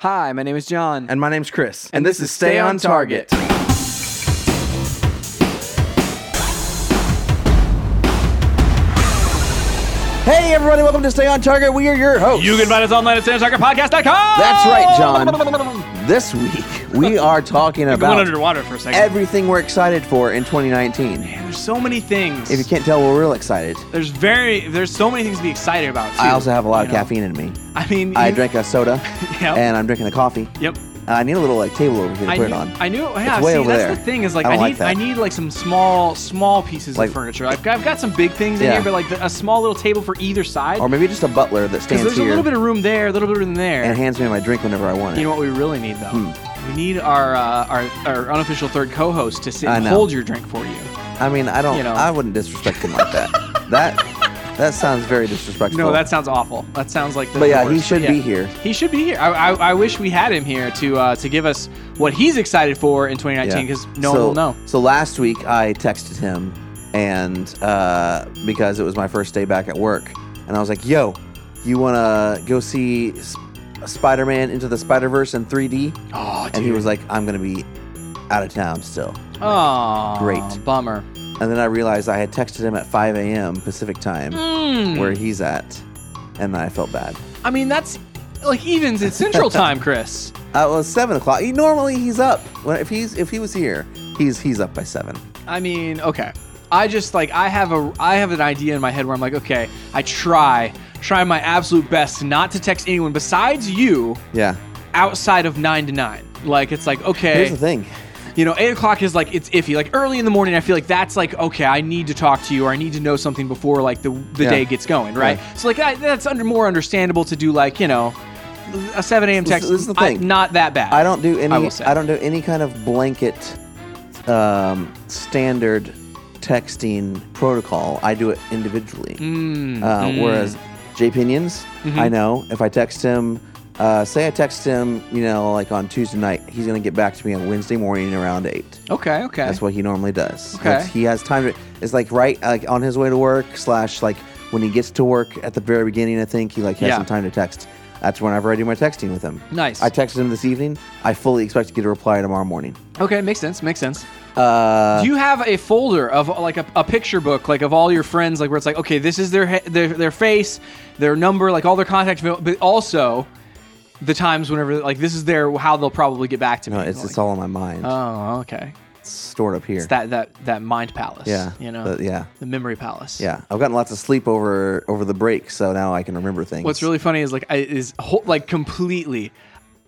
Hi, my name is John. And my name's Chris. And, this, is Stay on Target. Hey, everybody, welcome to Stay on Target. We are your hosts. You can find us online at standsoccerpodcast.com. That's right, John. This week, we are talking I went about underwater for a second. everything we're excited for in 2019. There's so many things. If you can't tell, we're real excited. there's very there's so many things to be excited about. Too, I also have a lot of you know? caffeine in me. I mean, I you- drank a soda, Yep. and I'm drinking a coffee. Yep. And I need a little like table over here to I put knew, it on. I knew. Yeah. It's way see, over that's there. the thing is like I I, don't need like that. I need like some small small pieces Like- of furniture. I've got, I've got some big things in Yeah. here, but like the, a small little table for either side. or maybe just a butler that stands Because there's here a little bit of room there, a little bit of room there. and Hmm. hands me my drink whenever I want it. You know what we really need though? We need our, uh, our our unofficial third co-host to sit I and know. hold your drink for you. I mean, I don't. you know. I wouldn't disrespect him like that. that that sounds very disrespectful. No, that sounds awful. That sounds like the But yeah, he worst. should be here. He should be here. I, I, I wish we had him here to uh, to give us what he's excited for in 2019 because no so, one will know. So last week I texted him, and uh, because it was my first day back at work, and I was like, "Yo, you wanna go see S- Spider-Man into the Spider-Verse in 3D?" Oh, And he was like, "I'm gonna be out of town still." oh, great. bummer. And then I realized I had texted him at 5 a.m. Pacific time, Hmm. where he's at, and I felt bad. I mean, that's like evens at Central Time, Chris. Uh, well, it's seven o'clock. He, normally he's up. Well, if he's if he was here, he's he's up by seven. I mean, okay. I just like I have a I have an idea in my head where I'm like, okay, I try try my absolute best not to text anyone besides you Yeah. outside of nine to nine. Like it's like okay, Here's the thing. you know, eight o'clock is like it's iffy. Like early in the morning, I feel like that's like okay, I need to talk to you or I need to know something before like the the Yeah. day gets going, right? So like I, that's under more understandable to do like you know a seven a.m. This- text. this is the I- thing. not that bad. I don't do any. I will say. I, don't do any kind of blanket, um, standard texting protocol. I do it individually. Mm, Uh, mm. Mm-hmm. Whereas J Pinions, I know if I text him, uh, say I text him, you know, like on Tuesday night, he's gonna get back to me on Wednesday morning around eight. okay, okay, That's what he normally does. Okay. That's- he has time to. It's like right like on his way to work slash like when he gets to work at the very beginning. I think he like has Yeah. some time to text. That's whenever I do my texting with him. Nice. I texted him this evening. I fully expect to get a reply tomorrow morning. okay, makes sense, makes sense. Uh, do you have a folder of like a, a picture book like of all your friends, like where it's like okay, this is their he- their their face, their number, like all their contact, but also the times whenever like this is their how they'll probably get back to me. no, Uh, it's Like, it's all in my mind. Oh, okay. it's stored up here. It's that that that mind palace. yeah. you know, But yeah. the memory palace. Yeah. I've gotten lots of sleep over over the break, so now I can remember things. What's really funny is like I is whole, like completely.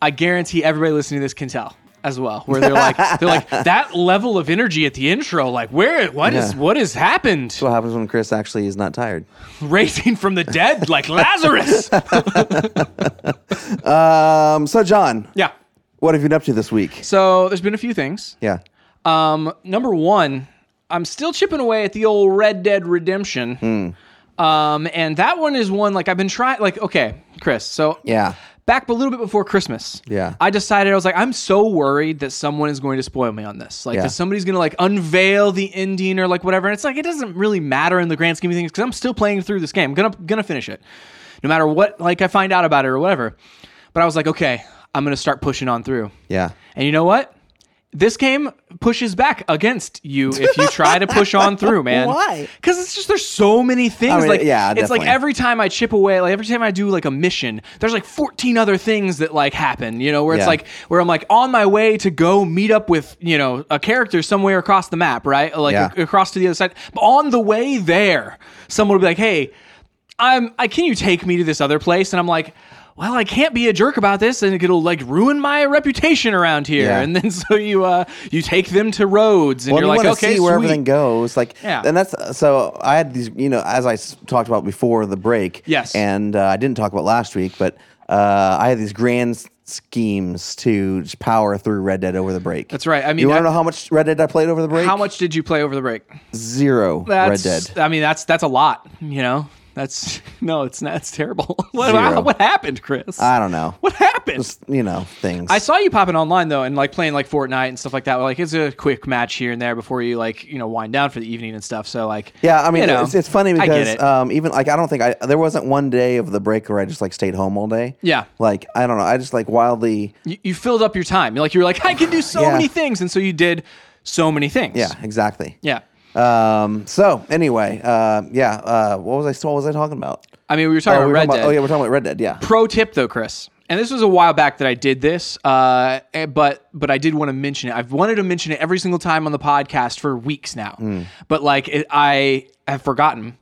I guarantee everybody listening to this can tell as well. Where they're like they're like that level of energy at the intro. Like where what is Yeah. what has happened? what happens when Chris actually is not tired? Raising from the dead like Lazarus. Um. So John, yeah. what have you been up to this week? So there's been a few things. Yeah. Um, number one, I'm still chipping away at the old Red Dead Redemption. Hmm. Um, and that one is one like I've been trying. Like okay, Chris. So Yeah. back a little bit before Christmas. Yeah. I decided I was like, I'm so worried that someone is going to spoil me on this. Like Yeah. that somebody's gonna like unveil the ending or like whatever. And it's like it doesn't really matter in the grand scheme of things because I'm still playing through this game. I'm gonna gonna finish it. No matter what like I find out about it or whatever. But I was like, okay, I'm gonna start pushing on through. Yeah. And you know what? This game pushes back against you if you try to push on through, man. Why? Because it's just there's so many things. mean, like yeah, it's like definitely. every time I chip away, like every time I do like a mission, there's like 14 other things that like happen. You know, where it's Yeah. like where I'm like on my way to go meet up with you know a character somewhere across the map, right? Like Yeah. ac- across to the other side. But on the way there, someone will be like, "Hey, I'm I can you take me to this other place?" And I'm like, "Well, I can't be a jerk about this, and it'll like ruin my reputation around here." Yeah. And then so you uh you take them to roads, and Well, you're you like, want to "Okay, see where sweet." everything goes. Like, Yeah. and that's so. I had these, you know, as I s- talked about before the break. Yes. and uh, I didn't talk about last week, but uh, I had these grand s- schemes to just power through Red Dead over the break. That's right. I mean, you want I- to know how much Red Dead I played over the break? How much did you play over the break? Zero That's, Red Dead. I mean, that's that's a lot. You know, That's no, it's not. It's terrible. what, Zero. what happened, Chris? I don't know. what happened? You know things. I saw you popping online though, and like playing like Fortnite and stuff like that. Like it's a quick match here and there before you like you know wind down for the evening and stuff. So like Yeah, I mean, you know, it's, it's funny I get because it. um, even like I don't think I there wasn't one day of the break where I just like stayed home all day. Yeah. like I don't know, I just like wildly. you, you filled up your time. Like you were like I can do so Yeah. many things, and so you did so many things. Yeah, exactly. yeah. Um. So anyway, uh, yeah. Uh, what was I? What was I talking about? I mean, we were talking we about were Red talking Dead. about- oh yeah, we're talking about Red Dead. Yeah. Pro tip though, Chris, and this was a while back that I did this, uh, eh, but but I did want to mention it. I've wanted to mention it every single time on the podcast for weeks now, but like it, I have forgotten.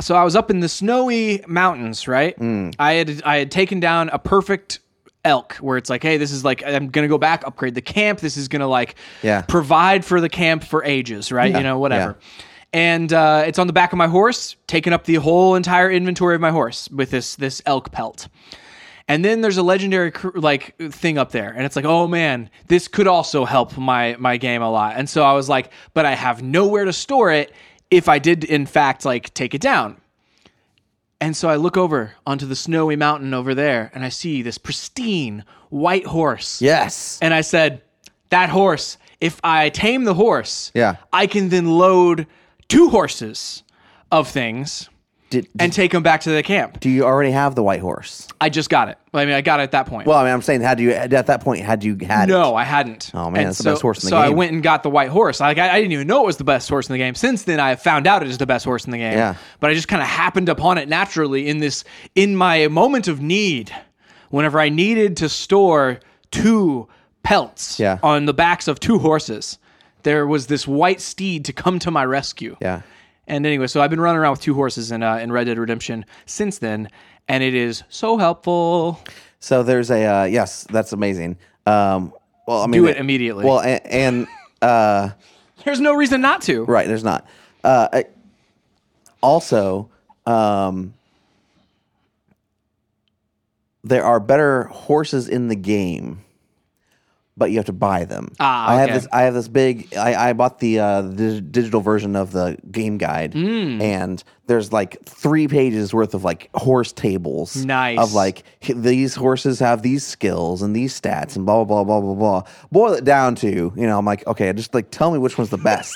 So I was up in the snowy mountains, right? I had I had taken down a perfect elk where it's like hey this is like i'm gonna go back upgrade the camp this is gonna like Yeah. provide for the camp for ages right you know whatever and uh, it's on the back of my horse taking up the whole entire inventory of my horse with this this elk pelt and then there's a legendary cr- like thing up there, and it's like, oh man, this could also help my my game a lot. And so I was like, but I have nowhere to store it if I did in fact like take it down. And so I look over onto the snowy mountain over there, and I see this pristine white horse. Yes. And I said, that horse. If I tame the horse, Yeah. I can then load two horses of things Did, and take them back to the camp. do you already have the white horse? I just got it. I mean, I got it at that point. Well, I mean, I'm saying, had you at that point had you had it? No, I hadn't. Oh, man, And that's the so, best horse in the so I game. went and got the white horse. Like I, I didn't even know it was the best horse in the game. Since then, I have found out it is the best horse in the game. Yeah. But I just kind of happened upon it naturally in this in my moment of need, whenever I needed to store two pelts Yeah. on the backs of two horses, there was this white steed to come to my rescue. Yeah. And anyway, so I've been running around with two horses in uh, in Red Dead Redemption since then, and it is so helpful. So there's a uh, yes, that's amazing. Um. Well, I mean, it immediately. Well, and, and uh. There's no reason not to. Right, there's not. Uh, I- also, um, there are better horses in the game, but you have to buy them. Ah, I have okay. this. I have this big. I, I bought the, uh, the digital version of the game guide, Hmm. and there's like three pages worth of like horse tables. Nice. Of like h- these horses have these skills and these stats and blah blah blah blah blah blah. Boil it down to you know I'm like okay, just like tell me which one's the best.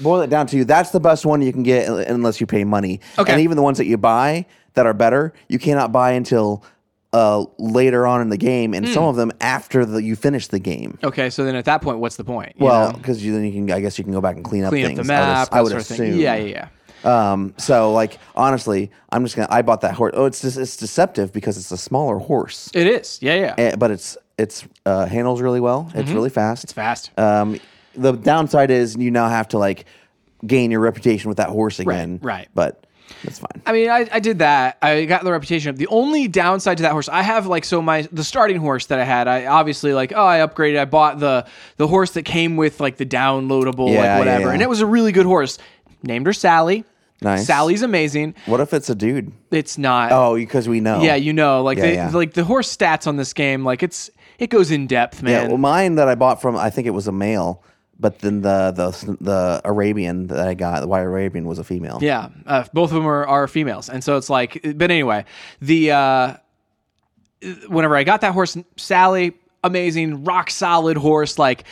boil it down to you. That's the best one you can get un- unless you pay money. Okay. And even the ones that you buy that are better, you cannot buy until uh, later on in the game, and Hmm. some of them after the, you finish the game. Okay, so then at that point, what's the point? you Well, know? because you, then you can, I guess you can go back and clean up clean up things. the map, I would, that as- I sort would of assume. thing. Yeah, yeah, yeah. Um, so like honestly, I'm just gonna. I bought that horse. Oh, it's just, it's deceptive because it's a smaller horse, It is. Yeah, yeah. Eh, but it's it's uh, handles really well. It's really fast. Mm-hmm. it's fast. Um, the downside is you now have to like gain your reputation with that horse again. right. But that's fine. I mean, I, I did that. I got the reputation of the only downside to that horse. I have like so my the starting horse that I had. I obviously like oh I upgraded. I bought the the horse that came with like the downloadable Yeah, yeah, like whatever, yeah. and it was a really good horse. Named her Sally. Nice. Sally's amazing. What if it's a dude? It's not. Oh, because we know. Yeah, you know, like Yeah, the, yeah. like the horse stats on this game, like it's it goes in depth, man. Yeah, well, mine that I bought from I think it was a male, but then the the the Arabian that I got, the white Arabian, was a female. Yeah, uh, both of them are, are females, and so it's like. But anyway, the uh, whenever I got that horse, Sally, amazing, rock solid horse, like.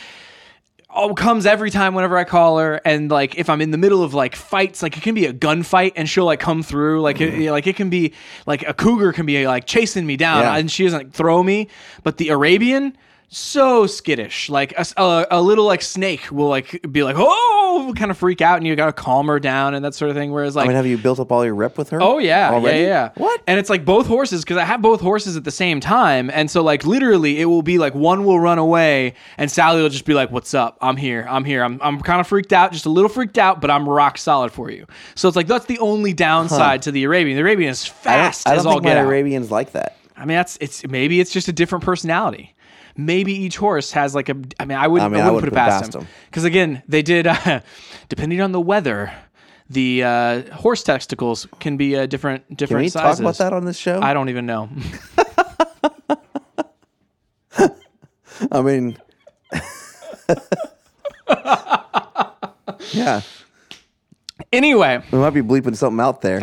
Oh, comes every time whenever I call her, and like if I'm in the middle of like fights, like it can be a gunfight, and she'll like come through, like it, yeah, like it can be like a cougar can be like chasing me down, Yeah. and she doesn't like, throw me, but the Arabian so skittish, like a, s- a- a little like snake will like be like oh, kind of freak out, and you gotta calm her down and that sort of thing. Whereas like I mean, have you built up all your rep with her? Oh yeah, already? yeah, yeah. What? And it's like both horses because I have both horses at the same time, and so like literally, it will be like one will run away, and Sally will just be like, "What's up? I'm here. I'm here. I'm I'm kind of freaked out, just a little freaked out, but I'm rock solid for you." So it's like that's the only downside to the Arabian. The Arabian is I don't, fast I don't as think all my get out. Arabians like that. I mean, that's it's maybe it's just a different personality. Maybe each horse has like a. I mean, mean, I wouldn't. I, I wouldn't wouldn't put it past, them. because again, they did. Uh, depending on the weather, the uh, horse testicles can be uh, different different Can we sizes. talk about that on this show? I I, don't even know. mean, yeah, anyway, we might be bleeping something out there.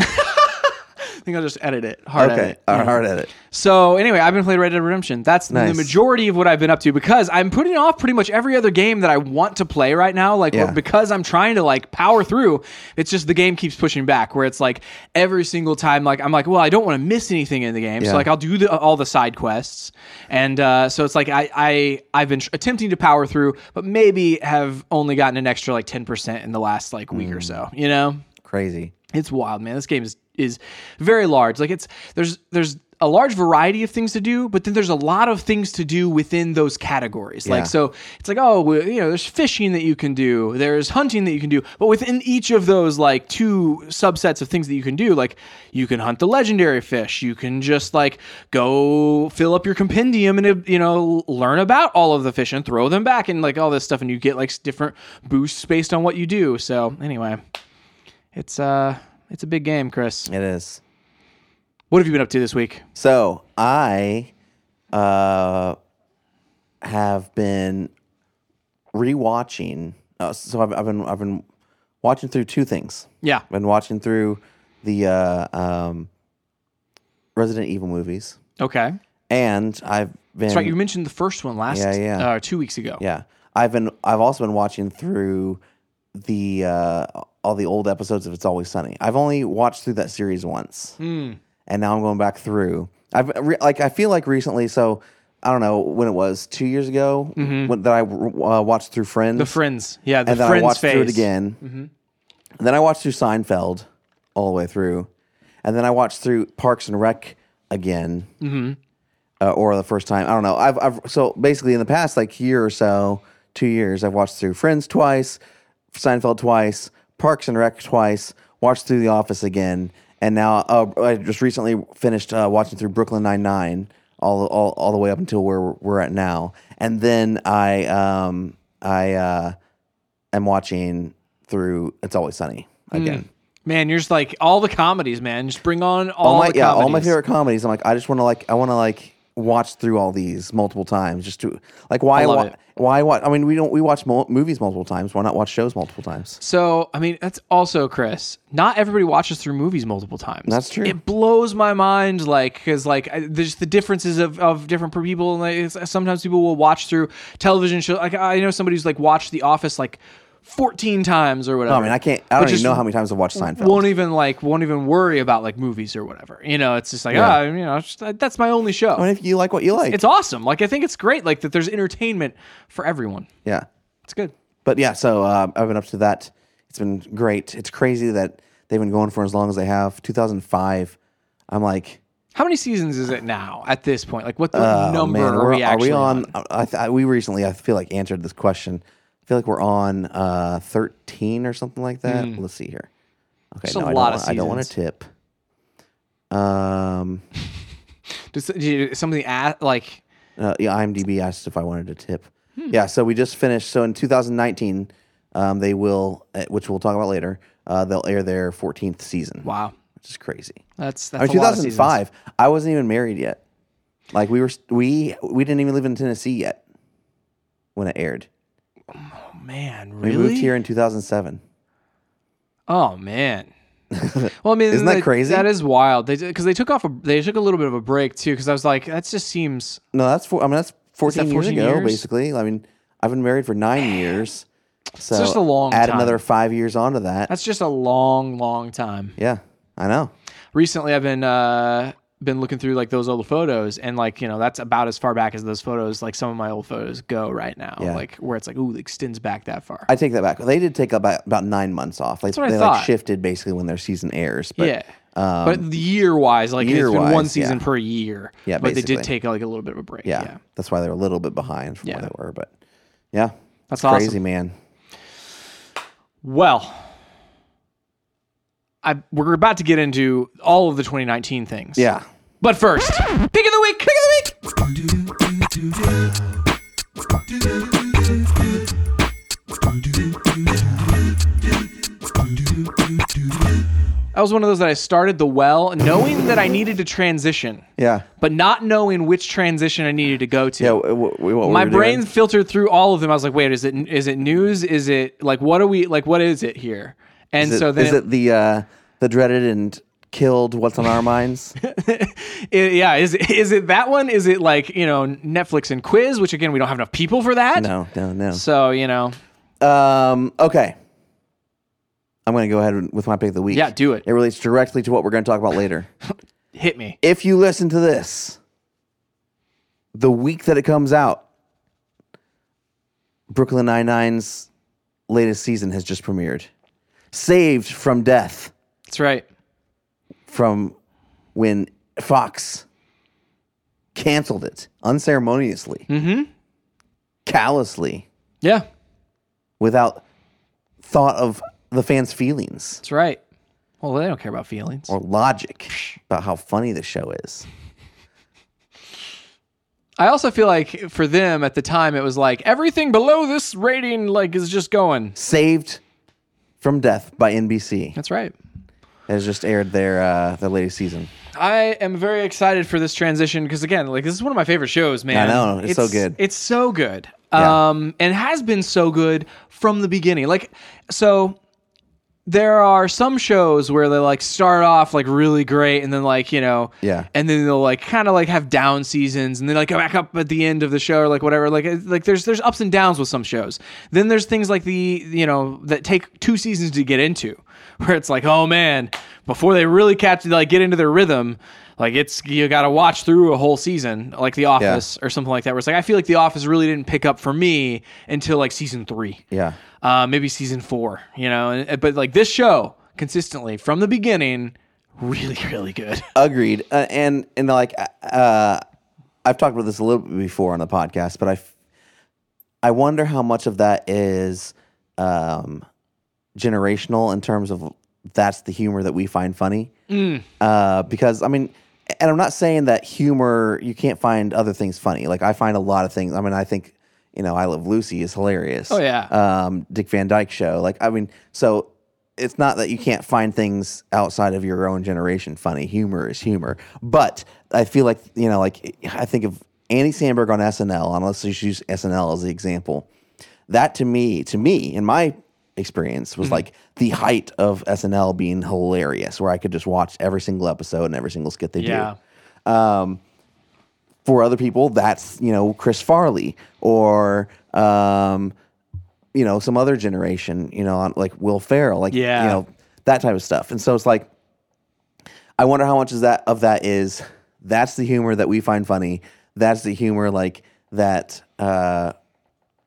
think I'll just edit it. Hard okay, edit. all right, hard edit. So anyway, I've been playing Red Dead Redemption. That's Nice. the majority of what I've been up to because I'm putting off pretty much every other game that I want to play right now. Like Yeah. because I'm trying to like power through. It's just the game keeps pushing back. Where it's like every single time, like I'm like, well, I don't want to miss anything in the game, Yeah. so like I'll do the, all the side quests. And uh, so it's like I I I've been tr- attempting to power through, but maybe have only gotten an extra like ten percent in the last like week Hmm. or so. You know, Crazy. it's wild, man. This game is is very large. Like it's there's there's a large variety of things to do, but then there's a lot of things to do within those categories. Yeah. Like so, it's like oh, well, you know, there's fishing that you can do, there's hunting that you can do, but within each of those like two subsets of things that you can do, like you can hunt the legendary fish, you can just like go fill up your compendium and uh, you know learn about all of the fish and throw them back and like all this stuff, and you get like s- different boosts based on what you do. So anyway. It's uh it's a big game, Chris. It is. What have you been up to this week? So I uh, have been rewatching. Uh, so I've, I've been I've been watching through two things. Yeah. I've been watching through the uh, um, Resident Evil movies, Okay. and I've been That's right. You mentioned the first one last Yeah, yeah. Uh, two weeks ago. yeah I've been I've also been watching through the uh, all the old episodes of It's Always Sunny. I've only watched through that series once. and now I'm going back through. I've re- like I feel like recently, so I don't know when it was two years ago when, that I uh, watched through Friends, The Friends. Yeah. The and then Friends I watched phase. Mm-hmm. through it again. And then I watched through Seinfeld all the way through, and then I watched through Parks and Rec again, mm-hmm. uh, or the first time I don't know. I've, I've so basically in the past like year or so, two years, I've watched through Friends twice, Seinfeld twice, Parks and Rec twice, watched through The Office again, and now uh, I just recently finished uh, watching through Brooklyn Nine Nine. All, all, all the way up until where we're- we're at now, and then I um I uh, am watching through It's Always Sunny again. Mm. Man, you're just like all the comedies, man. Just bring on all, All my the yeah, all my comedies. favorite comedies. I'm like, I just want to like, I want to like watch through all these multiple times just to like why love wa- it. why watch? I mean, we don't we watch mo- movies multiple times. Why not watch shows multiple times? So, I mean, that's also Chris. Not everybody watches through movies multiple times. That's true. It blows my mind, like, because like I, there's the differences of, of different per- people, and like, it's- sometimes people will watch through television shows. Like, I know somebody who's like watched The Office like 14 times or whatever. I mean, I can't. I But don't even just know how many times I've watched Seinfeld. Won't even like won't even worry about like movies or whatever. You know, it's just like Yeah. ah, you know, it's just- that's my only show. I mean, if you like what you like, it's awesome. Like I think it's great. Like that there's entertainment for everyone. yeah. It's good. But yeah, so uh, I've been up to that. It's been great. It's crazy that they've been going for as long as they have. 2005. I'm like, How many seasons is it now at this point? Like what, what Oh, number man, are we're- we actually on? uh, I, th- I, we recently, I feel like answered this question. I feel like we're on uh, thirteen or something like that. Let's see here. Okay, Mm. It's a no, I, lot don't, of want- I don't want to tip. Um, Does, did you- something at like uh, yeah, IMDb asked if I wanted to tip. Hmm. Yeah, so we just finished. So in 2019, um, they will, uh, which we'll talk about later. Uh, they'll air their 14th season, wow, which is crazy. that's I that's mean, a lot of seasons. 2005. I wasn't even married yet. Like we were, we we didn't even live in Tennessee yet when it aired. Man, We really? moved here in 2007. Oh man. well, I mean, Isn't that they- crazy? That is wild. They because they took off a they took a little bit of a break too. Because I was like, that just seems No, that's four. I mean, that's 14, years 14 ago, years? basically. I mean, I've been married for nine years. So just a long add time. another five years onto that. that's just a long, long time. yeah, I know. recently I've been uh been looking through like those old photos and like you know that's about as far back as those photos like some of my old photos go right now Yeah. like where it's like ooh it extends back that far I take that back. They did take about about nine months off. Like what I they like thought. shifted basically when their season airs. But um, yeah but year wise like it's been one year-wise, yeah. season per year Yeah, but they basically. did take like a little bit of a break yeah, yeah, that's why they're a little bit behind from where Yeah. they were. But yeah, That's It's crazy, awesome. man. well I we're about to get into all of the 2019 things Yeah, but first pick of the week pick of the week That was one of those that I started the well knowing that I needed to transition, yeah, but not knowing which transition I needed to go to. yeah. w- w- w- what we My were brain doing. filtered through all of them. I was like, wait, is it is it news? Is it like what are we like what is it here? And Is it- so then is it the uh, the dreaded and killed What's on Our Minds? I- yeah, is is it that one? Is it like you know Netflix and Quiz, which again we don't have enough people for that. no, no, no. So you know, Um, okay. I'm going to go ahead with my pick of the week. Yeah, do it. It relates directly to what we're going to talk about later. hit me. if you listen to this, the week that it comes out, Brooklyn Nine-Nine's latest season has just premiered. Saved from death That's right. from when Fox canceled it unceremoniously, mm-hmm. callously, Yeah, without thought of the fans' feelings that's right. Well, they don't care about feelings. or logic about how funny the show is. I also feel like for them at the time it was like everything below this rating like is just going. Saved from death by NBC. That's right. has just aired their uh, their latest season. I am very excited for this transition because again, like this is one of my favorite shows, man. I know, it's so good. It's so good. Yeah. Um, and has been so good from the beginning. Like, so there are some shows where they like start off like really great and then like you know Yeah. and then they'll like kind of like have down seasons and then like go back up at the end of the show or like whatever like it's- like there's there's ups and downs with some shows then there's things like the you know that take two seasons to get into where it's like oh man before they really catch like get into their rhythm like it's you got to watch through a whole season like The Office or something like that where it's like I feel like The Office really didn't pick up for me until like season 3 Yeah, uh, maybe season four, you know. And- But like this show, consistently from the beginning, really, really good. agreed. Uh, and and like uh, I've talked about this a little bit before on the podcast, but I f- I wonder how much of that is um, generational in terms of that's the humor that we find funny. Mm. Uh, because I mean, and I'm not saying that humor you can't find other things funny. Like I find a lot of things. I mean, I think you know, I Love Lucy is hilarious. Oh, yeah. um, Dick Van Dyke show. Like, I mean, so it's not that you can't find things outside of your own generation funny. Humor is humor, but I feel like you know, like I think of Andy Sandberg on SNL. And let's just use SNL as the example. That to me, to me, in my experience, was like the height of SNL being hilarious, where I could just watch every single episode and every single skit they Yeah. do for other people, that's you know Chris Farley or um, you know some other generation, you know on- like Will Ferrell, like Yeah. you know that type of stuff. And so it's like, I wonder how much is that of that is that's the humor that we find funny. That's the humor like that uh,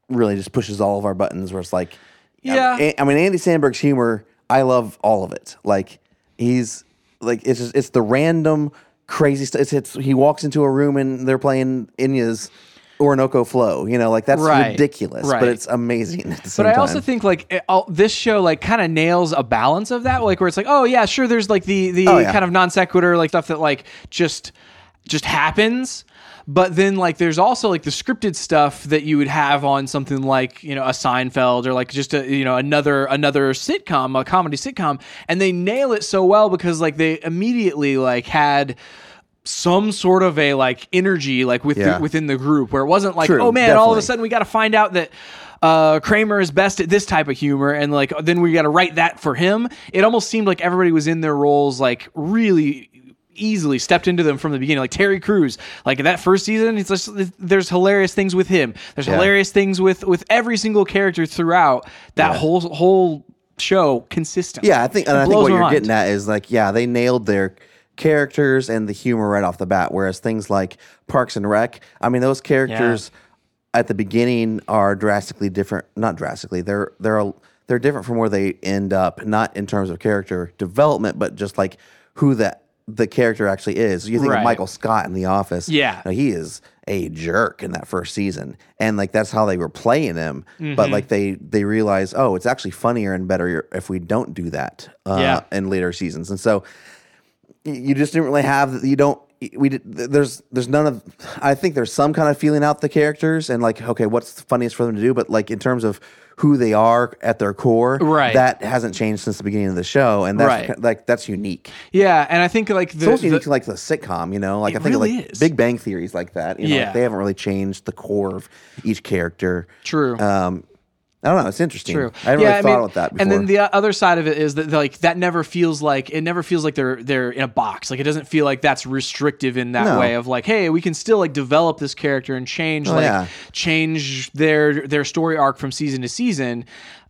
really just pushes all of our buttons. Where it's like, Yeah. I, I mean Andy Sandberg's humor, I love all of it. Like he's like it's just it's the random crazy stuff. It's, it's he walks into a room and they're playing Inya's Orinoco Flow. You know, like that's Right. ridiculous, Right. but it's amazing at the same But I time. also think like it, all, this show like kind of nails a balance of that, like where it's like, oh yeah, sure, there's like the the Oh, yeah. kind of non sequitur like stuff that like just just happens. But then, like, there's also like the scripted stuff that you would have on something like you know a Seinfeld or like just a you know another another sitcom, a comedy sitcom, and they nail it so well because like they immediately like had some sort of a like energy like with Yeah. the, within the group where it wasn't like True, oh man all of a definitely. sudden sudden we got to find out that uh, Kramer is best at this type of humor, and like then we got to write that for him. It almost seemed like everybody was in their roles like really easily stepped into them from the beginning. Like Terry Crews, like that first season, it's just, there's hilarious things with him. There's hilarious things with with every single character throughout that whole whole show consistently. Yeah, I think, and It I think blows what my you're mind. getting at is like, yeah, they nailed their characters and the humor right off the bat. Whereas things like Parks and Rec, I mean, those characters at the beginning are drastically different. Not drastically, they're they're a- they're different from where they end up. Not in terms of character development, but just like who that the character actually is. You think Right. of Michael Scott in The Office, Yeah. Now, he is a jerk in that first season and like that's how they were playing him but Mm-hmm. like they they realize oh it's actually funnier and better if we don't do that uh, Yeah. in later seasons and so y- you just didn't really have you don't we did, there's there's none of I think there's some kind of feeling out the characters and like okay what's the funniest for them to do but like in terms of who they are at their core Right. that hasn't changed since the beginning of the show and that's Right. like that's unique yeah, and I think like the, it's also the- unique to like the sitcom, you know. Like I think of, really like is. Big Bang Theories like that. You know, like, Yeah. they haven't really changed the core of each character. True. Um, I don't know. It's interesting. True. I haven't Yeah, really thought mean, about that before. And then the other side of it is that like that never feels like it never feels like they're they're in a box. Like it doesn't feel like that's restrictive in that No. Oh, way of like, hey, we can still like develop this character and change like yeah. change their their story arc from season to season.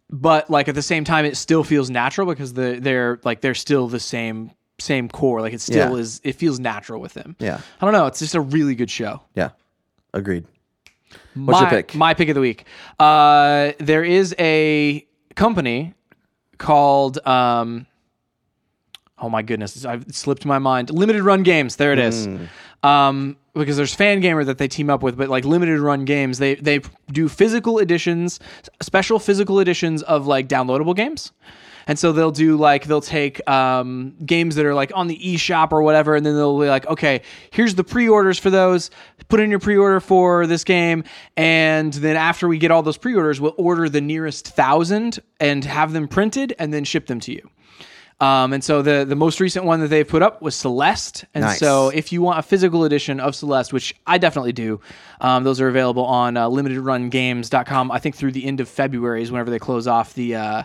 But like at the same time, it still feels natural because the they're like they're still the same same core. Like it still Yeah. is it feels natural with them. yeah, I don't know. It's just a really good show. yeah, agreed. What's your my, pick? My pick of the week. Uh, there is a company called. Um, oh my goodness, I've it slipped my mind. Limited Run Games. There it is. Hmm. Um, because there's fan gamer that they team up with, but like limited run games, they they do physical editions, special physical editions of like downloadable games. And so they'll do like they'll take um, games that are like on the eShop or whatever, and then they'll be like, okay, here's the pre-orders for those. Put in your pre-order for this game, and then after we get all those pre-orders, we'll order the nearest thousand and have them printed and then ship them to you. Um, and so the the most recent one that they've put up was Celeste, and Nice. so if you want a physical edition of Celeste, which I definitely do, um, those are available on uh, limitedrungames.com. I think through the end of February is whenever they close off the, uh,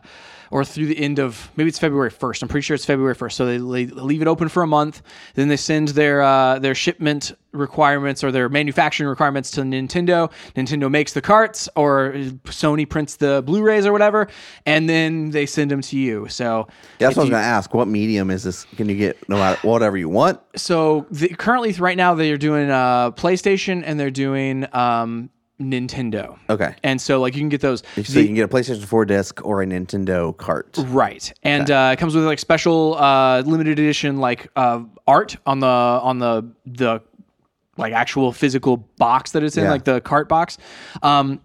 or through the end of maybe it's February first. I'm pretty sure it's February first. So they, they leave it open for a month, then they send their uh, their shipment requirements or their manufacturing requirements to Nintendo. Nintendo makes the carts, or Sony prints the Blu-rays or whatever, and then they send them to you. So Yeah, that's if what I was you- gonna ask. What medium is this? Can you get no matter whatever you want? so the, currently right now they're doing uh PlayStation and they're doing um Nintendo. Okay. And so like you can get those So you can get a PlayStation 4 disc or a Nintendo cart. right. And uh it comes with like special uh limited edition like uh art on the on the the like actual physical box that it's in Yeah. like the cart box. Um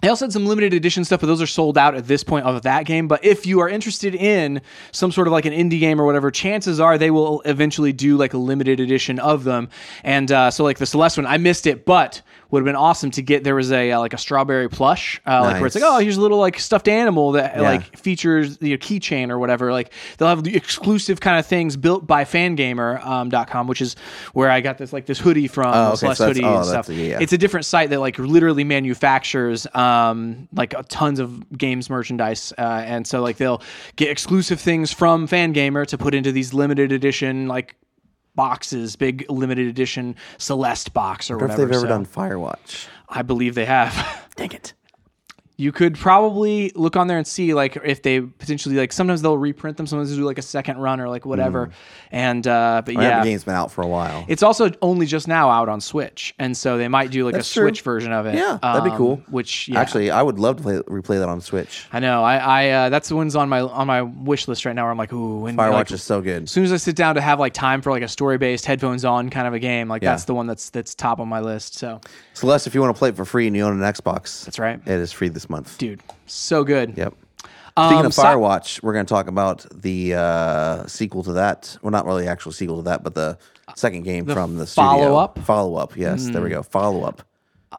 they also had some limited edition stuff, but those are sold out at this point of that game. But if you are interested in some sort of like an indie game or whatever, chances are they will eventually do like a limited edition of them. And uh, so like the Celeste one, I missed it, but would have been awesome to get. There was a uh, like a strawberry plush, uh, like where it's like, Nice. oh, here's a little like stuffed animal that Yeah. like features the keychain or whatever. Like they'll have the exclusive kind of things built by fangamer.com, um, dot com, which is where I got this like this hoodie from Oh, okay, Celeste so that's- hoodie oh, and that's- stuff. yeah, yeah. It's a different site that like literally manufactures um like a tons of games merchandise, uh, and so like they'll get exclusive things from Fangamer to put into these limited edition like boxes, big limited edition Celeste box or I wonder whatever. if they've ever So done Firewatch. I believe they have. Dang it. you could probably look on there and see like if they potentially like sometimes they'll reprint them sometimes they'll do like a second run or like whatever and uh but Mm. Oh, Yeah. The yeah game's been out for a while. it's also only just now out on switch and so they might do like That's a true. switch version of it Um, Yeah, that'd be cool. which yeah, Actually, I would love to play, replay that on Switch. i know i i uh, that's the one's on my on my wish list right now where i'm like ooh and Firewatch like, is so good. as soon as i sit down to have like time for like a story based headphones on kind of a game like Yeah. that's the one that's that's top on my list so Celeste, if you want to play it for free and you own an Xbox, that's right it is free this month. dude so good Yep. Speaking Um, of so- Firewatch, we're going to talk about the uh, sequel to that. Well, not really actual sequel to that, but the second game from the studio. follow-up? Hmm. Follow up. Yes, there we go. Follow up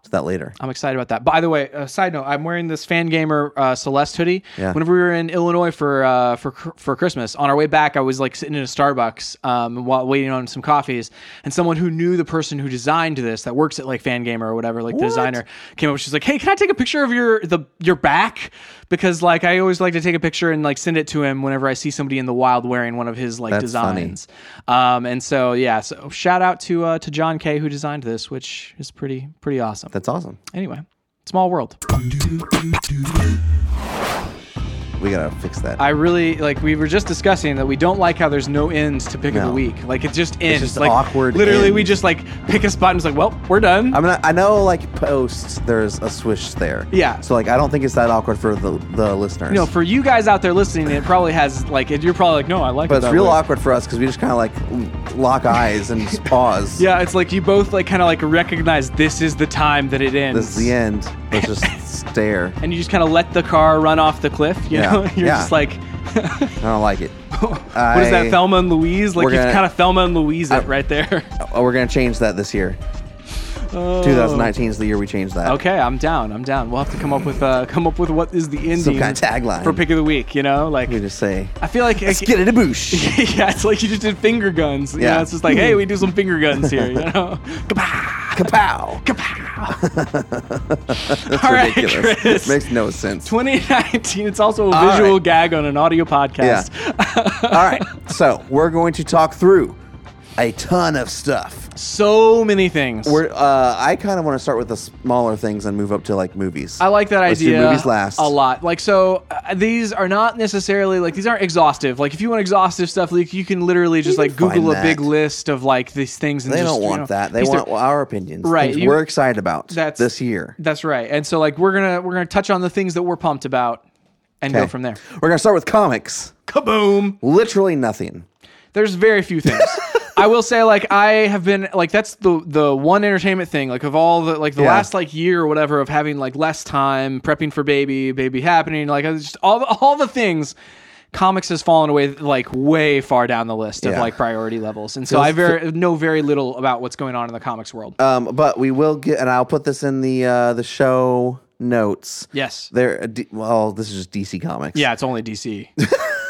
to that later. I'm excited about that. By the way, uh, side note, I'm wearing this fan gamer uh, Celeste hoodie. Yeah. Whenever we were in Illinois for uh, for cr- for Christmas, on our way back, I was like sitting in a Starbucks um, while waiting on some coffees, and someone who knew the person who designed this, that works at like fan gamer or whatever, like the designer, came up. She's like, "Hey, can I take a picture of your the your back?" Because like I always like to take a picture and like send it to him whenever I see somebody in the wild wearing one of his like That's funny. designs. Um, and so yeah, so shout out to uh, to John K who designed this, which is pretty pretty awesome. That's awesome. Anyway, small world. We got to fix that. I really like. We were just discussing that we don't like how there's no ends to pick of No. the week. Like it just ends. just like awkward Literally, we ends. just like pick a spot and it's like, well, we're done. I mean, I- I know like post there's a swish there. Yeah. So like, I don't think it's that awkward for the the listeners. you know, for you guys out there listening, it probably has like it- you're probably like, no, I like. it but it's that real way. awkward for us because we just kind of like l- lock eyes and just pause. Yeah, it's like you both like kind of like recognize this is the time that it ends. This is the end. Let's just stare. And you just kind of let the car run off the cliff. You Yeah. know, you're Yeah. just like, I don't like it. what is that, I- Thelma and Louise? Like We're you gonna- kind of Thelma and Louise it right there. Oh, we're gonna change that this year. 2019 is the year we change that. Oh. Okay, I'm down. I'm down. We'll have to come up with uh, come up with what is the ending Some kind of tagline. for pick of the week. You know, like We just say, I feel like let's get it a boosh. yeah, it's like you just did finger guns. Yeah, Yeah. it's just like hey, we do some finger guns here. You know, Kabah! Kapow! Kapow! That's All right, ridiculous. Chris. Makes no sense. 2019. It's also a All visual right. gag on an audio podcast. All right, so we're going to talk through a ton of stuff. so many things. We're, uh, I kind of want to start with the smaller things and move up to like movies. I like that Let's do idea. movies last. a lot. Like so, uh, these are not necessarily like these aren't exhaustive. Like if you want exhaustive stuff, like you can literally just can like Google find a big that. list of like these things. And They just, don't you want know, that. They these are- want our opinions. Right, Things you- we're excited about That's- this year. That's right. And so like we're gonna we're gonna touch on the things that we're pumped about and go Okay. from there. We're gonna start with comics. Kaboom! Literally nothing. There's very few things. I will say like I have been like that's the the one entertainment thing like of all the like the Yeah. last like year or whatever of having like less time prepping for baby baby happening like I was just all the- all the things comics has fallen away like way far down the list of Yeah. like priority levels and so I very know very little about what's going on in the comics world. Um, but we will get, and I'll put this in the uh, the show notes. yes. There. D- well, this is just DC Comics. Yeah, it's only DC.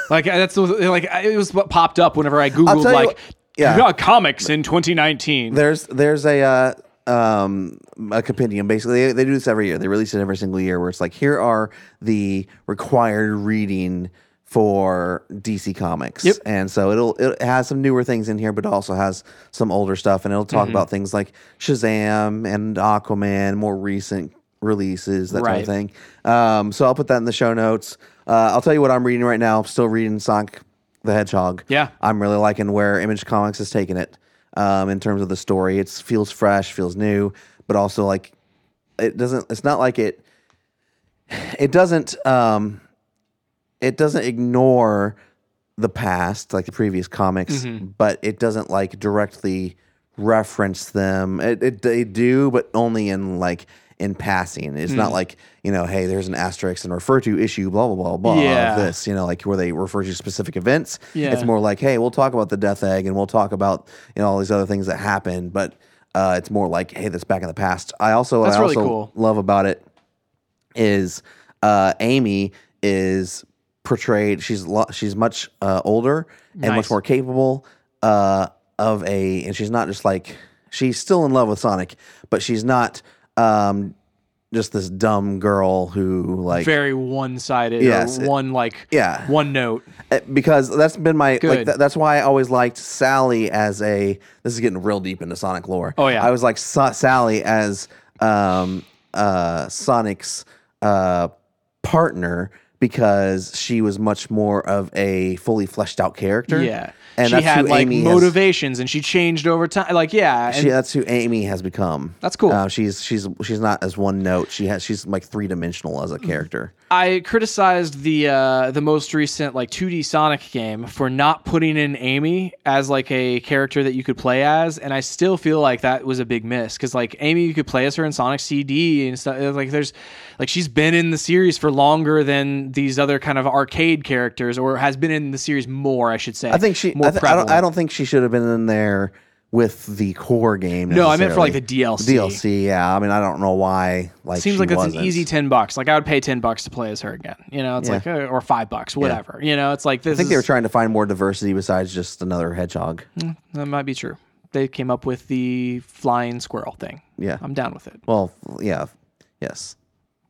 like that's the- like I- it was what popped up whenever I googled tell you like what- yeah. "Yeah, comics in 2019. There's there's a uh, um a compendium basically. They, they do this every year. They release it every single year where it's like here are the required reading for DC Comics. Yep. And so it'll it has some newer things in here but it also has some older stuff and it'll talk Mm-hmm. about things like Shazam and Aquaman, more recent releases, that Right. type of thing. Um so I'll put that in the show notes. Uh, I'll tell you what I'm reading right now. I'm still reading Sonic the Hedgehog. Yeah. I'm really liking where Image Comics has taken it um, in terms of the story. It feels fresh, feels new, but also like it doesn't. It's not like it. It doesn't. Um, it doesn't ignore the past, like the previous comics, Mm-hmm. but it doesn't like directly reference them. It, it they do, but only in like in passing. It's Mm. not like you know, hey, there's an asterisk and refer to issue blah blah blah blah Yeah. of this. You know, like where they refer to specific events. Yeah. It's more like, hey, we'll talk about the death egg and we'll talk about you know all these other things that happened, but. Uh, it's more like, hey, that's back in the past. I also, what That's I really also cool. love about it is uh, Amy is portrayed. She's lo- she's much uh, older and Nice. much more capable uh, of a, and she's not just like she's still in love with Sonic, but she's not um, just this dumb girl who like very one-sided Yes, or it- one like yeah. one note Uh, because that's been my Good. like th- that's why I always liked Sally as a this is getting real deep into Sonic lore. Oh, yeah. I was like Sa- Sally as um uh Sonic's uh partner because she was much more of a fully fleshed out character. yeah and she that's had who like Amy has- motivations and she changed over time like yeah and she, that's who Amy has become. That's cool. Uh, she's she's she's not as one note. She has she's like three dimensional as a Mm-hmm. character. i criticized the uh the most recent like 2d sonic game for not putting in amy as like a character that you could play as and i still feel like that was a big miss because like amy you could play as her in sonic cd and stuff like there's like she's been in the series for longer than these other kind of arcade characters or has been in the series more i should say I think she. I, th- I don't. I don't think she should have been in there with the core game. No, I meant for, like, necessarily. the DLC. DLC. Yeah. I mean, I don't know why. Like, seems she like that's an wasn't. easy 10 bucks like i would pay 10 bucks to play as her again you know it's Yeah. like uh, or 5 bucks whatever you know it's like this I think they were is, trying to find more diversity besides just another hedgehog. that might be true they came up with the flying squirrel thing Yeah. i'm down with it Well, yeah, yes,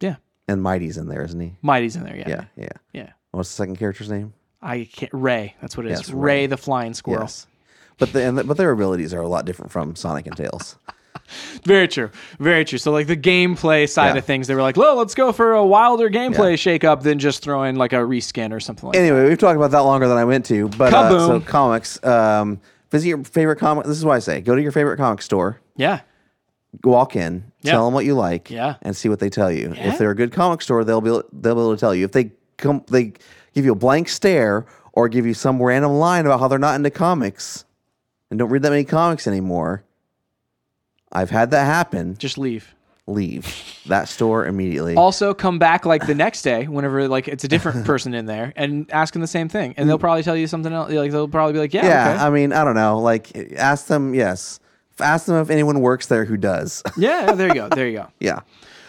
yeah and Mighty's in there, isn't he? mighty's in there yeah Yeah, yeah. yeah What's the second character's name? i can't ray that's what it is Yes, ray. Ray. the flying squirrel Yes. But the, and the, but their abilities are a lot different from Sonic and Tails. very true very true so like the gameplay side Yeah. of things they were like well let's go for a wilder gameplay shake up than just throwing like a reskin or something like that anyway, we've talked about that longer than I went to. But uh, Kaboom. so comics. Um, visit your favorite comic. This is why I say go to your favorite comic store. yeah walk in, Yeah. tell them what you like, Yeah. and see what they tell you. If they're a good comic store, they'll be they'll be able to tell you. If they come, they give you a blank stare or give you some random line about how they're not into comics and don't read that many comics anymore. I've had that happen. just leave Leave that store immediately. also come back like the next day whenever like it's a different person in there and ask them the same thing and they'll probably tell you something else like they'll probably be like yeah Mm. yeah, okay. I mean, I don't know. Like, ask them. Yes, ask them if anyone works there who does. yeah there you go there you go yeah.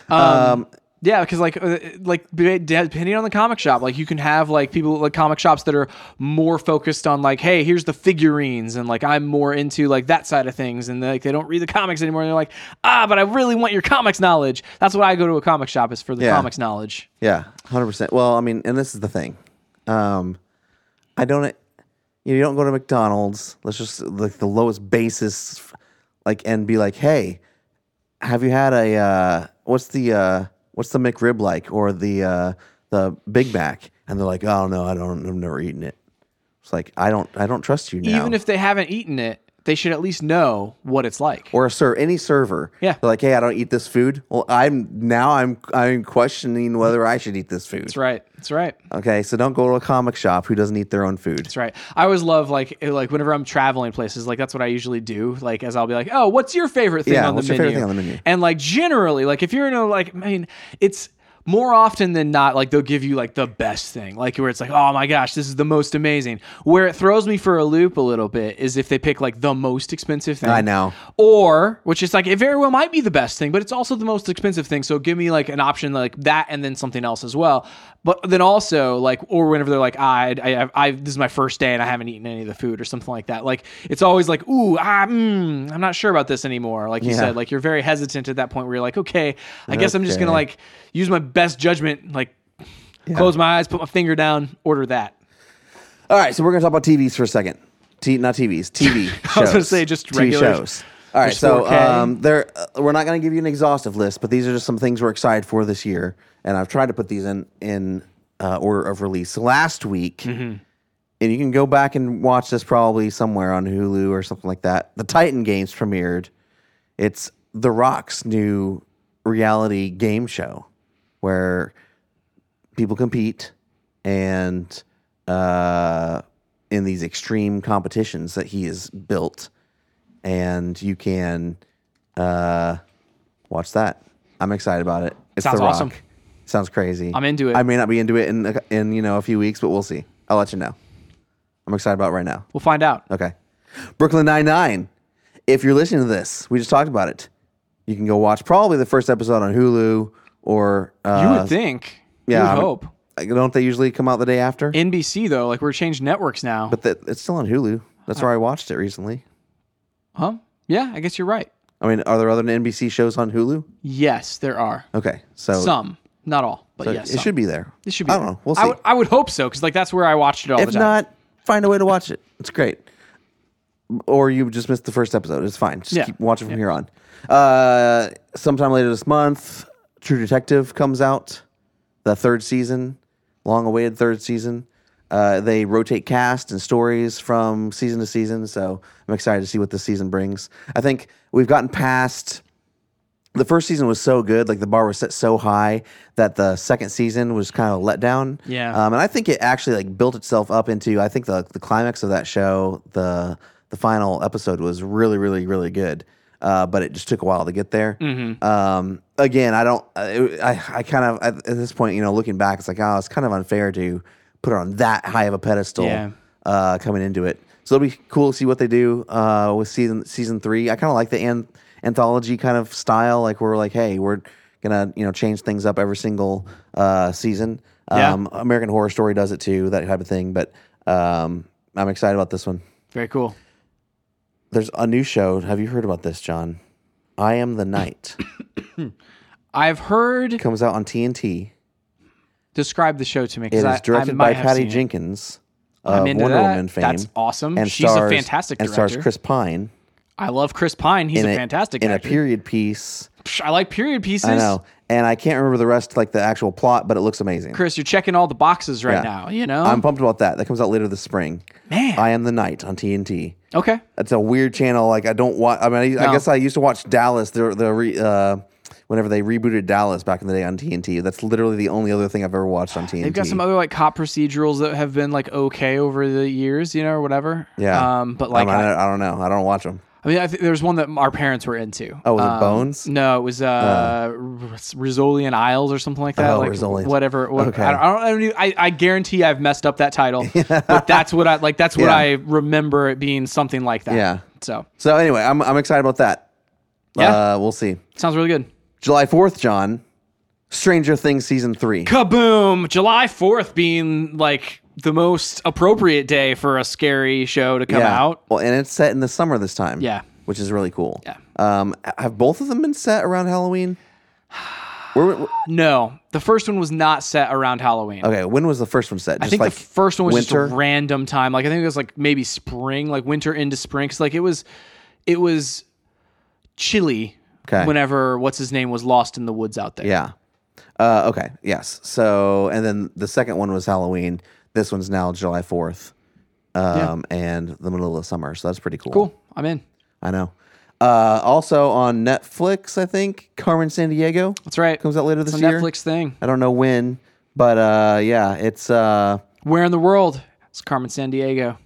Um, Yeah, because like uh, like be- depending on the comic shop, like you can have like people like comic shops that are more focused on like, hey, here's the figurines, and like I'm more into like that side of things, and like they don't read the comics anymore. And they're like, ah, but I really want your comics knowledge. That's what I go to a comic shop is for the Yeah. comics knowledge. Yeah, hundred percent. Well, I mean, and this is the thing. Um, I don't. You don't go to McDonald's. Let's just like the lowest basis, like, and be like, hey, have you had a uh, what's the uh, what's the McRib like or the uh, the Big Mac? And they're like, oh no, I don't. I've never eaten it. It's like I don't. I don't trust you now. Even if they haven't eaten it, they should at least know what it's like. or a server, any server, Yeah. they're like, hey, I don't eat this food. Well, I'm now I'm I'm questioning whether I should eat this food. That's right. That's right. Okay, so don't go to a comic shop who doesn't eat their own food. That's right. I always love like it- like whenever I'm traveling places, like that's what I usually do. Like as I'll be like, oh, what's your favorite thing Yeah, on the what's your menu? favorite thing on the menu? And like generally, like if you're in a like, I mean, it's more often than not like they'll give you like the best thing, like where it's like, oh my gosh, this is the most amazing. Where it throws me for a loop a little bit is if they pick like the most expensive thing. I know. Or which is like it very well might be the best thing, but it's also the most expensive thing. So give me like an option like that, and then something else as well. But then also like, or whenever they're like, I, I, I, this is my first day and I haven't eaten any of the food or something like that. Like it's always like, ooh, ah, mm, I'm not sure about this anymore. Like you Yeah. said, like you're very hesitant at that point where you're like, okay, I guess I'm just gonna Okay. like use my best judgment, like close my eyes, put my finger down, order that. All right, so we're gonna talk about TVs for a second. T- not TVs, TV. Shows. I was gonna say just TV regular- shows. All right, just so 4K. um, there uh, we're not gonna give you an exhaustive list, but these are just some things we're excited for this year, and I've tried to put these in in uh, order of release. So last week, Mm-hmm. and you can go back and watch this probably somewhere on Hulu or something like that. The Titan Games premiered. It's The Rock's new reality game show where people compete and uh, in these extreme competitions that he has built, and you can uh, watch that. I'm excited about it. It's Sounds The Rock. awesome. Sounds crazy. I'm into it. I may not be into it in a- in you know a few weeks, but we'll see. I'll let you know. I'm excited about it right now. We'll find out. Okay. Brooklyn Nine Nine. If you're listening to this, we just talked about it. You can go watch probably the first episode on Hulu or uh, You would think. yeah, You I would would- hope. like, don't they usually come out the day after? NBC though, like we're changed networks now. but that it's still on Hulu. That's Uh-huh. where I watched it recently. huh? Yeah, I guess you're right. I mean, are there other NBC shows on Hulu? Yes, there are Okay, so some, not all, but Oh. so yes, it some. should be there. It should be. I don't know. We'll see. I would- I would hope so because like that's where I watched it all if the time. not, find a way to watch it. It's great. Or you just missed the first episode. It's fine. Just Yeah. keep watching from here on. Uh, sometime later this month, True Detective comes out, the third season, long awaited third season. Uh, they rotate cast and stories from season to season, so I'm excited to see what this season brings. I think we've gotten past the first season was so good, like the bar was set so high that the second season was kind of a letdown. Yeah. Um, and I think it actually like built itself up into I think the the climax of that show, the the final episode was really, really, really good. Uh, but it just took a while to get there. Um, again, I don't. I I, I kind of at, at this point, you know, looking back, it's like oh, it's kind of unfair to put her on that high of a pedestal Yeah. uh, coming into it. So it'll be cool to see what they do uh, with season season three. I kind of like the an- anthology kind of style, like we're like, hey, we're gonna you know change things up every single uh, season. Yeah. Um, American Horror Story does it too, that type of thing. But um, I'm excited about this one. Very cool. There's a new show. Have you heard about this, John? I Am the Night I've heard comes out on TNT. describe the show to me It is because I, I directed might by have Patty seen it. Jenkins I'm of into Wonder that. Woman fame. That's awesome. And She's a stars, fantastic and stars director. Chris Pine. I love Chris Pine. He's in a, a- fantastic in actor. a period piece. Psh, I like period pieces. I know, and I can't remember the rest, like the actual plot, but it looks amazing. Chris, you're checking all the boxes right Yeah. now. You know, I'm pumped about that. That comes out later this spring. Man. I am the night on TNT. okay. That's a weird channel. Like I don't watch. I mean, I, I No. guess I used to watch Dallas. The the re, uh, whenever they rebooted Dallas back in the day on TNT. That's literally the only other thing I've ever watched on TNT. They've got some other like cop procedurals that have been like okay over the years, you know, or whatever. yeah, Um, but like I, mean, I, I don't know. I don't watch them. I mean, I th- there was one that our parents were into. Oh, was it Um, Bones? No, it was uh, uh. Rizzoli and Isles or something like that. Oh, like Rizzoli. whatever. what- Okay. I, don't, I, don't, I, don't even- I, I guarantee I've messed up that title, but that's what I like. That's what Yeah. I remember it being something like that. Yeah. So So anyway, I'm I'm excited about that. Yeah. uh, we'll see. sounds really good. July 4th, John, Stranger Things season three. Kaboom! July 4th being like the most appropriate day for a scary show to come out. Well, and it's set in the summer this time. Yeah. Which is really cool. Yeah. Um, have both of them been set around Halloween? Where, where- No, the first one was not set around Halloween. okay, when was the first one set? Just I think like the first one was winter. just a random time. Like I think it was like maybe spring, like winter into spring. 'Cause, like it was, it was chilly. Okay. Whenever what's his name was lost in the woods out there. yeah. Uh, okay. Yes. So, and then the second one was Halloween. This one's now July fourth, um, and the middle of summer. So that's pretty cool. Cool. I'm in. I know. Uh, also on Netflix, I think Carmen San Diego That's right. comes out later It's this a year. Netflix thing. I don't know when, but uh, yeah, it's. Uh, Where in the world? It's Carmen San Diego.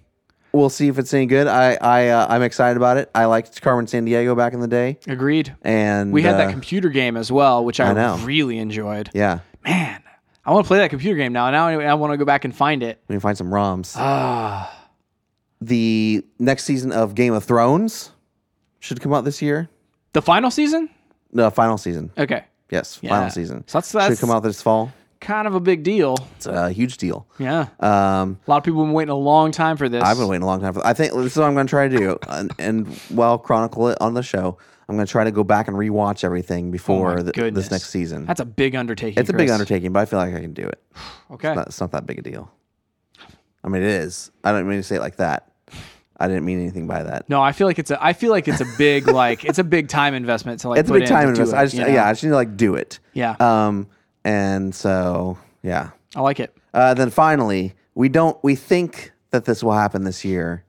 we'll see if it's any good. I I uh, I'm excited about it. I liked Carmen San Diego back in the day, Agreed. and We had that uh, computer game as well, which I, I know. really enjoyed. yeah, Man, I want to play that computer game now. Now I want to go back and find it. we can find some ROMs. Ah. The next season of Game of Thrones should come out this year. The final season? No, final season. Okay. Yes, Yeah. final season. So that's- that's- should come out this fall. Kind of a big deal. It's a huge deal. Yeah. Um, A lot of people have been waiting a long time for this. I've been waiting a long time for. I think this is what I'm going to try to do, and, and well, chronicle it on the show. I'm going to try to go back and rewatch everything before th- Oh goodness. this next season. That's a big undertaking. it's a big Chris. undertaking, but I feel like I can do it. Okay. Not- It's not that big a deal. I mean, it is. I don't mean to say it like that. I didn't mean anything by that. No, I feel like it's a. I feel like it's a big like it's a big time investment to like. it's a put big in time to do investment. it, I just, you know? yeah, I just need to like do it. Yeah. Um, and so yeah. I like it. Uh, then finally, we don't. We think that this will happen this year.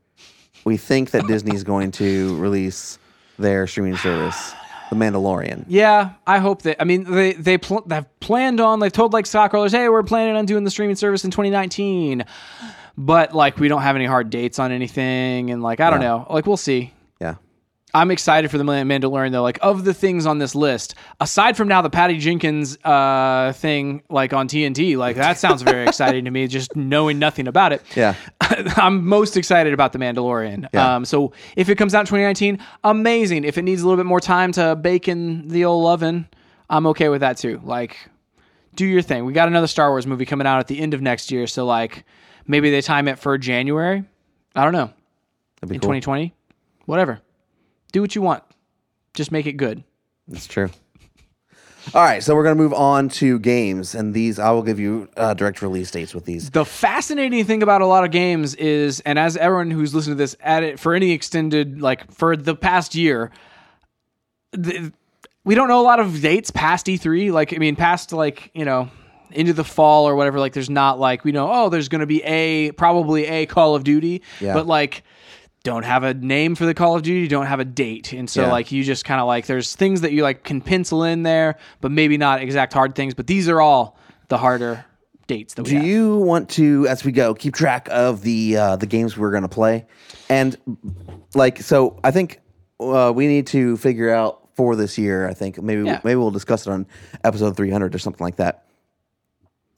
We think that Disney's going to release their streaming service, The Mandalorian. Yeah, I hope that. I mean, they they pl- they've planned on. They've told like stockholders, hey, we're planning on doing the streaming service in 2019, but like we don't have any hard dates on anything, and like I don't know. Like we'll see. Yeah. I'm excited for the Mandal- Mandalorian though. Like of the things on this list, aside from now the Patty Jenkins uh, thing, like on TNT, like that sounds very exciting to me. Just knowing nothing about it. Yeah. I'm most excited about the Mandalorian. Yeah. Um, so if it comes out in 2019, amazing. If it needs a little bit more time to bake in the old oven, I'm okay with that too. Like, do your thing. We got another Star Wars movie coming out at the end of next year, so like maybe they time it for January. I don't know. That'd be In cool. 2020, whatever. Do what you want. Just make it good. That's true. All right, so we're going to move on to games, and these I will give you uh, direct release dates with these. The fascinating thing about a lot of games is, and as everyone who's listened to this at it for any extended, like for the past year, the, we don't know a lot of dates past E3. Like, I mean, past like you know into the fall or whatever. Like, there's not like we know. Oh, there's going to be a probably a Call of Duty, Yeah. but like don't have a name for the Call of Duty, don't have a date, and so Yeah. like you just kind of like there's things that you like can pencil in there, but maybe not exact hard things. But these are all the harder dates that we Do have. you want to, as we go, keep track of the uh, the games we're going to play, and like so? I think uh, we need to figure out for this year. I think maybe Yeah. maybe we'll discuss it on episode three hundred or something like that.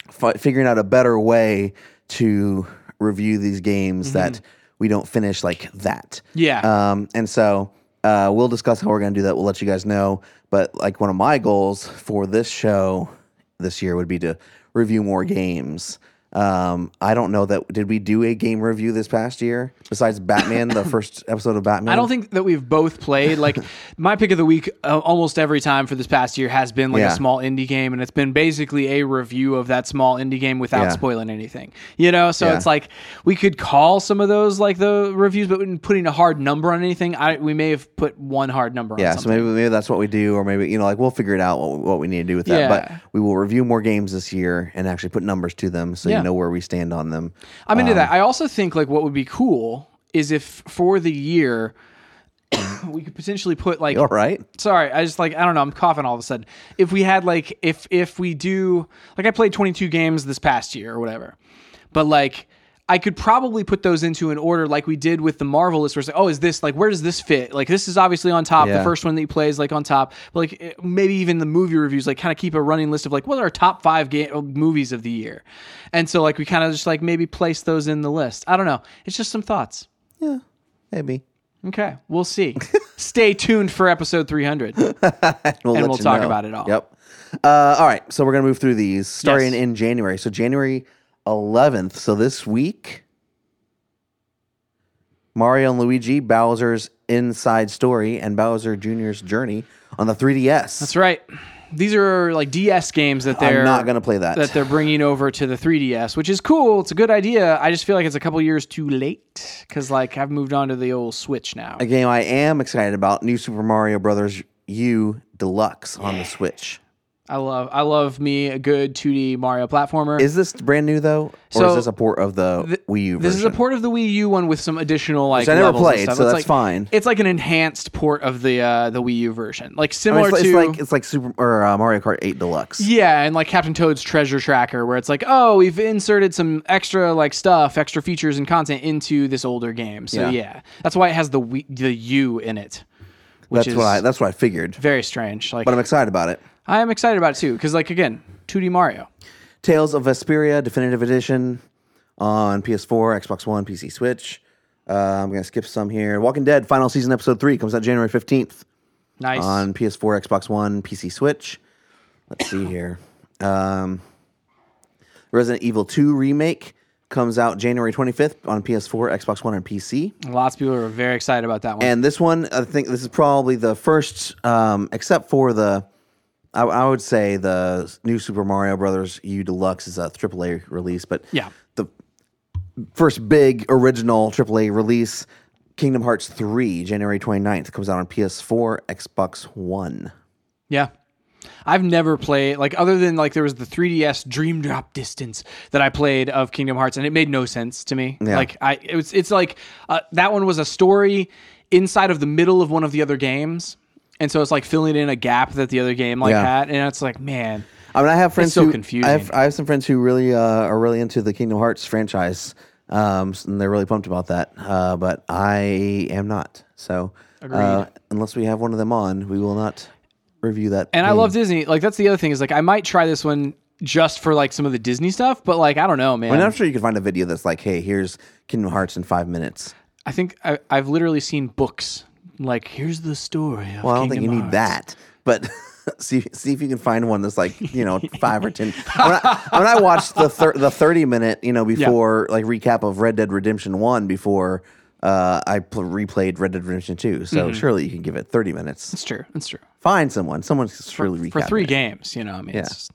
F- figuring out a better way to review these games that we don't finish like that. Mm-hmm. Yeah. Um, and so uh, we'll discuss how we're going to do that. We'll let you guys know. But like one of my goals for this show this year would be to review more games. Um, I don't know that did we do a game review this past year besides Batman, the first episode of Batman. I don't think that we've both played. Like my pick of the week, uh, almost every time for this past year has been like Yeah. a small indie game, and it's been basically a review of that small indie game without Yeah. spoiling anything. You know, so Yeah. it's like we could call some of those like the reviews, but in putting a hard number on anything, I we may have put one hard number. Yeah, on so something. maybe maybe that's what we do, or maybe you know, like we'll figure it out what, what we need to do with that. Yeah. But we will review more games this year and actually put numbers to them, so Yeah. you know where we stand on them. I'm into um, that. I also think like what would be cool is if for the year we could potentially put like All right, sorry i just like i don't know i'm coughing all of a sudden if we had like if if we do like i played 22 games this past year or whatever but like i could probably put those into an order like we did with the marvel list where it's like oh is this like where does this fit like this is obviously on top the Yeah. first one that you play is like on top but like it- maybe even the movie reviews like kind of keep a running list of like what are our top five ga- oh, movies of the year and so like we kind of just like maybe place those in the list i don't know it's just some thoughts yeah, maybe. okay we'll see stay tuned for episode 300. And let we'll you talk know. about it all. Yep. Uh, all right. So we're gonna move through these starting Yes. in January. So January 11th. So this week, Mario and Luigi Bowser's Inside Story and Bowser Jr.'s Journey on the 3DS. That's right. These are like DS games that they're I'm not gonna play that. that they're bringing over to the 3DS, which is cool. It's a good idea. I just feel like it's a couple years too late because like I've moved on to the old Switch now. A game I am excited about: New Super Mario Brothers U Deluxe on the Switch. I love I love me a good 2D Mario platformer. Is this brand new though, or So, is this a port of the Wii U version? this is a port of the Wii U one with some additional like. I never levels and played, stuff. so It's that's like- fine. It's like an enhanced port of the uh, the Wii U version, like I mean, similar it's, like- to it's like it's like Super or uh, Mario Kart 8 Deluxe. Yeah, and like Captain Toad's Treasure Tracker, where it's like, oh, we've inserted some extra like stuff, extra features and content into this older game. So Yeah. yeah, that's why it has the we- the U in it, which that's is what I that's what I figured. very strange. Like But I'm excited about it. I am excited about it too, because like again, 2D Mario. Tales of Vesperia Definitive Edition on PS4, Xbox One, PC, Switch. Uh, I'm gonna skip some here. Walking Dead Final Season Episode Three comes out January 15th Nice. on PS4, Xbox One, PC, Switch. Let's see here. Um, Resident Evil 2 remake comes out January 25th on PS4, Xbox One, and PC. Lots of people are very excited about that one. And this one, I think this is probably the first, um, except for the, I, I would say the new Super Mario Brothers U Deluxe is a AAA release, but Yeah. the first big original AAA release, Kingdom Hearts 3, January 29th, comes out on PS4, Xbox One. yeah. I've never played like other than like there was the 3DS Dream Drop Distance that I played of Kingdom Hearts and it made no sense to me. Yeah. Like I it was it's like uh, that one was a story inside of the middle of one of the other games. And so it's like filling in a gap that the other game like Yeah. had and it's like man I mean, I have friends so who confusing. I have, I have some friends who really uh, are really into the Kingdom Hearts franchise, um, and they're really pumped about that. Uh, but I am not. So, uh, unless we have one of them on, we will not review that. And I love Disney. Like that's the other thing is like I might try this one just for like some of the Disney stuff, but like I don't know, man. And I'm sure you can find a video that's like, "Hey, here's Kingdom Hearts in five minutes." I think I, I've literally seen books like here's the story. Of Well, I don't think Kingdom you need Hearts. that, but. See, see if you can find one that's like you know five or ten. When I, when I watched the thir- the thirty minute you know before like recap of Red Dead Redemption one before uh, I pl- replayed Red Dead Redemption two, so Mm-hmm. surely you can give it thirty minutes. It's true. It's true. Find someone, someone's surely for recapping three it. games. You know, I mean, it's just,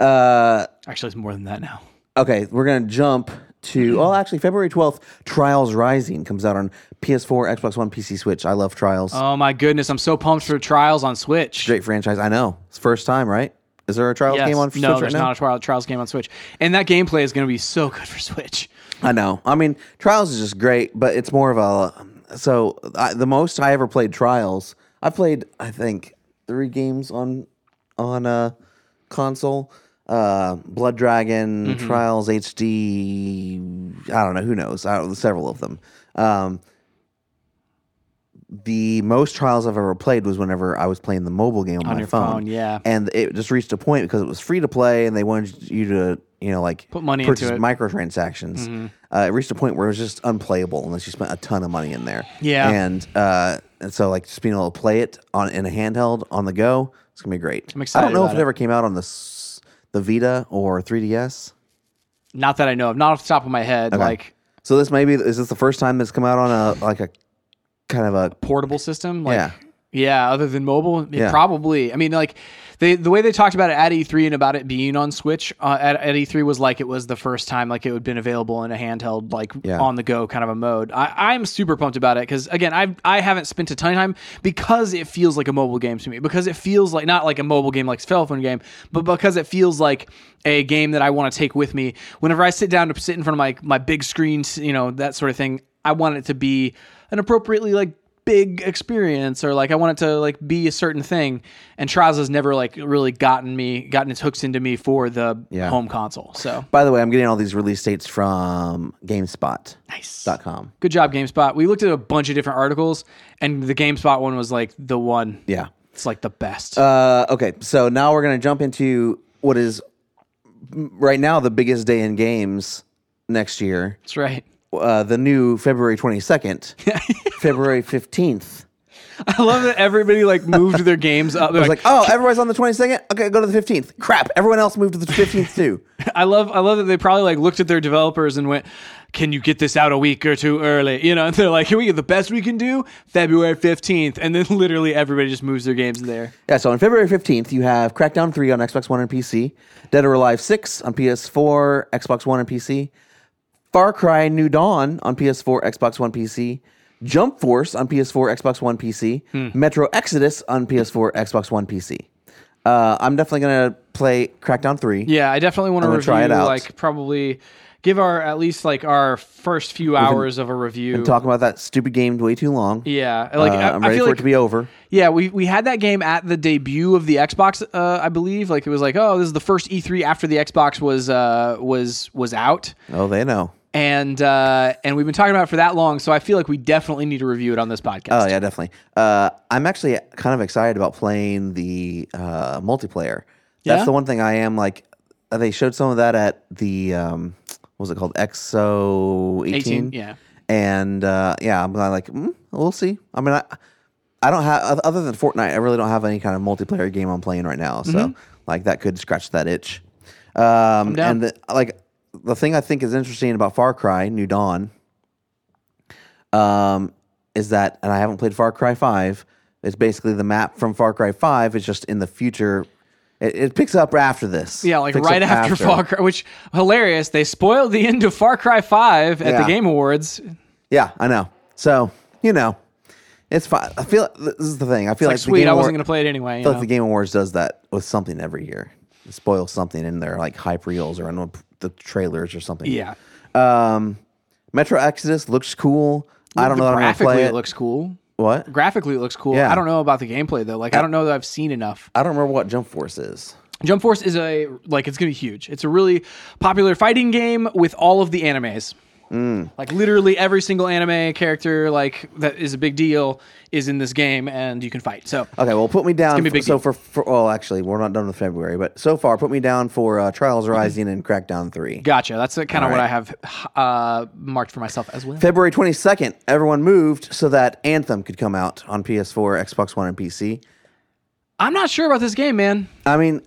Uh, actually it's more than that now. okay, we're gonna jump Mm-hmm. to well, actually February twelfth, Trials Rising comes out on PS4, Xbox One, PC, Switch. I love Trials. Oh my goodness, I'm so pumped for Trials on Switch. Great franchise. I know it's first time, right? Is there a Trials Yes. game on Switch no, right there's now? not a trial, Trials game on Switch, and that gameplay is going to be so good for Switch. I know. I mean, Trials is just great, but it's more of a. So I, the most I ever played Trials, I played I think three games on on uh, console. Uh, Blood Dragon, Mm-hmm. Trials HD. I don't know. Who knows? I don't, several of them. Um, the most trials I've ever played was whenever I was playing the mobile game on, my your phone. phone, yeah. and it just reached a point because it was free to play, and they wanted you to, you know, like Put money into purchase it. microtransactions. Mm-hmm. Uh, it reached a point where it was just unplayable unless you spent a ton of money in there. Yeah. and uh, and so like just being able to play it on in a handheld on the go, it's gonna be great. I'm excited I don't know if about it, it. ever came out on the s- the Vita or 3DS. Not that I know of, not off the top of my head, like So this maybe is this the first time it's come out on a like a kind of a portable system. Like, Yeah. yeah. other than mobile, yeah, Yeah. probably. I mean, like they the way they talked about it at E3 and about it being on Switch uh, at, at E3 was like it was the first time like it had been available in a handheld, like Yeah. on the go kind of a mode. I, I'm super pumped about it because again, I I haven't spent a ton of time because it feels like a mobile game to me because it feels like not like a mobile game like a cell phone game, but because it feels like a game that I want to take with me whenever I sit down to sit in front of my my big screen, you know that sort of thing. I want it to be an appropriately like big experience or like I want it to like be a certain thing. And Trials has never like really gotten me gotten its hooks into me for the Yeah. home console. So By the way, I'm getting all these release dates from GameSpot.com. nice. Good job, GameSpot. We looked at a bunch of different articles and the GameSpot one was like the one. Yeah. It's like the best. Uh, okay, so now we're going to jump into what is m- right now the biggest day in games next year. That's right. Uh, the new February 22nd, February 15th, I love that everybody like moved their games up. They're was like, oh, everybody's on the 22nd. Okay, go to the 15th. Crap, everyone else moved to the 15th too. I love I love that they probably like looked at their developers and went, "Can you get this out a week or two early?" You know, and they're like, "Here we go. The best we can do, February fifteenth, and then literally everybody just moves their games there. Yeah, so on February 15th, you have Crackdown 3 on Xbox One and PC, Dead or Alive 6 on PS4, Xbox One, and PC, Far Cry New Dawn on PS4, Xbox One, PC, Jump Force on PS4, Xbox One, PC, Hmm. Metro Exodus on PS4, Xbox One, PC. Uh, I'm definitely going to play Crackdown 3. Yeah, I definitely want to gonna review try it out. like probably give our at least like our first few hours of a review. Talking about that stupid game way too long. yeah, like Uh, I, I'm I ready feel for it like to be over. yeah, we we had that game at the debut of the Xbox, uh, I believe. Like it was like, oh, this is the first E3 after the Xbox was uh, was was out. Oh, they know. and uh, and we've been talking about it for that long, so I feel like we definitely need to review it on this podcast. Oh yeah, definitely. Uh, I'm actually kind of excited about playing the uh, multiplayer. That's Yeah? the one thing I am like. uh, They showed some of that at the um, what was it called EXO 18? 18, yeah. And uh, yeah, I'm kind of like, mm, we'll see. I mean, I, I don't have other than Fortnite. I really don't have any kind of multiplayer game I'm playing right now. So like that could scratch that itch. Um, Mm-hmm. down. and the, like the thing I think is interesting about Far Cry New Dawn um, is that, and I haven't played Far Cry 5. It's basically the map from Far Cry 5. It's just in the future. It, it picks up after this. Yeah, like Picks right up after, Far Cry, which hilarious. They spoiled the end of Far Cry Five at the Yeah. Game Awards. Yeah, I know. So, you know, it's fine. I feel this is the thing. I feel Like, like, the sweet, Game I wasn't going Award- to play it anyway. I you feel know? like the Game Awards does that with something every year. They spoil something in their like hype reels or in the trailers or something. yeah, Um, Metro Exodus looks cool. I don't know that I'm going to graphically play it. it. looks cool. what? Graphically, it looks cool. Yeah. I don't know about the gameplay though. Like, I don't know that I've seen enough. I don't remember what Jump Force is. Jump Force is a like it's gonna be huge. It's a really popular fighting game with all of the animes. Mm. Like literally every single anime character like that is a big deal is in this game and you can fight. So Okay, well, put me down. gonna be a big so deal. for, for well, actually, we're not done with February, but so far, put me down for uh, Trials Rising and Crackdown Three. gotcha. That's kind of what right. I have uh, marked for myself as well. February twenty second, everyone moved so that Anthem could come out on PS4, Xbox One, and PC. I'm not sure about this game, man. I mean,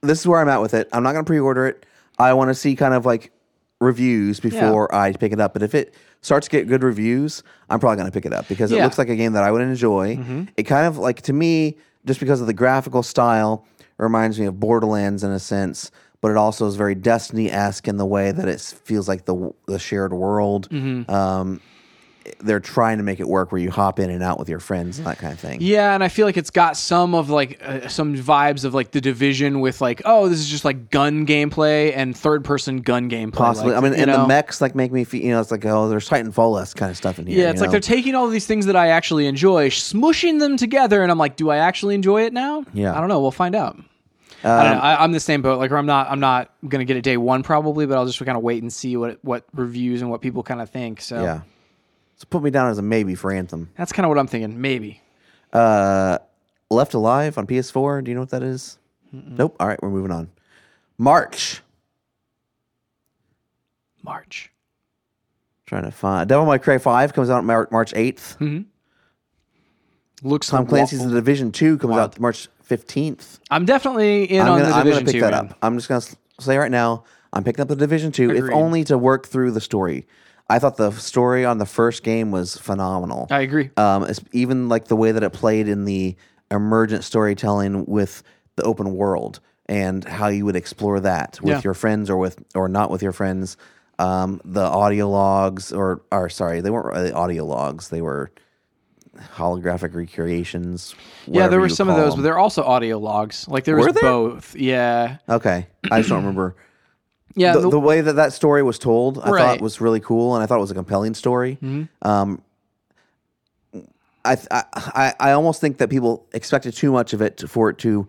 this is where I'm at with it. I'm not going to pre-order it. I want to see kind of like reviews before I pick it up. But if it starts to get good reviews, I'm probably going to pick it up because it Yeah. looks like a game that I would enjoy. It kind of like to me, just because of the graphical style, reminds me of Borderlands in a sense. But it also is very Destiny-esque in the way that it s- feels like the the shared world. Um, they're trying to make it work where you hop in and out with your friends and that kind of thing. Yeah, and I feel like it's got some of like uh, some vibes of like the division with like oh this is just like gun gameplay and third person gun gameplay. Possibly. Like, I mean, you and the know? mechs like make me feel. You know, it's like oh, there's Titanfall esque kind of stuff in here. Yeah, it's you like they're know? taking all these things that I actually enjoy, smushing them together, and I'm like, do I actually enjoy it now? Yeah. Um, I don't know. We'll find out. I don't know. I, I'm the same boat. Like, or I'm not. I'm not gonna get it day one probably, but I'll just kind of wait and see what what reviews and what people kind of think. So yeah. So put me down as a maybe for Anthem. that's kind of what I'm thinking. Maybe. Uh, Left Alive on PS4. Do you know what that is? Nope. All right, we're moving on. March. March. Trying to find Devil May Cry Five comes out Mar- March 8th Hmm. Looks Tom wa- Clancy's The Division Two comes out March fifteenth. I'm definitely in I'm on gonna, the I'm division gonna pick two, that man. up. I'm just gonna s- say right now, I'm picking up the Division Two, if Agreed. only to work through the story. I thought the story on the first game was phenomenal. I agree. um, it's even like the way that it played in the emergent storytelling with the open world and how you would explore that with Yeah. your friends or with or not with your friends um, the audio logs or or sorry they weren't really audio logs they were holographic recreations yeah, there whatever were you some of call those, but them. they're also audio logs. Like there was Were there? both. Yeah. okay i just don't remember Yeah. the, the way that that story was told, I Right. Mm-hmm. thought was really cool, and I thought it was a compelling story. Um, I, th- I I I almost think that people expected too much of it to, for it to.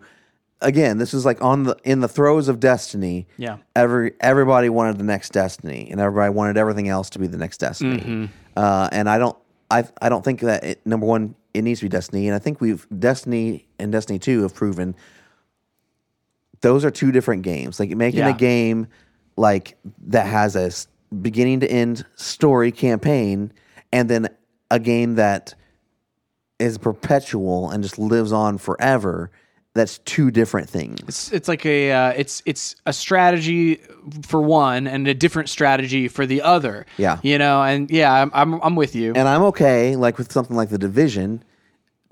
Again, this is like on the in the throes of Destiny. Yeah. every everybody wanted the next Destiny, and everybody wanted everything else to be the next Destiny. Mm-hmm. Uh, and I don't I I don't think that it, number one it needs to be Destiny, and I think we've Destiny and Destiny Two have proven those are two different games. Like making Yeah. a game like that has a s- beginning to end story campaign, and then a game that is perpetual and just lives on forever, that's two different things. It's, it's like a uh, it's it's a strategy for one and a different strategy for the other. Yeah. you know, and yeah, I'm I'm, I'm with you. and I'm okay, like with something like the division,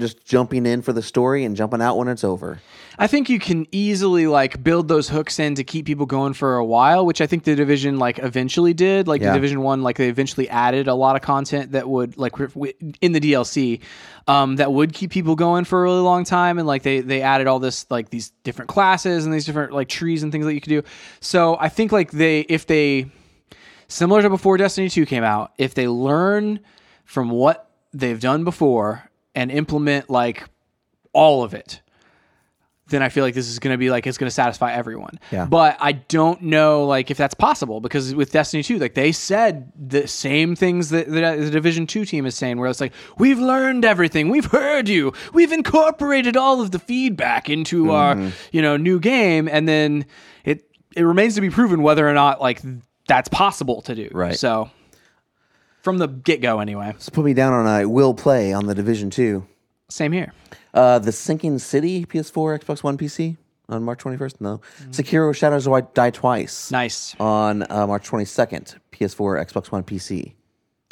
just jumping in for the story and jumping out when it's over. I think you can easily like build those hooks in to keep people going for a while, which I think the division like eventually did. Like Yeah. the division one, like they eventually added a lot of content that would like w- w- in the DLC um, that would keep people going for a really long time, and like they they added all this like these different classes and these different like trees and things that you could do. So I think like they if they similar to before Destiny 2 came out, if they learn from what they've done before and implement like all of it, then I feel like this is going to be like it's going to satisfy everyone. Yeah. But I don't know like if that's possible because with Destiny 2, like they said the same things that, that the Division 2 team is saying where it's like we've learned everything, we've heard you, we've incorporated all of the feedback into Mm-hmm. our, you know, new game and then it it remains to be proven whether or not like that's possible to do. Right. So from the get-go anyway. Just put me down on I will play on the division two. Same here. Uh, the Sinking City, PS4, Xbox One, PC on March 21st. No, Sekiro: Shadows of Die Twice Nice. on uh, March 22nd, PS4, Xbox One, PC.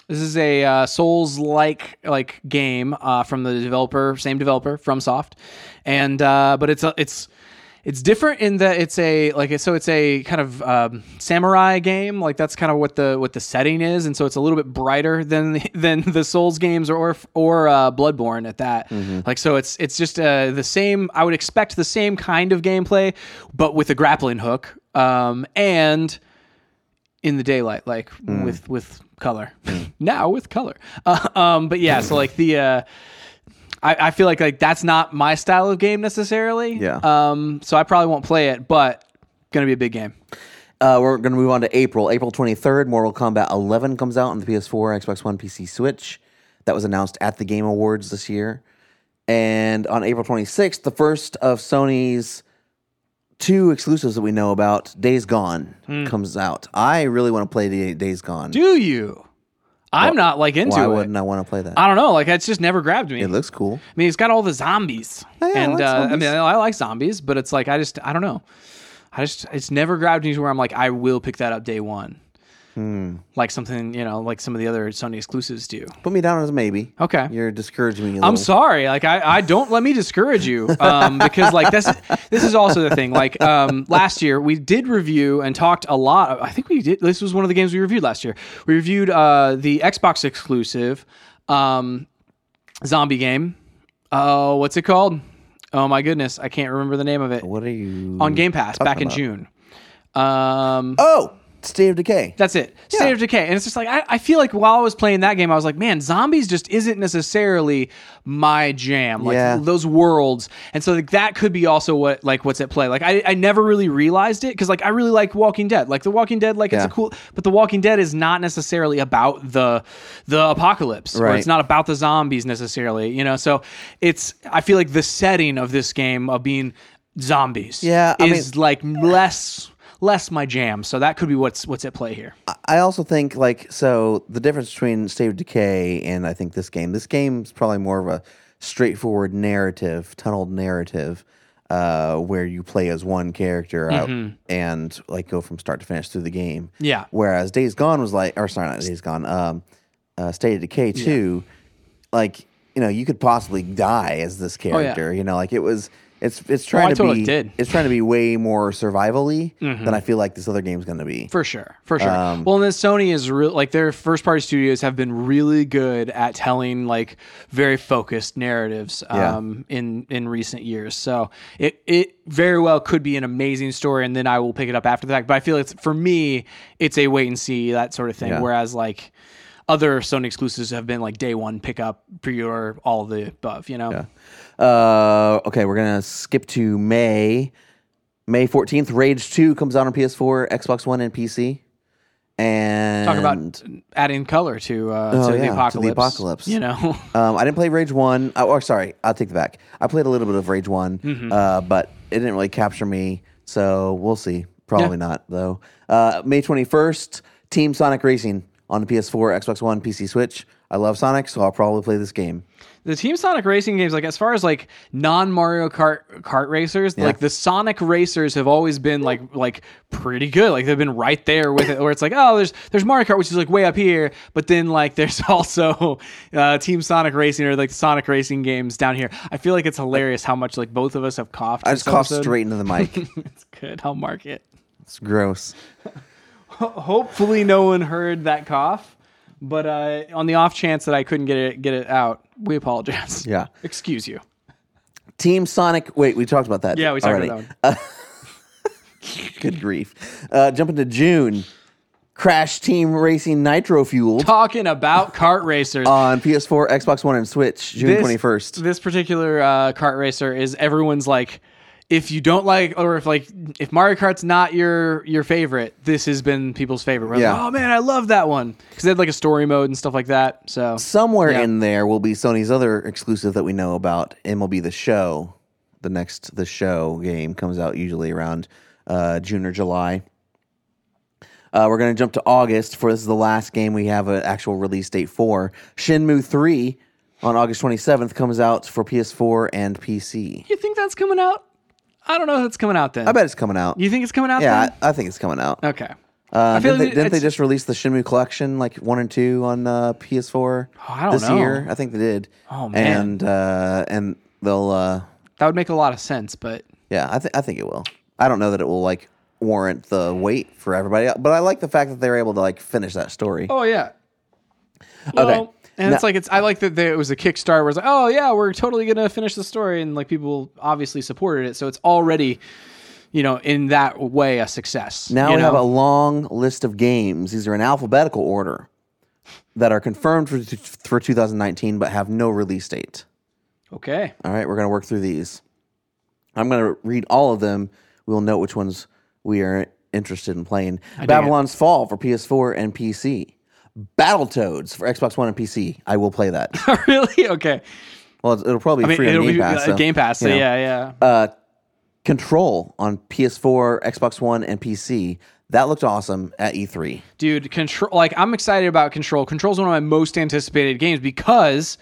This is a uh, Souls like like game uh, from the developer, same developer, FromSoft, and uh, but it's a, it's it's different in that it's a like so it's a kind of um, samurai game like that's kind of what the what the setting is and so it's a little bit brighter than than the Souls games or or uh, Bloodborne at that like so it's it's just uh, the same I would expect the same kind of gameplay but with a grappling hook um, and in the daylight, like Mm. with with color. now with color. Uh, um, but yeah, so like the. Uh, I, I feel like like that's not my style of game necessarily. Yeah. Um. So I probably won't play it, but gonna be a big game. Uh, we're going to move on to April. April 23rd, Mortal Kombat 11 comes out on the PS4, Xbox One, PC, Switch. That was announced at the Game Awards this year. And on April 26th, the first of Sony's two exclusives that we know about, Days Gone, comes out. I really want to play Da- Days Gone. Hmm. Do you? I'm not like into Why it. wouldn't I want to play that? I don't know. Like it's just never grabbed me. it looks cool. I mean, it's got all the zombies, yeah, I and like uh, I zombies. mean, I like zombies, but it's like I just I don't know. I just it's never grabbed me to where I'm like I will pick that up day one, Hmm. like something you know like some of the other Sony exclusives do. Put me down as a maybe. Okay. You're discouraging me a little. I'm sorry. Like I, I don't let me discourage you. Um, because like this this is also the thing. Like um last year we did review and talked a lot. I think we did this was one of the games we reviewed last year. We reviewed uh the Xbox exclusive um zombie game. Oh, what's it called? Oh my goodness, I can't remember the name of it. What are you. On Game Pass back in June. Um oh! State of Decay. that's it. State of Decay. And it's just like, I, I feel like while I was playing that game, I was like, man, zombies just isn't necessarily my jam. Like Yeah. those worlds. And so like, that could be also what, like what's at play. Like I, I never really realized it. Cause like, I really like Walking Dead. Like the Walking Dead, like Yeah. it's a cool, but the Walking Dead is not necessarily about the, the apocalypse. Or Right. it's not about the zombies necessarily, you know? So it's, I feel like the setting of this game of being zombies Yeah, I is like less, less my jam. So that could be what's, what's at play here. I also think like so the difference between State of Decay and I think this game. This game's probably more of a straightforward narrative, tunneled narrative, uh, where you play as one character out and like go from start to finish through the game. Mm-hmm. Yeah. Whereas Days Gone was like, or sorry, not Days Gone, um, uh, State of Decay two, like you know you could possibly die as this Oh, yeah. Oh, character. You know, like it was. It's it's trying I to totally be did. Mm-hmm. it's trying to be way more survivally than I feel like this other game's going to be. For sure, for sure. Um, well, and then Sony is real. Like their first party studios have been really good at telling like very focused narratives Yeah. um, in in recent years. So it it very well could be an amazing story, and then I will pick it up after the fact. But I feel it's for me, it's a wait and see that sort of thing. Yeah. Whereas like other Sony exclusives have been like day one pick up pre-order, all of the above. You know, Uh, okay, we're gonna skip to May. May fourteenth, Rage Two comes out on PS4, Xbox One, and PC. And talk about adding color to uh, Oh, to, yeah, to the the apocalypse, apocalypse. You know, Um, I didn't play Rage One. Oh, or sorry, I'll take the back. I played a little bit of Rage One, Mm-hmm. uh, but it didn't really capture me. So we'll see. Probably not though. Uh, May twenty first, Team Sonic Racing on the PS4, Xbox One, PC, Switch. I love Sonic, so I'll probably play this game. the Team Sonic racing games, like as far as like non Mario Kart kart racers, like the Sonic racers have always been like like pretty good. Like they've been right there with it, where it's like oh, there's there's Mario Kart, which is like way up here, but then like there's also uh, Team Sonic racing or like Sonic racing games down here. I feel like it's hilarious how much like both of us have coughed. I just cough straight into the mic. it's good. I'll mark it. it's gross. Hopefully, no one heard that cough. But uh, on the off chance that I couldn't get it get it out, we apologize. Yeah. Excuse you. Team Sonic. Wait, we talked about that. Yeah, we talked already. about that one. Good grief. Uh, jumping to June. Crash Team Racing Nitro Fueled talking about kart racers. on PS4, Xbox One, and Switch, June This- twenty first. This particular uh, kart racer is everyone's like, if you don't like, or if like, if Mario Kart's not your your favorite, this has been people's favorite. We're like, Yeah. oh man, I love that one because they had like a story mode and stuff like that. So Somewhere Yeah. in there will be Sony's other exclusive that we know about, MLB The Show. The next The Show game comes out usually around uh, June or July. Uh, we're going to jump to August for this is the last game we have an actual release date for. Shinmu 3 on August 27th comes out for PS4 and PC. you think that's coming out? I don't know if that's coming out then. I bet it's coming out. you think it's coming out? yeah, Then? I, I think it's coming out. Okay. Uh, feel didn't they, like didn't they it's- just release the Shinmu collection, like one and two, on uh, PS4 Oh, I don't this know. year? I think they did. Oh, man. And uh, and they'll uh, That would make a lot of sense, but yeah, I think I think it will. I don't know that it will like warrant the wait for everybody, else, but I like the fact that they were able to like finish that story. oh yeah. Okay. And it's Now- like it's. I like that there, it was a Kickstarter. Where it's like, oh yeah, we're totally gonna finish the story, and like people obviously supported it, so it's already, you know, in that way a success. Now we you know? have a long list of games. These are in alphabetical order that are confirmed for for 2019, but have no release date. okay. All right, we're going to work through these. I'm going to read all of them. We'll note which ones we are interested in playing. Babylon's Fall for PS4 and PC. Battletoads for Xbox One and PC. I will play that. really? Okay. well, it's- it'll probably be I mean, free it'll on Game be Pass. uh, so, Game Pass. So you know. Uh, yeah, yeah. Control on PS4, Xbox One, and PC. That looked awesome at E E3. dude control like i'm excited about control control's one of my most anticipated games because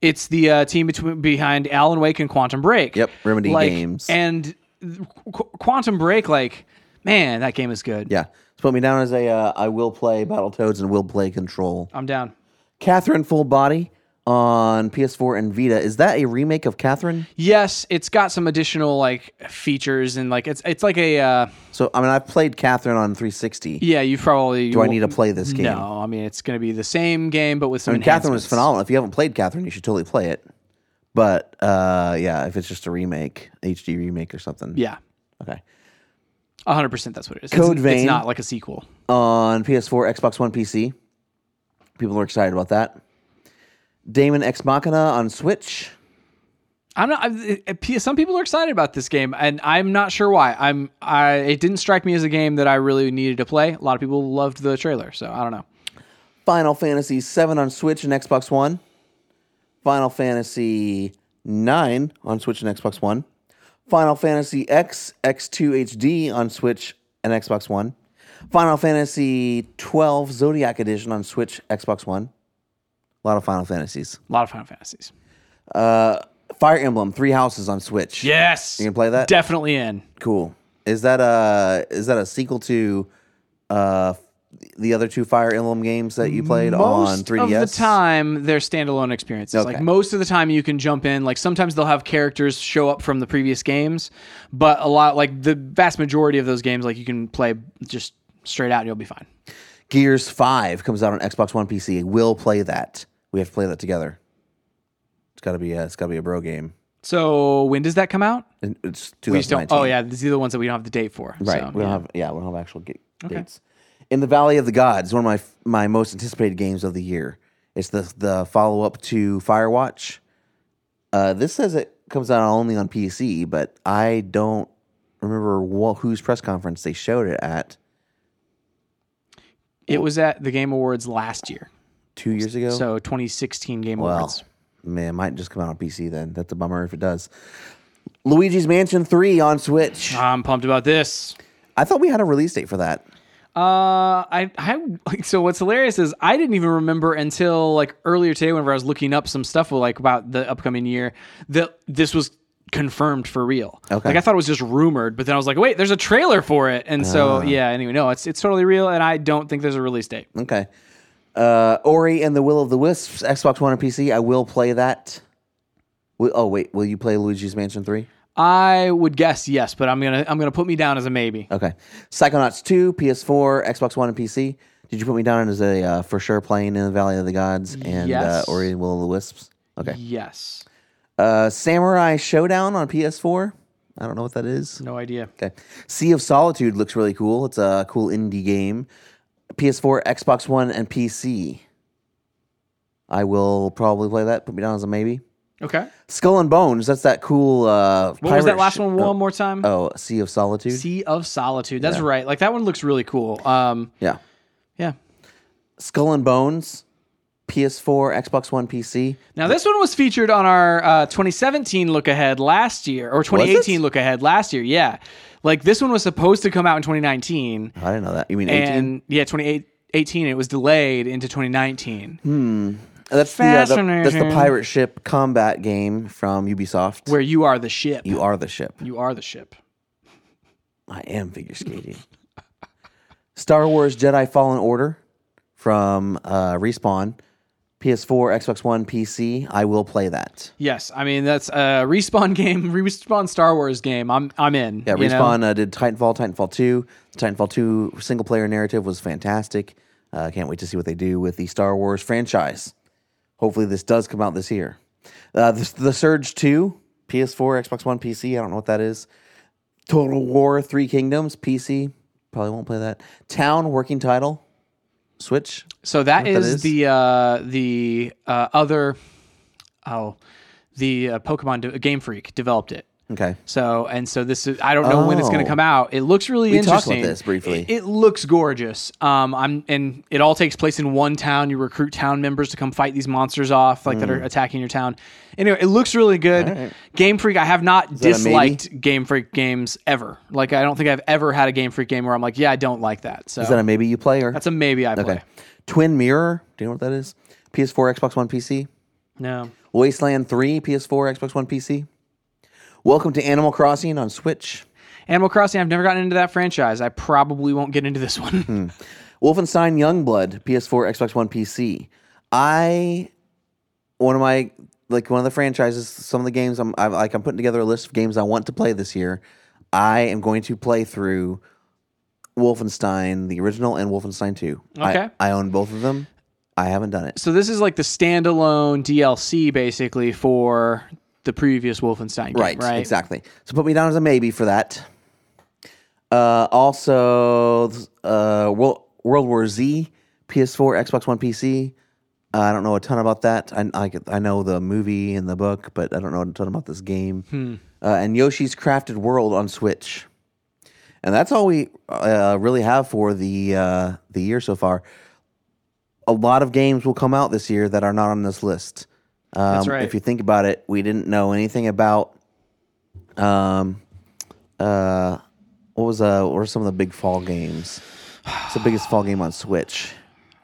it's the uh, team between, behind alan wake and quantum break Yep, Remedy Like, Games. and Qu- Qu- quantum break like man that game is good Yeah. So put me down as a uh, I will play Battletoads and will play Control. i'm down Catherine Full Body on PS4 and Vita. Is that a remake of Catherine? yes it's got some additional like features and like it's it's like a uh, So I mean, I've played Catherine on 360. yeah you probably Do I need to play this game? no i mean it's gonna be the same game but with some Catherine was enhancements. phenomenal. If you haven't played Catherine, you should totally play it. But uh, yeah, if it's just a remake, HD remake or something. yeah Okay. 100% that's what it is Code it's, it's Vein. not like a sequel On PS4, Xbox One, PC. People are excited about that. Damon Ex Machina on Switch. I'm not. I, I- P- some people are excited about this game, and I'm not sure why. I'm. I. It didn't strike me as a game that I really needed to play. A lot of people loved the trailer, so I don't know. Final Fantasy VII on Switch and Xbox One. Final Fantasy IX on Switch and Xbox One. Final Fantasy X, X2 HD on Switch and Xbox One. Final Fantasy 12 Zodiac Edition on Switch, Xbox One. A lot of Final Fantasies. Uh, A lot of Final Fantasies. Fire Emblem, Three Houses on Switch. Yes, You can play that? Definitely in. Cool. Is that a is that a sequel to uh, the other two Fire Emblem games that you played on Most 3DS? of the time, they're standalone experiences. Like Okay. most of the time, you can jump in. Like sometimes they'll have characters show up from the previous games, but a lot, like the vast majority of those games, like you can play just straight out, and you'll be fine. Gears 5 comes out on Xbox One PC. We'll play that. We have to play that together. It's got to be a, it's got to be a bro game. So when does that come out? And It's We just 2019. don't. Oh yeah, these are the ones that we don't have the date for. Right. So, we don't have yeah, we don't have actual ga- dates. In the Valley of the Gods, one of my f- my most anticipated games of the year. It's the the follow-up to Firewatch. Uh, this says it comes out only on PC, but I don't remember wha- whose press conference they showed it at It was at the Game Awards last year. 2 years ago. So 2016 Game Well, Awards. man, it might just come out on PC then. That's a bummer if it does. Luigi's Mansion 3 on Switch. Ah. I'm pumped about this. I thought we had a release date for that. Uh, I, I, so what's hilarious is I didn't even remember until like earlier today, whenever I was looking up some stuff like about the upcoming year, that this was confirmed for real. Okay. Like I thought it was just rumored, but then I was like, wait, there's a trailer for it, and Ah. so yeah. Anyway, no, it's it's totally real, and I don't think there's a release date. Okay. Uh, Ori and the Will of the Wisps, Xbox One and PC. I will play that. Wi- Oh wait, will you play Luigi's Mansion Three? I would guess yes, but I'm gonna I'm gonna put me down as a maybe. Okay. Psychonauts Two, PS4, Xbox One, and PC. Did you put me down as a uh, for sure playing in the Valley of the Gods and Yes. uh, Ori and Will of the Wisps? Okay. Yes. Uh, Samurai Showdown on PS4. I don't know what that is. No idea. Okay. Sea of Solitude looks really cool. It's a cool indie game. PS4, Xbox One, and PC. I will probably play that. Put me down as a maybe. Okay. Skull and Bones. That's that cool. Uh, What was that last one? Oh, One more time. oh, Sea of Solitude. Sea of Solitude. That's right. Like that one looks really cool. Um. yeah. Yeah. Skull and Bones. PS4, Xbox One, PC. Now this one was featured on our uh, 2017 look ahead last year, or 2018 look ahead last year. Yeah, like this one was supposed to come out in 2019, Oh, I didn't know that. You mean 18? and yeah, 2018 it was delayed into 2019, Hmm. that's, the, uh, the- that's the Fascinating. pirate ship combat game from Ubisoft. where you are the ship. You, you are the ship. are the ship. I am figure skating. Star Wars Jedi Fallen Order from uh, Respawn, PS4, Xbox One, PC. I will play that. Yes, I mean that's a respawn game, respawn Star Wars game. I'm I'm in. Yeah, you know? Respawn uh, did Titanfall, Titanfall 2. The Titanfall 2 single player narrative was fantastic. Uh, can't wait to see what they do with the Star Wars franchise. Hopefully, this does come out this year. Uh, the, the Surge 2, PS4, Xbox One, PC. I don't know what that is. Total War, Three Kingdoms, PC. Probably won't play that. Town, working title, Switch. So that that is, is? the uh, the uh, other oh the uh, Pokemon de- Game Freak developed it. Okay. So and so this is I don't know when it's going Oh. to come out. It looks really talked about interesting. this briefly. It, it looks gorgeous. Um, I'm and it all takes place in one town. You recruit town members to come fight these monsters off, like Hmm. that are attacking your town. Anyway, it looks really good. Game Freak. I have not that a maybe? disliked Game Freak games ever. Like I don't think I've ever had a Game Freak game where I'm like, yeah, I don't like that. So Is that a maybe you play or? that's a maybe I play. okay. Twin Mirror. Do you know what that is? PS4, Xbox One, PC. No. Wasteland 3, PS4, Xbox One, PC. Welcome to Animal Crossing on Switch. Animal Crossing. I've never gotten into that franchise. I probably won't get into this one. Wolfenstein Youngblood, PS4, Xbox One, PC. I one of my like one of the franchises, some of the games I'm I, like I'm putting together a list of games I want to play this year. I am going to play through Wolfenstein, the original, and Wolfenstein 2. Okay. I, I own both of them. I haven't done it. so this is like the standalone DLC basically for the previous Wolfenstein game, right? Exactly. So put me down as a maybe for that. Uh, also, uh, World, World War Z, PS4, Xbox One, PC. Uh, I don't know a ton about that. I, I, I know the movie and the book, but I don't know a ton about this game. Uh, and Yoshi's Crafted World on Switch. And that's all we uh, really have for the uh, the year so far. A lot of games will come out this year that are not on this list. Um, right. If you think about it, we didn't know anything about um, uh, what was uh, what were some of the big fall games? It's the biggest fall game on Switch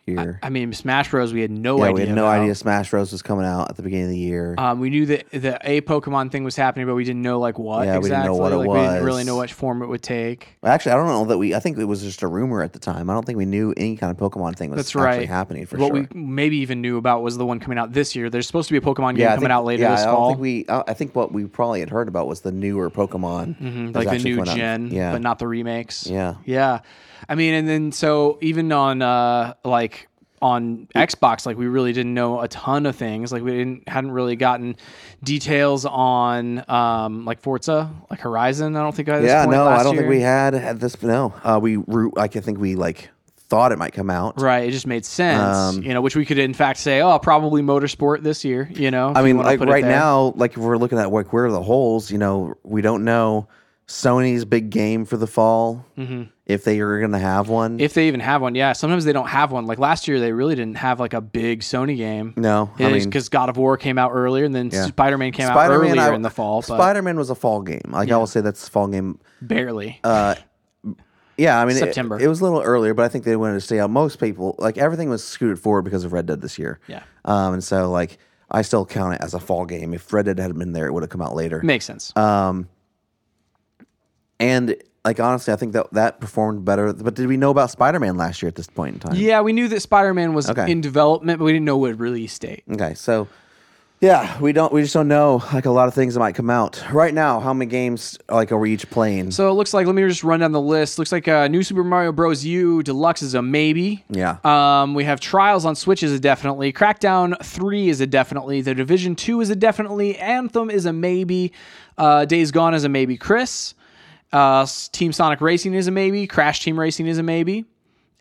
here. I mean, Smash Bros. We had no yeah, idea. we had no about. idea Smash Bros was coming out at the beginning of the year. Um, we knew that the a Pokemon thing was happening, but we didn't know like what Yeah, we exactly. didn't know what it like, We was. didn't really know what form it would take. Actually, I don't know that we. I think it was just a rumor at the time. I don't think we knew any kind of Pokemon thing was That's actually right. happening for what sure. we maybe even knew about was the one coming out this year. There's supposed to be a Pokemon game yeah, I coming think- out later yeah, this I don't fall, think we. uh, I I think what we probably had heard about was the newer Pokemon, that was Mm-hmm, like the actually new coming out. gen, Yeah, but not the remakes. Yeah. yeah. I mean, and then so even on uh like on Xbox, like we really didn't know a ton of things. Like we didn't hadn't really gotten details on um like Forza, like Horizon. I don't think at this Yeah, point no, last I don't think year. we had at this. No, uh, we. ru- I can think we like thought it might come out. Right, it just made sense, Um, you know, which we could in fact say, oh, probably motorsport this year, you know. if I you mean, wanna like put it right there. now, like if we're looking at like where are the holes, you know, we don't know Sony's big game for the fall if they are going to have one. Mm-hmm. if they even have one, yeah. Sometimes they don't have one. Like last year, they really didn't have like a big Sony game. no, I mean, because God of War came out earlier, and then Spider Man came out earlier in the fall, but Spider Man was a fall game. Like I will say that's a fall game. barely. Uh, Yeah, I mean, it- September. It, was a little earlier, but I think they wanted to see how most people like everything was scooted forward because of Red Dead this year. Yeah. um, and so like I still count it as a fall game. If Red Dead hadn't been there, it would have come out later. Makes sense. uh, And like honestly, I think that that performed better. But did we know about Spider Man last year at this point in time? yeah, we knew that Spider Man was Okay. in development, but we didn't know what release date. Okay, so yeah, we don't we just don't know like a lot of things that might come out right now. How many games like are we each playing? So it looks like let me just run down the list. Looks like uh, New Super Mario Bros. U Deluxe is a maybe. Yeah. Um, we have Trials on Switch is a definitely. Crackdown Three is a definitely. The Division Two is a definitely. Anthem is a maybe. Uh, Days Gone is a maybe. Chris. Uh, S- Team Sonic Racing is a maybe. Crash Team Racing is a maybe.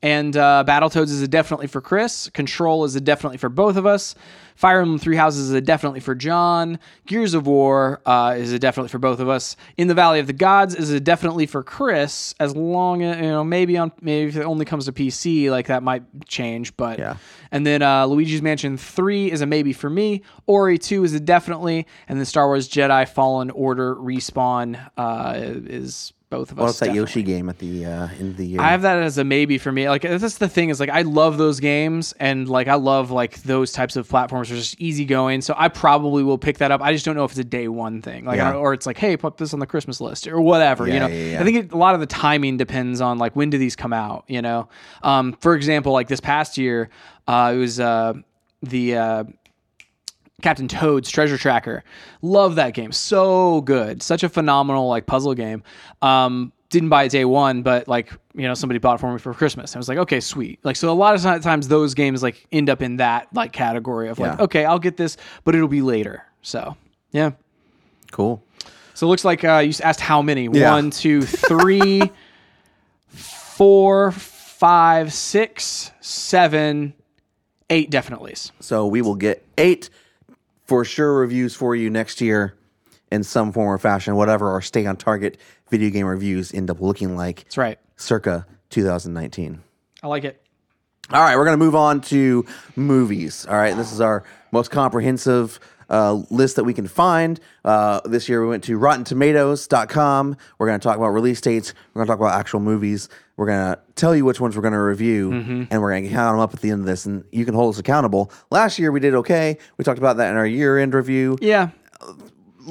And uh, Battletoads is a definitely for Chris. Control is a definitely for both of us. Fire Emblem Three Houses is a definitely for John. Gears of War uh, is a definitely for both of us. In the Valley of the Gods is a definitely for Chris. As long as you know, maybe on maybe if it only comes to PC, like that might change. But Yeah. And then uh, Luigi's Mansion Three is a maybe for me. Ori Two is a definitely, and then Star Wars Jedi Fallen Order respawn uh, is both of us. What's that definitely. Yoshi game at the uh, end of the year? I have that as a maybe for me. Like that's the thing is like I love those games and like I love like those types of platforms are just easygoing. So I probably will pick that up. I just don't know if it's a day one thing, like I Yeah. don't- or it's like hey, put this on the Christmas list or whatever. you Yeah, know, yeah, yeah. I think it, a lot of the timing depends on like when do these come out. You know, um, for example, like this past year, uh, it was uh, the uh, Captain Toad's Treasure Tracker. Love that game. So good. Such a phenomenal like puzzle game. Um, didn't buy it day one, but like you know somebody bought it for me for Christmas. I was like, okay, sweet. Like so, a lot of ti- times those games like end up in that like category of like, Yeah. okay, I'll get this, but it'll be later. So yeah. cool. So it looks like uh, you asked how many. Yeah. One, two, three, four, five, six, seven, eight definitelys. So we will get eight for sure reviews for you next year in some form or fashion, whatever our stay on target video game reviews end up looking like That's right. circa 2019. I like it. All right, we're going to move on to movies. All right, this is our most comprehensive uh, list that we can find. Uh, this year we went to RottenTomatoes.com. We're going to talk about release dates. We're going to talk about actual movies. We're going to tell you which ones we're going to review, Mm-hmm. and we're going to count them up at the end of this, and you can hold us accountable. Last year we did okay. We talked about that in our year end review. Yeah. A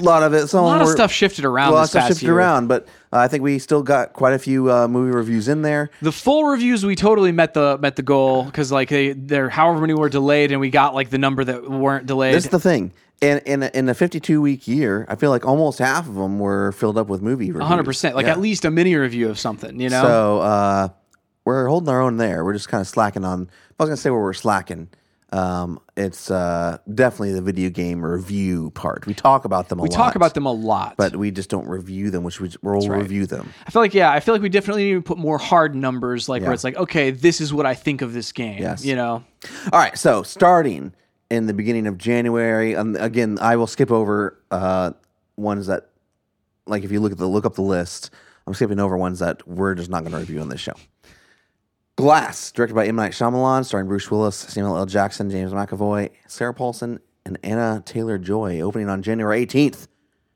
lot of it, some A lot of stuff shifted A around. lot this of stuff past shifted year. around, but uh, I think we still got quite a few uh, movie reviews in there. The full reviews we totally met the met the goal because like they they're however many were delayed and we got like the number that weren't delayed. That's the thing. In in a, in a 52 week year, I feel like almost half of them were filled up with movie reviews. Hundred percent, like Yeah. at least a mini review of something, you know. So uh, we're holding our own there. We're just kind of slacking on. I was gonna say where we're slacking. Um, it's uh, definitely the video game review part. We talk about them a we lot. talk about them a lot, but we just don't review them. Which we we'll review them. I feel like yeah, I feel like we definitely need to put more hard numbers, like where Yeah. it's like, okay, this is what I think of this game. Yes. You know, All right, so starting in the beginning of January, and again, I will skip over uh, ones that, like, if you look at the look up the list, I'm skipping over ones that we're just not going to review on this show. Glass, directed by M Night Shyamalan, starring Bruce Willis, Samuel L. Jackson, James McAvoy, Sarah Paulson, and Anna Taylor Joy, opening on January 18th,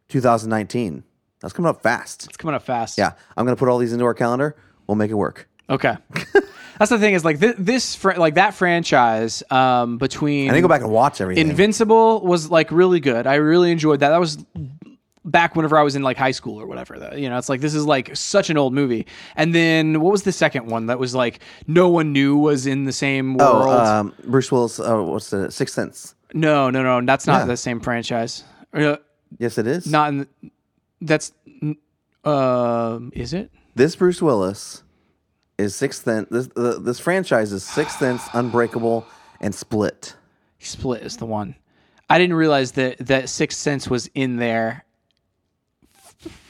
2019. That's coming up fast. it's coming up fast. Yeah, I'm going to put all these into our calendar. We'll make it work. Okay. That's the thing is like this, this fr- like that franchise um between And then go back and watch everything. Invincible was like really good. I really enjoyed that. That was back whenever I was in like high school or whatever. Though. You know, it's like this is like such an old movie. And then what was the second one that was like no one knew was in the same world? Oh, um, Bruce Willis. Uh, what's the Sixth Sense? no, no, no. That's not yeah. the same franchise. Uh, Yes, it is. Not in. The, that's. n- Um, is it? this Bruce Willis is Sixth Sense. This the, this franchise is Sixth Sense, Unbreakable, and Split. Split is the one. I didn't realize that that Sixth Sense was in there.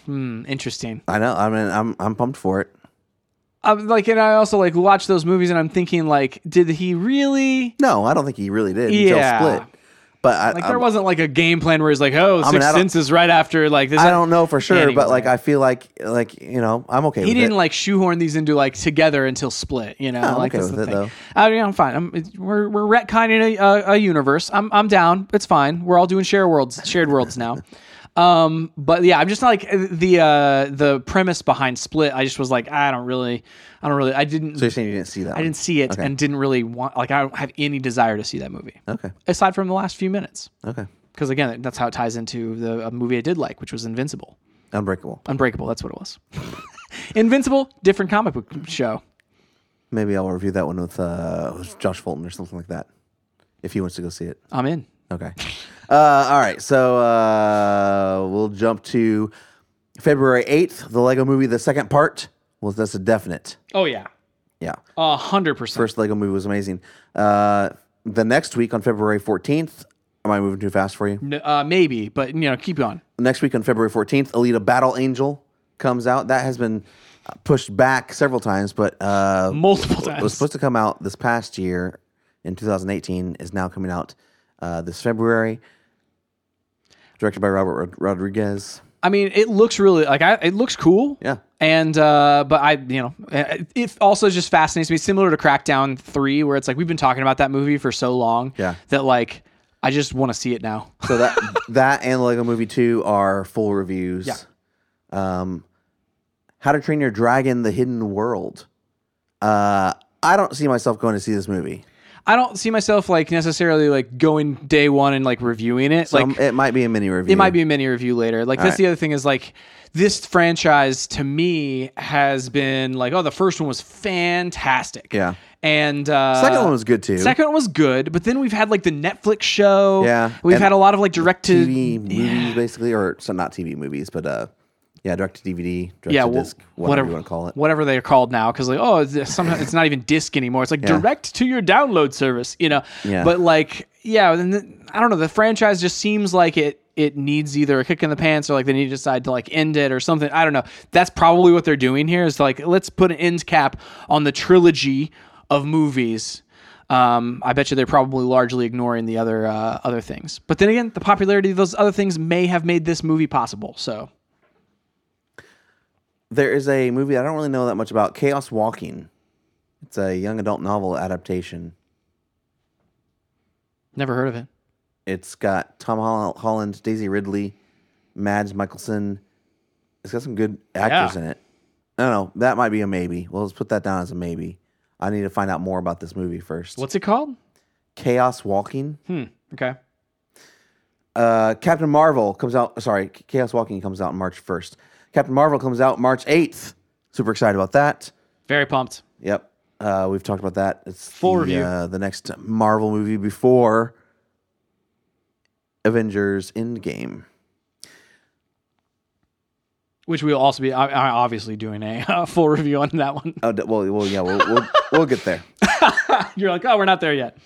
Hmm, interesting. I know. I mean, I'm I'm pumped for it. I'm like, and I also like watch those movies, and I'm thinking like, did he really? No, I don't think he really did Yeah. until Split. But I, Like, I'm- there wasn't like a game plan where he's like, oh, mean, Um, I Sixth don't- Sense is right after like this. I don't know for sure. Anyway. But like, I feel like like you know, I'm okay. He with didn't It. like shoehorn these into like together until Split. You know, Oh, I'm like okay that's with the it, thing. though. I mean, I'm fine. I'm, it's- we're we're retconning a, a, a universe. I'm I'm down. It's fine. We're all doing share worlds, shared worlds now. Um, but yeah, I'm just not like the uh, the premise behind Split. I just was like, I don't really, I don't really, I didn't, So you're saying you didn't see that? I didn't see it, and didn't really want. Like, I don't have any desire to see that movie Okay. aside from the last few minutes, Okay. because again, that's how it ties into the a movie I did like, which was Invincible, Unbreakable. Unbreakable. That's what it was. Invincible, different comic book show. Maybe I'll review that one with uh, with Josh Fulton or something like that, if he wants to go see it. I'm in. Okay. Uh, all right. So uh, we'll jump to February 8th, the Lego movie, the second part. Well, that's a definite. Oh yeah, Yeah. a hundred percent. First Lego movie was amazing. Uh, the next week on February 14th, am I moving too fast for you? N- Uh, maybe, but you know, keep going. Next week on February 14th, Alita Battle Angel comes out. That has been uh, pushed back several times, but uh, Multiple It was times. supposed to come out this past year in 2018. Is now coming out uh, this February. Directed by Robert Rod- Rodriguez. I mean, it looks really like I, it looks cool. Yeah. And uh, but I, you know, uh, it also just fascinates me. Similar to Crackdown Three, where it's like we've been talking about that movie for so long. Yeah. That like I just want to see it now. So that that and Lego Movie Two are full reviews. Yeah. Um, How to Train Your Dragon: The Hidden World. Uh, I don't see myself going to see this movie. I don't see myself like necessarily like going day one and like reviewing it. So like um, it might be a mini review. it might be a mini review later. Like that's the other thing is like this franchise to me has been like oh the first one was fantastic. Yeah. And uh, Second one was good too. Second one was good, but then we've had like the Netflix show. Yeah, We've and had a lot of like direct to TV movies, basically, or so not TV movies, but uh, yeah, direct to DVD, direct yeah, to wh- disc, whatever, whatever you want to call it. whatever they're called now. Because like, oh, it's, sometimes it's not even disc anymore. It's like direct to your download service, you know. Yeah. But like, yeah, then the, I don't know. The franchise just seems like it it needs either a kick in the pants or like they need to decide to like end it or something. I don't know. That's probably what they're doing here. Is like let's put an end cap on the trilogy of movies. Um, I bet you they're probably largely ignoring the other uh, other things. But then again, the popularity of those other things may have made this movie possible. So There is a movie I don't really know that much about, Chaos Walking. It's a young adult novel adaptation. never heard of it. It's got Tom Hol- Holland, Daisy Ridley, Mads Mikkelsen. It's got some good actors Yeah. in it. I don't know. That might be a maybe. Well, let's put that down as a maybe. I need to find out more about this movie first. What's it called? Chaos Walking. Hmm. Okay. Uh, Captain Marvel comes out. Sorry, Chaos Walking comes out March first. Captain Marvel comes out March eighth. Super excited about that. Very pumped. Yep. Uh, we've talked about that. It's Full the, review. Uh, the next Marvel movie before Avengers Endgame. Which we'll also be I- I- obviously doing a uh, full review on that one. Oh, d- well, well, yeah, we'll, we'll, we'll get there. You're like, oh, we're not there yet.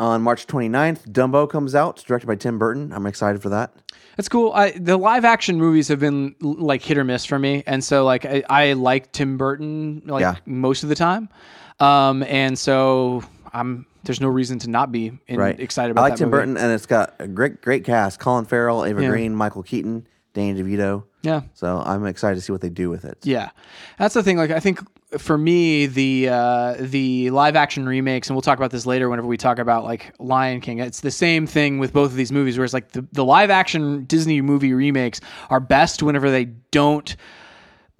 On March 29th, Dumbo comes out, directed by Tim Burton. I'm excited for that. That's cool. I, the live action movies have been l- like hit or miss for me, and so like I, I like Tim Burton like Yeah. most of the time, um, and so I'm there's no reason to not be in, Right. excited about I like that Tim movie. Burton, and it's got a great, great cast Colin Farrell, Ava Green, Michael Keaton, Danny DeVito. Yeah, So I'm excited to see what they do with it. Yeah, that's the thing. Like, I think for me, the uh, the live action remakes, and we'll talk about this later whenever we talk about like Lion King. It's the same thing with both of these movies, where it's like the, the live action Disney movie remakes are best whenever they don't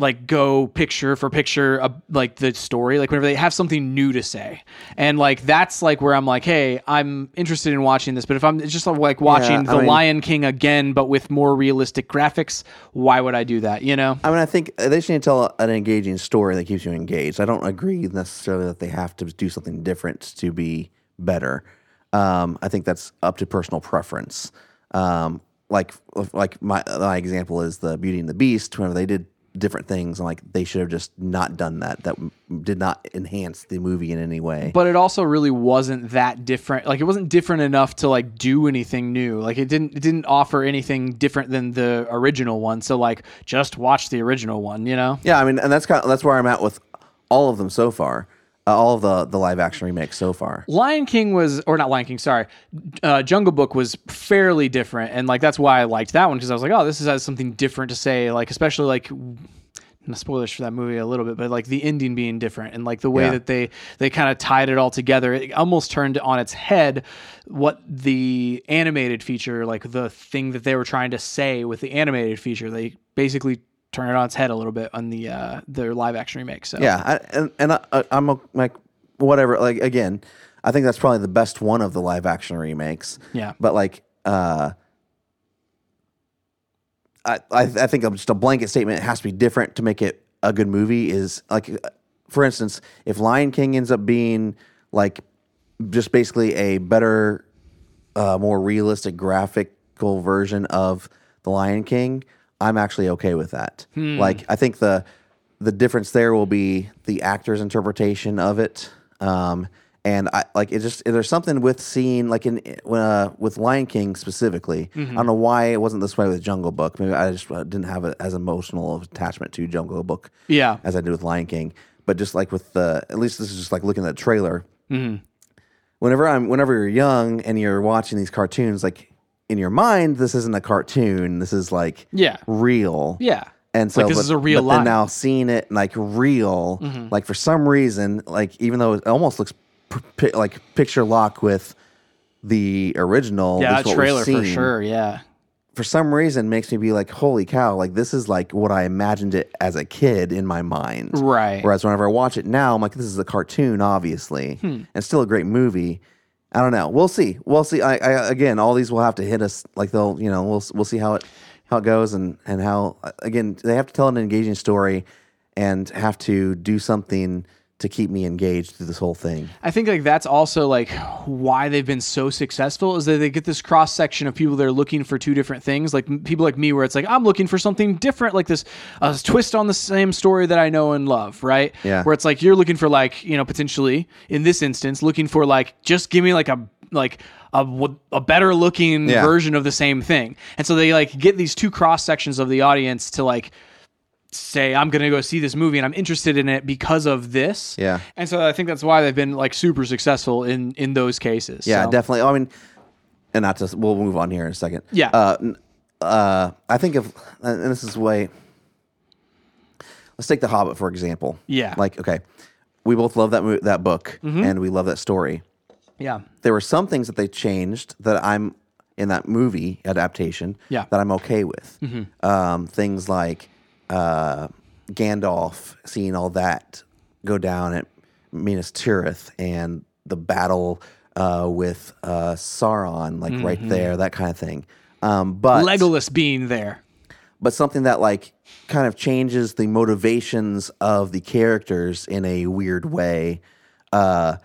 like go picture for picture uh, like the story like whenever they have something new to say and like that's like where i'm like hey i'm interested in watching this but if i'm it's just like watching Yeah, I the mean- lion king again but with more realistic graphics why would i do that you know I mean, I think uh, they just need to tell an engaging story that keeps you engaged. I don't agree necessarily that they have to do something different to be better. Um, I think that's up to personal preference. Um, like, like my my example is the Beauty and the Beast. Whenever they did different things, and like they should have just not done that. That m- did not enhance the movie in any way. but it also really wasn't that different like it wasn't different enough to like do anything new like it didn't it didn't offer anything different than the original one so like just watch the original one you know yeah, I mean, and that's kind of, that's where I'm at with all of them so far. Uh, all of the the live action remakes so far. Lion King was, or not Lion King, sorry, uh, Jungle Book was fairly different, and like that's why I liked that one because I was like, oh, this is has something different to say, like especially like and spoilers for that movie a little bit, but like the ending being different and like the way Yeah. that they they kind of tied it all together, it almost turned on its head what the animated feature, like the thing that they were trying to say with the animated feature, they basically turn it on its head a little bit on the uh their live action remake. So Yeah, I, and and I, I- I'm a, like whatever. Like again, I think that's probably the best one of the live action remakes. Yeah. but like, uh, I I, I think I'm just a blanket statement. It has to be different to make it a good movie. Is like, uh, for instance, if Lion King ends up being like just basically a better, uh, more realistic graphical version of the Lion King, I'm actually okay with that. Like, I think the the difference there will be the actor's interpretation of it. Um, and I like it. Just there's something with seeing like in uh, with Lion King specifically. I don't know why it wasn't this way with Jungle Book. Maybe I just uh, didn't have a, as emotional of attachment to Jungle Book Yeah. as I did with Lion King. But just like with the, at least this is just like looking at the trailer. Mm-hmm. Whenever I'm, whenever you're young and you're watching these cartoons, like in your mind, this isn't a cartoon. This is like Yeah. real. Yeah. And so Like, this but, is a but real then life. Mm-hmm. now seeing it like real, like for some reason, like even though it almost looks p- pi- like picture lock with the original, Yeah, that's that what we've trailer for seen, sure. Yeah. For some reason, makes me be like, "Holy cow!" Like this is like what I imagined it as a kid in my mind. Right. Whereas whenever I watch it now, I'm like, this is a cartoon, obviously, and still a great movie. I don't know. We'll see. We'll see. I, I again, all these will have to hit us. Like they'll, you know, we'll we'll see how it how it goes and and how again they have to tell an engaging story and have to do something to keep me engaged through this whole thing. I think like that's also like why they've been so successful is that they get this cross section of people that are looking for two different things, like m- people like me, where it's like I'm looking for something different, like this uh, twist on the same story that I know and love, right? Yeah. Where it's like you're looking for like you know potentially in this instance looking for like just give me like a like a, w- a better looking Yeah. version of the same thing, and so they like get these two cross sections of the audience to like say I'm going to go see this movie and I'm interested in it because of this. Yeah. And so I think that's why they've been like super successful in in those cases. Yeah, So- definitely. I mean, and not to we'll move on here in a second. Yeah. Uh, n- uh, I think if and this is way. Let's take The Hobbit for example. Yeah. Mm-hmm. Like okay, we both love that mo- that book and we love that story. yeah. There were some things that they changed that I'm in that movie adaptation Yeah. that I'm okay with. Um, things like uh, Gandalf seeing all that go down at Minas Tirith and the battle uh, with uh, Sauron, like right there, that kind of thing. Um, but Legolas being there. but something that like kind of changes the motivations of the characters in a weird way uh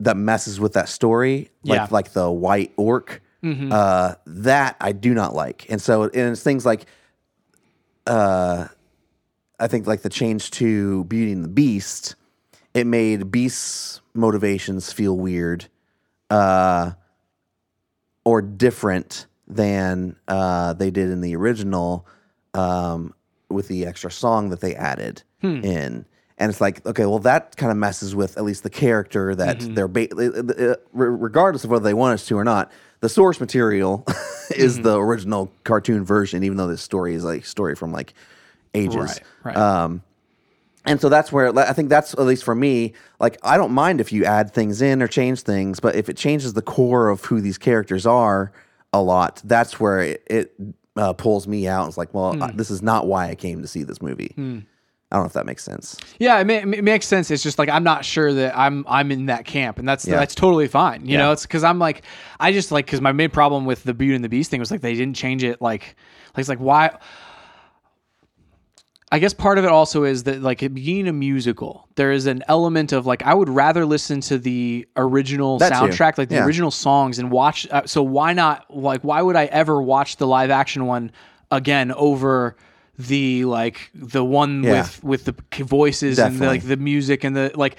that messes with that story like Yeah. like the white orc uh that i do not like and so and it's things like uh i think like the change to beauty and the beast it made beast's motivations feel weird uh or different than uh, they did in the original um, with the extra song that they added in. And it's like, okay, well, that kind of messes with at least the character that they're, ba- uh, regardless of whether they want us to or not, the source material is the original cartoon version, even though this story is like story from like ages. Right. Right. uh, And so that's where I think that's at least for me. Like I don't mind if you add things in or change things, but if it changes the core of who these characters are a lot, that's where it, it uh, pulls me out. It's like, well, Hmm. I- this is not why I came to see this movie. I don't know if that makes sense. yeah, it, ma- it makes sense. It's just like I'm not sure that I'm I'm in that camp, and that's Yeah. that's totally fine. You Yeah. know, it's because I'm like I just like because my main problem with the Beauty and the Beast thing was like they didn't change it. Like, like it's like why. I guess part of it also is that like it being a musical, there is an element of like I would rather listen to the original That too. soundtrack, like the Yeah. original songs, and watch. Uh, so why not? Like, why would I ever watch the live action one again over the like the one Yeah. with with the k- voices and the, Definitely. like the music and the like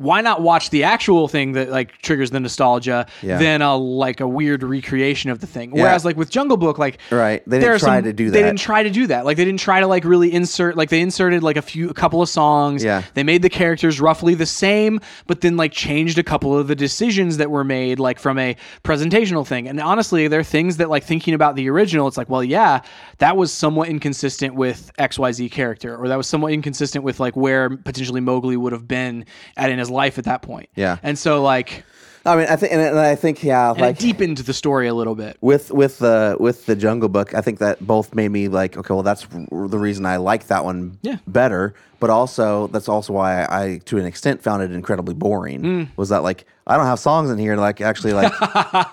why not watch the actual thing that like triggers the nostalgia Yeah. than a like a weird recreation of the thing? Whereas like with Jungle Book, like Right. They didn't there are try to do They that. didn't try to do that. Like they didn't try to like really insert like they inserted like a few a couple of songs. Yeah. They made the characters roughly the same, but then like changed a couple of the decisions that were made like from a presentational thing. And honestly, there are things that like thinking about the original, it's like, well, yeah, that was somewhat inconsistent with XYZ character, or that was somewhat inconsistent with like where potentially Mowgli would have been at in his life at that point. Yeah. And so like I mean, I think, and, and I think, yeah, and like it deepened the story a little bit. with with the with the Jungle Book, I think that both made me like, okay, well, that's r- the reason I like that one Yeah. better. But also, that's also why I, I, to an extent, found it incredibly boring. Mm. Was that like I don't have songs in here to like actually like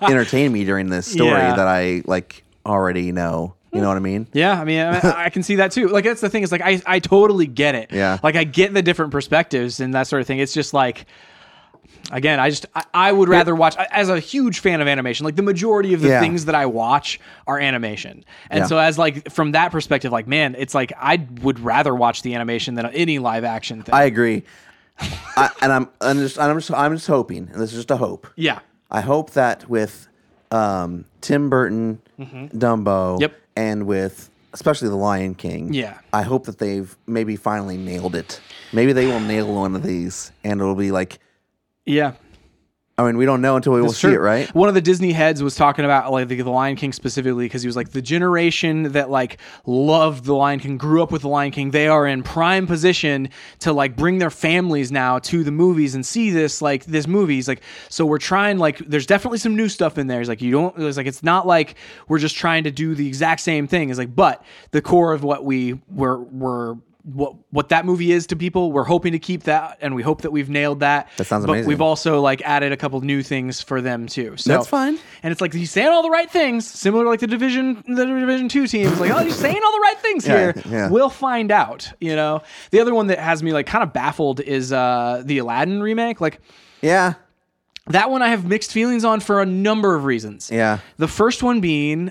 entertain me during this story Yeah. Mm. that I like already know. You know what I mean? Yeah, I mean, I, I can see that too. Like that's the thing is like I I totally get it. Yeah. like I get the different perspectives and that sort of thing. It's just like. Again, I just I, I would rather watch I- as a huge fan of animation. Like the majority of the Yeah. things that I watch are animation, and Yeah. so as like from that perspective, like man, it's like I would rather watch the animation than any live action thing. I agree. I, and I'm, I'm just I'm just I'm just hoping, and this is just a hope. yeah, I hope that with um, Tim Burton, Dumbo, Mm-hmm. Yep. and with especially The Lion King, Yeah. I hope that they've maybe finally nailed it. Maybe they will nail one of these, and it'll be like. yeah. I mean, we don't know until we will see Sure. it, right? One of the Disney heads was talking about like the, the Lion King specifically because he was like the generation that like loved the Lion King, grew up with the Lion King. They are in prime position to like bring their families now to the movies and see this like this movies like. So we're trying like there's definitely some new stuff in there. He's like you don't. It's like it's not like we're just trying to do the exact same thing. It's like but the core of what we were were. What what that movie is to people, we're hoping to keep that, and we hope that we've nailed that. That sounds but amazing. We've also like added a couple new things for them too. So That's fine. And it's like he's saying all the right things, similar to like the division, the division two teams. Like, oh, he's saying all the right things Yeah, here. yeah. We'll find out. You know. The other one that has me like kind of baffled is uh the Aladdin remake. Like Yeah, that one, I have mixed feelings on for a number of reasons. yeah, The first one being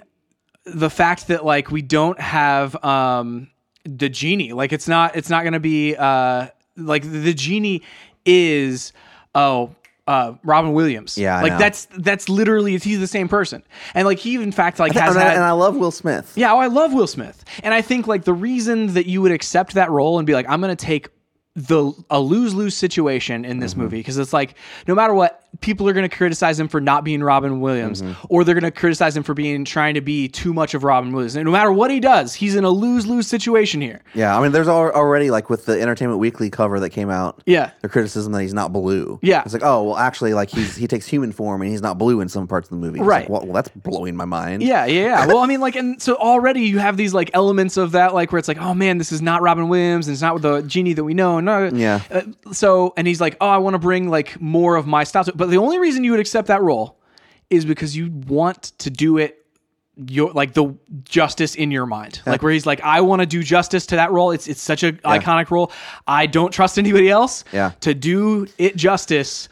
the fact that like we don't have um the genie. Like it's not it's not gonna be uh like the genie is oh uh Robin Williams. Yeah, I Like know. that's that's literally he's the same person. And like he in fact like has and, I, had and I love Will Smith. yeah, oh, I love Will Smith. And I think like the reason that you would accept that role and be like, I'm going to take the a lose lose situation in this movie because it's like no matter what, people are going to criticize him for not being Robin Williams, or they're going to criticize him for being trying to be too much of Robin Williams. And no matter what he does, he's in a lose lose situation here. Yeah, I mean, there's al- already like with the Entertainment Weekly cover that came out. Yeah. the criticism that he's not blue. Yeah. it's like, oh, well, actually, like he's he takes human form and he's not blue in some parts of the movie. It's Right. Like, well, well, that's blowing my mind. Yeah, yeah, yeah. Well, I mean, like, and so already you have these like elements of that, like where it's like, oh man, this is not Robin Williams, and it's not the genie that we know. No, Yeah. Uh, so, and he's like, oh, I want to bring like more of my style. to it. But the only reason you would accept that role is because you want to do it. Your like the justice in your mind, like where he's like, I want to do justice to that role. It's it's such a iconic role. I don't trust anybody else. Yeah. to do it justice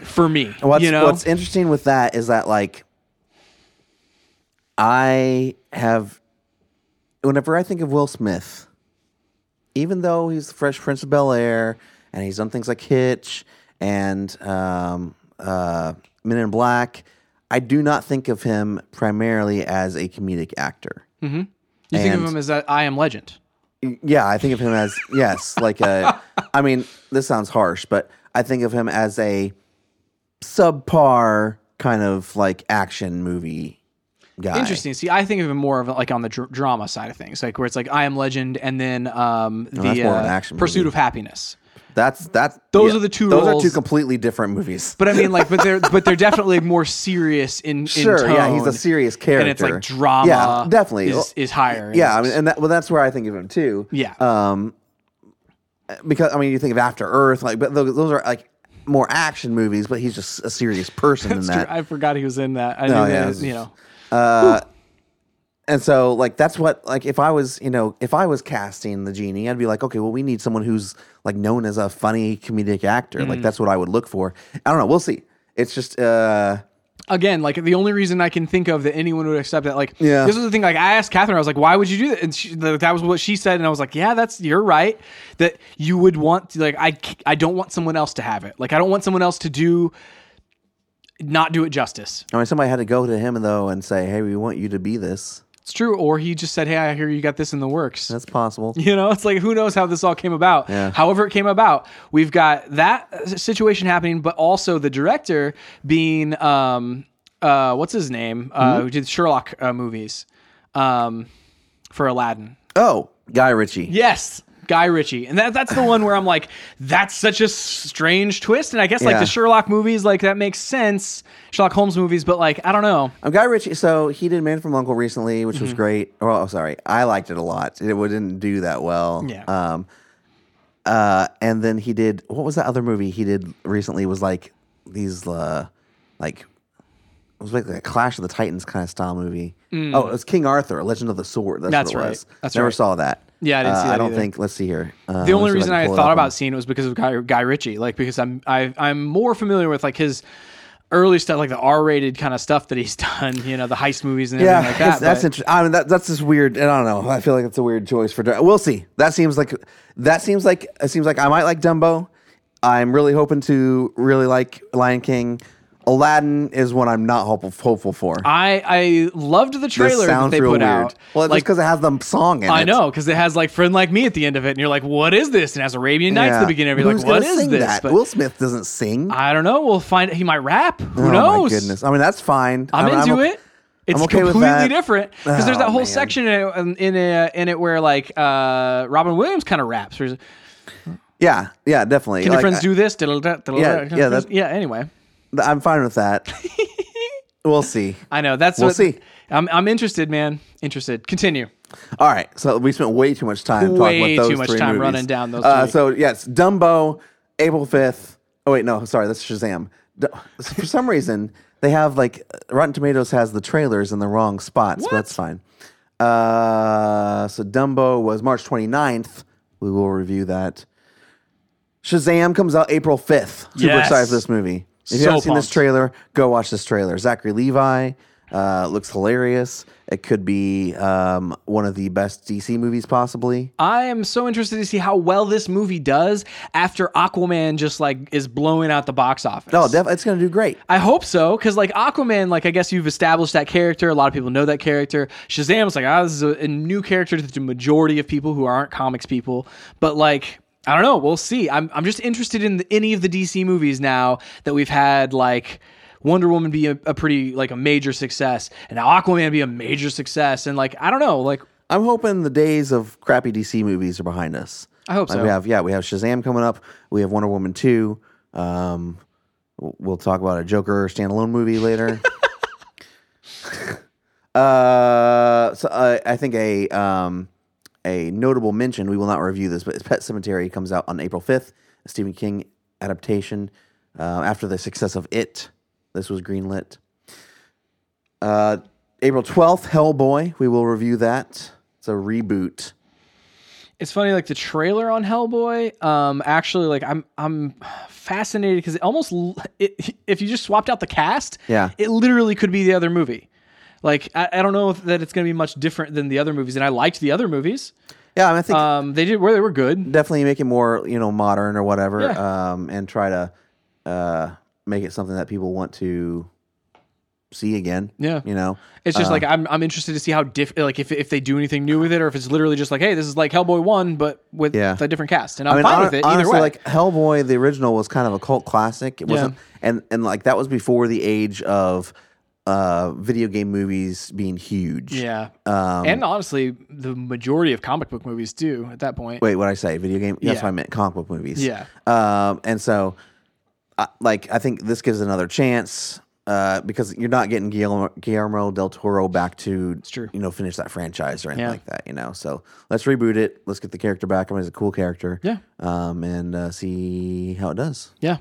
for me. What's, you know, what's interesting with that is that like I have whenever I think of Will Smith, even though he's the Fresh Prince of Bel Air and he's done things like Hitch and um, uh, Men in Black, I do not think of him primarily as a comedic actor. you think of and- him as a, I am Legend. Yeah, I think of him as yes, like a. I mean, this sounds harsh, but I think of him as a subpar kind of like action movie guy. Interesting. See, I think of it more of like on the dr- drama side of things, like where it's like I Am Legend, and then um, the that's more of uh, an action Pursuit movie. of Happiness. That's that's Those are the two Those roles- are two completely different movies. But I mean, like, but they're but they're definitely more serious in, in sure, yeah, he's a tone, serious character, and it's like drama. Yeah, definitely is, is higher. in Yeah, I this. mean, and that, well, that's where I think of him too. Yeah. Um, because I mean, you think of After Earth, like, but those, those are like more action movies. But he's just a serious person in It's that. true. I forgot he was in that. I No, knew yeah, that, it's- you know. And so like that's what like if I was, you know, if I was casting the genie, I'd be like, okay, well we need someone who's like known as a funny comedic actor. Like that's what I would look for. I don't know, we'll see. It's just uh again, like the only reason I can think of that anyone would accept that, like, Yeah. this was the thing. Like, I asked Catherine, I was like, "Why would you do that?" And she, the, that was what she said, and I was like, "Yeah, that's you're right. That you would want, to, like, I, c- I don't want someone else to have it. Like, I don't want someone else to do, not do it justice. I mean, somebody had to go to him though and say, "Hey, we want you to be this." It's true. Or he just said, "Hey, I hear you got this in the works." That's possible. You know, it's like who knows how this all came about. Yeah. However, it came about. We've got that s- situation happening, but also the director being um, uh, what's his name? Hmm? Uh, who did Sherlock uh, movies um, for Aladdin? Oh, Guy Ritchie. Yes. Guy Ritchie, and that, that's the one where I'm like, that's such a s- strange twist. And I guess like Yeah. the Sherlock movies, like that makes sense, Sherlock Holmes movies, but like I don't know. Um, Guy Ritchie. So he did Man from Uncle recently, which was Mm-hmm. great. Oh, oh, sorry, I liked it a lot. It wa- didn't do that well. Yeah. Um. Uh, and then he did. What was that other movie he did recently? Was like these, uh, like, it was like a Clash of the Titans kind of style movie. Oh, it was King Arthur, Legend of the Sword. That's, Mm. That's what it right. was. That's Never right. saw that. Yeah, I didn't Uh, see that I don't either. think. Let's see here. Uh, The only let's see if reason can I pull it thought up about on- seeing it was because of Guy, Guy Ritchie, like because I'm I, I'm more familiar with like his early stuff, like the R-rated kind of stuff that he's done, you know, the heist movies and Yeah, everything like that. that's, that's but- interesting. I mean, that, that's just weird. and I don't know. I feel like it's a weird choice for. dir- We'll see. That seems like that seems like it seems like I might like Dumbo. I'm really hoping to really like Lion King. Aladdin is one I'm not hopeful hopeful for. I I loved the This trailer Uh, that they put out. Well, just like because it has the song in it. I know because it has like friend like me at the end of it, and you're like, what is this? And it has Arabian Nights at the beginning. of it. You're Who's like, what gonna is sing this? That? But Will Smith doesn't sing. I don't know. We'll find. He might rap. Who oh knows? my goodness. I mean, that's fine. I'm I mean, into okay- it. It's okay with completely that. different because there's Oh, that whole man. section in it, in, in, a, in it where like uh, Robin Williams kind of raps. Where he's like, Yeah, yeah, definitely. Can Like, your friends I- do this? Diddle da- diddle Yeah, da. Can your yeah, friends- that- yeah. Anyway, I'm fine with that. we'll see. I know that's. We'll what, see. I'm I'm interested, man. Interested. Continue. All right, so we spent way too much time talking Way about those too much three time movies. running down those Uh, three. so yes, Dumbo, April fifth. Oh wait, no, sorry, that's Shazam. D- For some reason, they have like Rotten Tomatoes has the trailers in the wrong spots, but that's fine. Uh, so Dumbo was March 29th. We will review that. Shazam comes out April 5th. Super Yes. excited for this movie. If you So haven't seen this pumped. trailer, go watch this trailer. Zachary Levi uh, looks hilarious. It could be um, one of the best DC movies possibly. I am so interested to see how well this movie does after Aquaman just like is blowing out the box office. Oh, def- it's going to do great. I hope so, because like Aquaman, like I guess you've established that character. A lot of people know that character. Shazam's like, ah, this is a, a new character to the majority of people who aren't comics people. But like, I don't know. We'll see. I'm I'm just interested in the, any of the DC movies now that we've had like. Wonder Woman be a, a pretty like a major success, and Aquaman be a major success, and like I don't know, like I'm hoping the days of crappy DC movies are behind us. I hope Like, so. we have yeah, we have Shazam coming up. We have Wonder Woman two. Um, w- we'll talk about a Joker standalone movie later. uh, so I I think a um, a notable mention. We will not review this, but Pet Cemetery comes out on April fifth. A Stephen King adaptation. Uh, after the success of It, this was greenlit. Uh, April 12th, Hellboy. We will review that. It's a reboot. It's funny, like the trailer on Hellboy. Um, actually, like I'm I'm fascinated because it almost l- it, if you just swapped out the cast, Yeah. it literally could be the other movie. Like I, I don't know if that it's going to be much different than the other movies, and I liked the other movies. Yeah, I, mean, I think Um, they did where they were good. definitely make it more, you know, modern or whatever Yeah. um, and try to uh, make it something that people want to see again. Yeah. You know? It's just like I'm I'm interested to see how diff like if if they do anything new with it, or if it's literally just like hey, this is like Hellboy one, but with Yeah. a different cast, and I'm I mean, fine hon- with it either honestly, way. like Hellboy, the original was kind of a cult classic. It wasn't, and and like that was before the age of uh, video game movies being huge. yeah, Um, and honestly, the majority of comic book movies do at that point. Wait, what I say? Video game? That's Yeah. what I meant. Comic book movies. Yeah. Um, and so, I like, I think this gives another chance uh, because you're not getting Guillermo, Guillermo del Toro back to, true. you know, finish that franchise or anything Yeah. like that. You know, so let's reboot it. Let's get the character back. I mean, he's a cool character. Yeah. Um, and uh, see how it does. Yeah,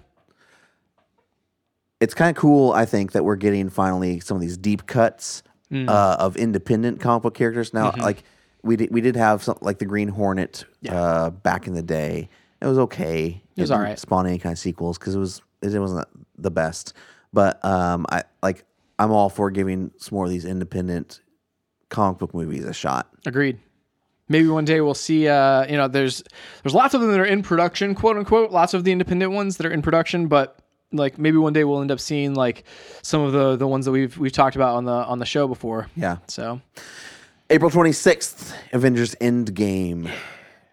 It's kind of cool, I think, that we're getting finally some of these deep cuts uh, of independent comic book characters now. Like we did, we did have some like the Green Hornet uh, back in the day. It was okay. It was didn't alright. Spawn any kind of sequels because it was it wasn't the best. But um, I like I'm all for giving some more of these independent comic book movies a shot. Agreed. Maybe one day we'll see. Uh, you know, there's there's lots of them that are in production, quote unquote. Lots of the independent ones that are in production, but like maybe one day we'll end up seeing like some of the the ones that we've we've talked about on the on the show before. Yeah. So April 26th, Avengers Endgame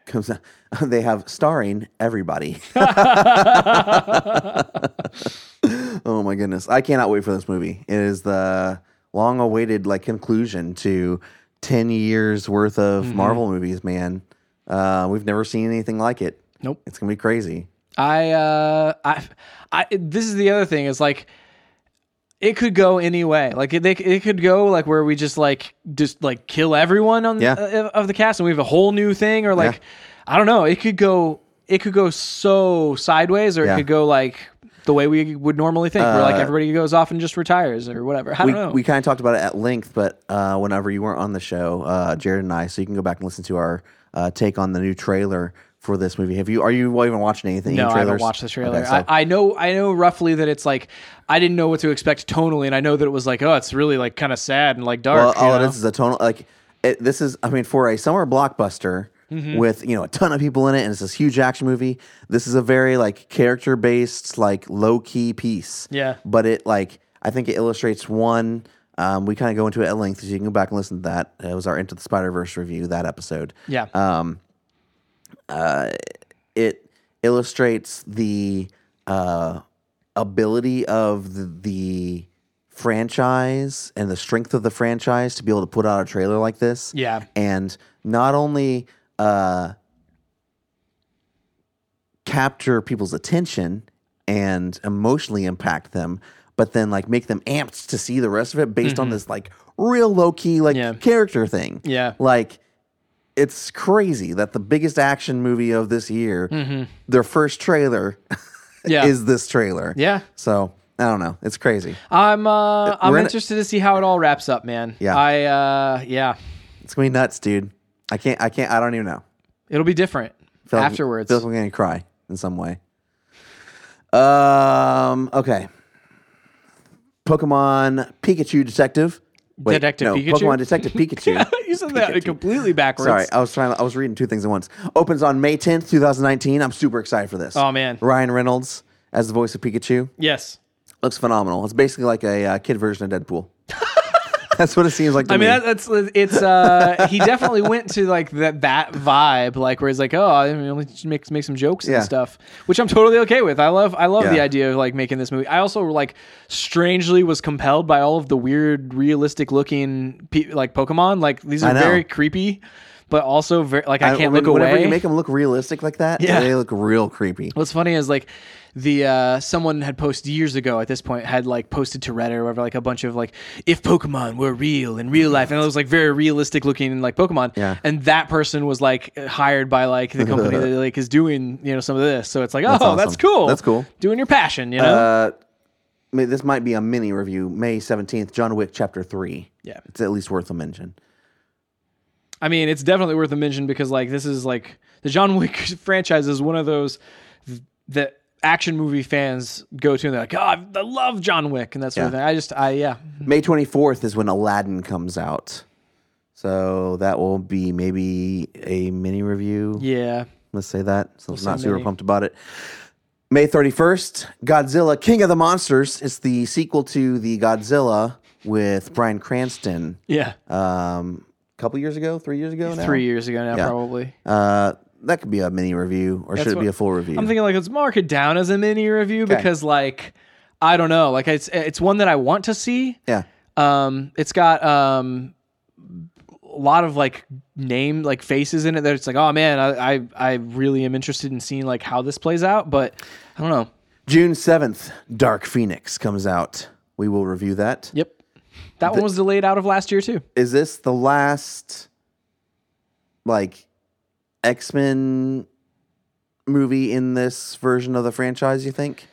comes out. They have starring everybody. oh my goodness. I cannot wait for this movie. It is the long awaited like conclusion to 10 years worth of Marvel movies, man. Uh, we've never seen anything like it. Nope. It's going to be crazy. I uh I I this is the other thing is like it could go any way. Like it, they, it could go like where we just like just like kill everyone on Yeah. uh, of the cast and we have a whole new thing or like I don't know. It could go it could go so sideways or Yeah. Uh, it could go like the way we would normally think where like everybody goes off and just retires or whatever. I We, don't know. we kind of talked about it at length, but uh, whenever you weren't on the show, uh, Jared and I, so you can go back and listen to our uh, take on the new trailer for this movie. Have you? Are you even watching anything? no, Any I haven't trailers? watched the trailer. Okay, so- I, I know, I know roughly that it's like I didn't know what to expect tonally, and I know that it was like, oh, it's really like kind of sad and like Well, dark. you all it know? is is a tonal like it, this is I mean for a summer blockbuster Mm-hmm. with you know a ton of people in it and it's this huge action movie. This is a very like character based like low key piece. Yeah. but it like I think it illustrates one. Um, we kind of go into it at length, so you can go back and listen to that. It was our Into the Spider Verse review that episode. yeah. it illustrates the uh, ability of the, the franchise and the strength of the franchise to be able to put out a trailer like this. Yeah. And not only uh, capture people's attention and emotionally impact them, but then like make them amped to see the rest of it based on this like real low key like Mm-hmm. Yeah. character thing. Yeah. Like it's crazy that the biggest action movie of this year, their first trailer Mm-hmm. yeah. is this trailer. Yeah. So I don't know. It's crazy. I'm uh, I'm we're in it. interested to see how it all wraps up, man. Yeah. I uh, yeah, It's gonna be nuts, dude. I can't. I can't. I don't even know. it'll be different Feel like- afterwards. feels like I'm gonna cry in some way. Um. Okay. Pokemon Pikachu Detective. Wait, Detective no, Pikachu? Pokemon Detective Pikachu. you said that completely backwards. Sorry, I was trying. I was reading two things at once. Opens on May tenth, two thousand nineteen. I'm super excited for this. Oh, man. Ryan Reynolds as the voice of Pikachu Yes. looks phenomenal. It's basically like a uh, kid version of Deadpool. That's what it seems like. To I mean, me. that, that's it's uh, he definitely went to like that that vibe, like where he's like, oh, I mean, let's make make some jokes Yeah. and stuff, which I'm totally okay with. I love I love the Yeah. idea of like making this movie. I also like strangely was compelled by all of the weird, realistic looking pe- like Pokemon. Like these I are know. very creepy, but also very like I, can't when- look whenever away. you make them look realistic like that, Yeah. they look real creepy. What's funny is like the uh, someone had posted years ago at this point had like posted to Reddit or whatever like a bunch of like if Pokemon were real in real life and it was like very realistic looking like Pokemon Yeah. and that person was like hired by like the company that like is doing you know some of this so it's like oh that's, awesome. cool That's cool. Uh, doing your passion you know I mean, this might be a mini review. May seventeenth, John Wick Chapter Three. Yeah. it's at least worth a mention. I mean, it's definitely worth a mention because like this is like the John Wick franchise is one of those th- that action movie fans go to and they're like, oh, I love John Wick and that sort of Yeah. thing. I just, I yeah, May twenty fourth is when Aladdin comes out, so that will be maybe a mini review. yeah, Let's say that. So I'm not say super mini. pumped about it. May 31st, Godzilla King of the Monsters. It's the sequel to the Godzilla with Brian Cranston. yeah. Um, a couple years ago, three years ago now. Three years ago now, Yeah. probably. Uh, that could be a mini review, or should it what- be a full review? I'm thinking like let's mark it down as a mini review because like I don't know, like it's it's one that I want to see. yeah. Um, it's got um a lot of like name like faces in it that it's like oh man, I I, I really am interested in seeing like how this plays out, but I don't know. June 7th, Dark Phoenix comes out. We will review that. Yep, that one was delayed out of last year too. Is this the last, like, X Men movie in this version of the franchise, you think?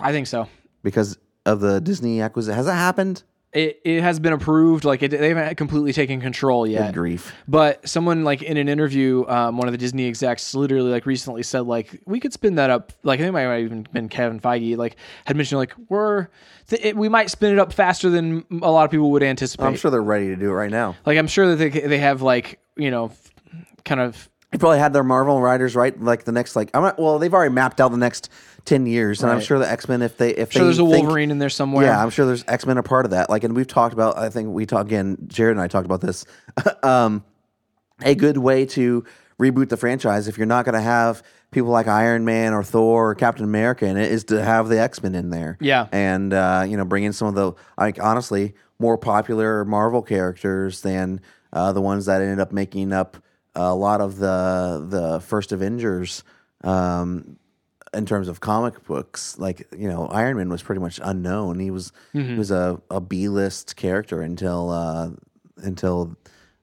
I think so. Because of the Disney acquisition? Has that happened? it, it has been approved. Like it, they haven't completely taken control yet. Good grief. But someone like in an interview, um, one of the Disney execs literally like recently said like we could spin that up. Like I think it might have even been Kevin Feige like had mentioned like we're th- it, we might spin it up faster than a lot of people would anticipate. I'm sure they're ready to do it right now. like I'm sure that they they have like you know f- kind of They probably had their Marvel writers write like the next like I'm not, well they've already mapped out the next ten years and I'm Right. sure the X Men if they if sure they there's a think- Wolverine in there somewhere. yeah I'm sure there's X Men are part of that like and we've talked about I think we talked again Jared and I talked about this um a good way to reboot the franchise if you're not going to have people like Iron Man or Thor or Captain America in it is to have the X Men in there Yeah. and uh, you know bring in some of the like honestly more popular Marvel characters than uh, the ones that ended up making up a lot of the the first Avengers um, in terms of comic books. Like you know, Iron Man was pretty much unknown. He was Mm-hmm. he was a, a B list character until uh, until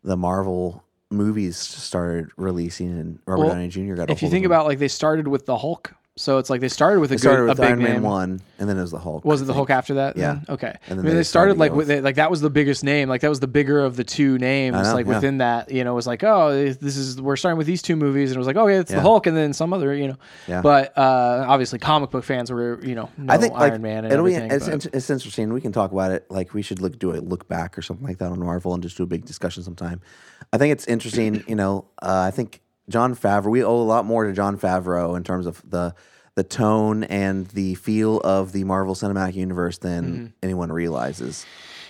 the Marvel movies started releasing and Robert Well, Downey Jr. got. a If you hold think of him. about like they started with the Hulk, so it's like they started with a It started good, with a big Iron Man name. one, and then it was the Hulk. Was it the Hulk after that? Yeah. then? Okay. And then I they mean, they decided to started go like with- with, like that was the biggest name. Like that was the bigger of the two names. know, like yeah. within that, you know, it was like, oh, this is we're starting with these two movies, and it was like, oh yeah, it's Yeah. the Hulk, and then some other, you know. Yeah. But uh, obviously, comic book fans were, you know, no I think Oh, Iron like, Man and it'll be everything. it's, but- it's, it's interesting. We can talk about it. Like we should look do a look back or something like that on Marvel and just do a big discussion sometime. I think it's interesting. you know, uh, I think John Favreau. We owe a lot more to John Favreau in terms of the the tone and the feel of the Marvel Cinematic Universe than Mm-hmm. anyone realizes.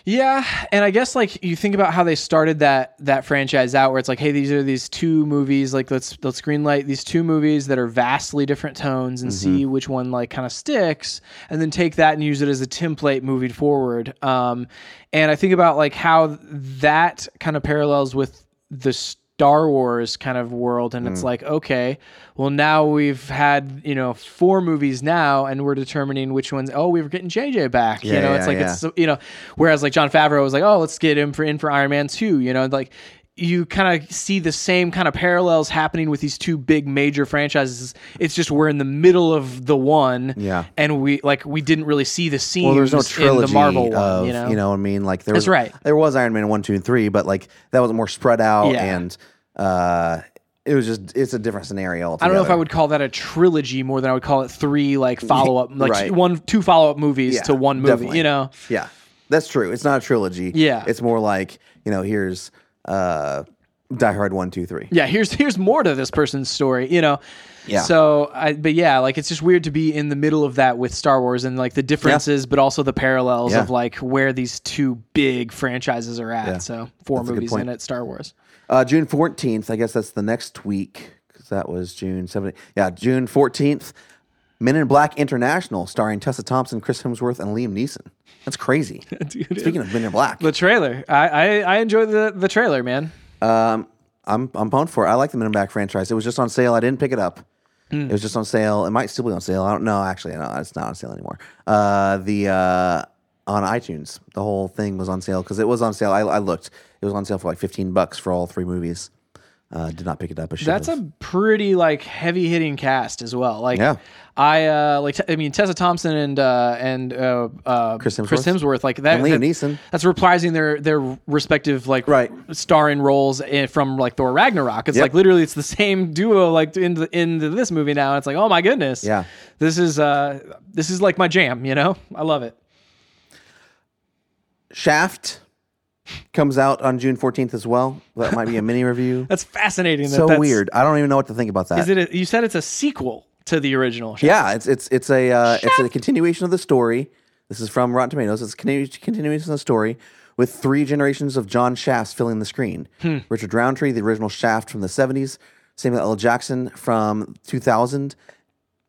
Yeah, and I guess like you think about how they started that that franchise out, where it's like, hey, these are these two movies. Like let's let's greenlight these two movies that are vastly different tones and Mm-hmm. see which one like kind of sticks, and then take that and use it as a template moving forward. Um, and I think about like how that kind of parallels with the Star Wars kind of world, and Mm. it's like, okay, well now we've had you know four movies now, and we're determining which ones. Oh, we were getting JJ back. Yeah, you know, yeah, it's like yeah. it's so you know whereas like john favreau was like oh let's get him for in for iron man 2 you know like you kind of see the same kind of parallels happening with these two big major franchises it's just we're in the middle of the one Yeah. and we like we didn't really see the scenes Well, there's no in trilogy the marvel one of you know, what I mean. Like there was, That's right. There was Iron Man one, two, and three, but like that was more spread out Yeah. and. uh it was just it's a different scenario I altogether. don't know if I would call that a trilogy more than I would call it three like follow up like Right. one two follow up movies Yeah, to one movie definitely. you know Yeah, that's true. It's not a trilogy. Yeah. it's more like you know, here's uh, Die Hard one, two, three. yeah here's here's more to this person's story you know Yeah. so i but yeah like it's just weird to be in the middle of that with star wars and like the differences but also the parallels Yeah. of like where these two big franchises are at so four good movies point. in it star wars Uh, June fourteenth. I guess that's the next week because that was June seventeenth. Yeah, June fourteenth. Men in Black International, starring Tessa Thompson, Chris Hemsworth, and Liam Neeson. That's crazy. Dude, Speaking of Men in Black, the trailer i i, I enjoyed the the trailer man Um, I'm I'm pumped for it. I like the Men in Black franchise. It was just on sale. I didn't pick it up. Mm. It was just on sale. It might still be on sale. I don't know. Actually, no, it's not on sale anymore. Uh, the uh, on iTunes, the whole thing was on sale because it was on sale. I, I looked. It was on sale for like 15 bucks for all three movies. Uh, did not pick it up. I should that's have. a pretty like heavy hitting cast as well like Yeah. I uh like I mean Tessa Thompson and uh and uh, uh Chris Hemsworth. like that And Liam that- Neeson. that's reprising their their respective like Right. starring roles in, from like Thor Ragnarok. It's Yep. like literally it's the same duo like in the, in the, this movie now. It's like oh my goodness, Yeah. this is uh this is like my jam. You know, I love it. Shaft comes out on June 14th as well. That might be a mini review. That's fascinating. that so that's, weird. I don't even know what to think about that. Is it? A, you said it's a sequel to the original. Yeah, it's it's it's a uh, it's a continuation of the story. This is from Rotten Tomatoes. It's a continu- continuation of the story with three generations of John Shafts filling the screen. Richard Roundtree, the original Shaft from the '70s, Samuel L. Jackson from 2000,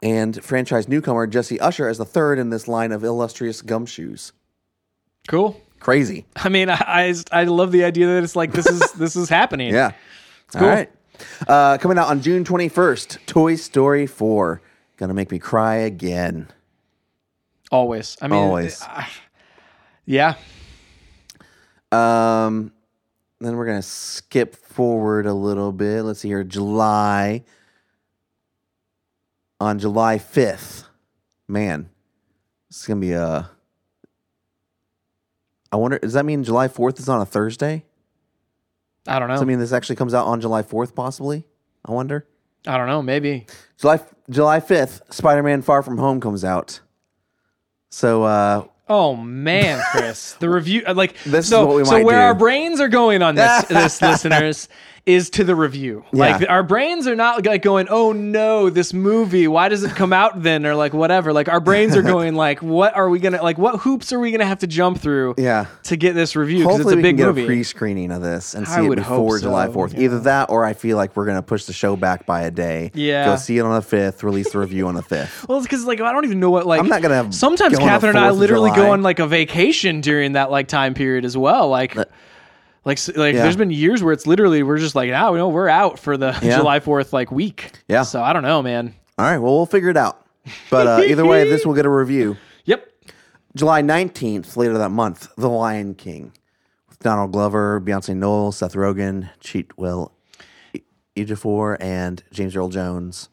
and franchise newcomer Jesse Usher as the third in this line of illustrious gumshoes. Cool. Crazy, I mean, I, I just- I love the idea that it's like this is this is happening. yeah. All right, uh, coming out on June 21st, Toy Story 4. Gonna make me cry again. Always. I mean, Always. I- yeah. Um, then we're gonna skip forward a little bit. Let's see here, July. On July fifth, man, it's gonna be a. I wonder. Does that mean July Fourth is on a Thursday? I don't know. Does that mean this actually comes out on July Fourth? Possibly. I wonder. I don't know. Maybe. July July fifth, Spider Man Far From Home comes out. So uh, Oh man, Chris, the review uh, like This is so. what we so might where do. our brains are going on this, this listeners, is to the review. Like Yeah. our brains are not like going, oh no, this movie. Why does it come out then, or like whatever. Like our brains are going, like what are we gonna like? What hoops are we gonna have to jump through? Yeah. To get this review because it's hopefully a we big can get movie. a pre-screening of this and I see it would hope before so, July Fourth. Either that, or I feel like we're gonna push the show back by a day. Yeah. Go see it on the fifth. Release the review on the fifth. Well, it's because like I don't even know what like. I'm not gonna Sometimes go on the Catherine and I 4th of literally go July. on like a vacation during that like time period as well. Like, like s- like Yeah. there's been years where it's literally we're just like, ah, we know we're out for the Yeah. July Fourth like week. Yeah. So I don't know, man. All right. Well, we'll figure it out. But uh, either way, this will get a review. Yep. July 19th, later that month, The Lion King with Donald Glover, Beyonce Noel, Seth Rogen, Cheat Will Ejiofor, and James Earl Jones.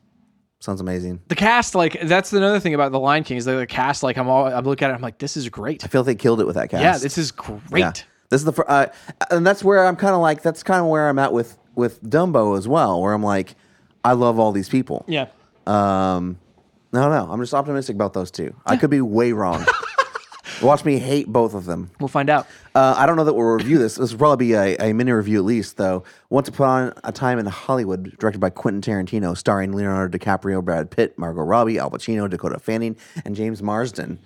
Sounds amazing. The cast, like that's another thing about the Lion King is that the cast, like I'm all I'm looking at it, I'm like, this is great. I feel they killed it with that cast. Yeah, this is great. Yeah. This is the fir- uh, and that's where I'm kind of like that's kind of where I'm at with with Dumbo as well, where I'm like, I love all these people. Yeah. Um, no, no, I'm just optimistic about those two. I could be way wrong. Watch me hate both of them. We'll find out. Uh, I don't know that we'll review this. This will probably be a, a mini review at least, though. Once Upon a Time in Hollywood, directed by Quentin Tarantino, starring Leonardo DiCaprio, Brad Pitt, Margot Robbie, Al Pacino, Dakota Fanning, and James Marsden.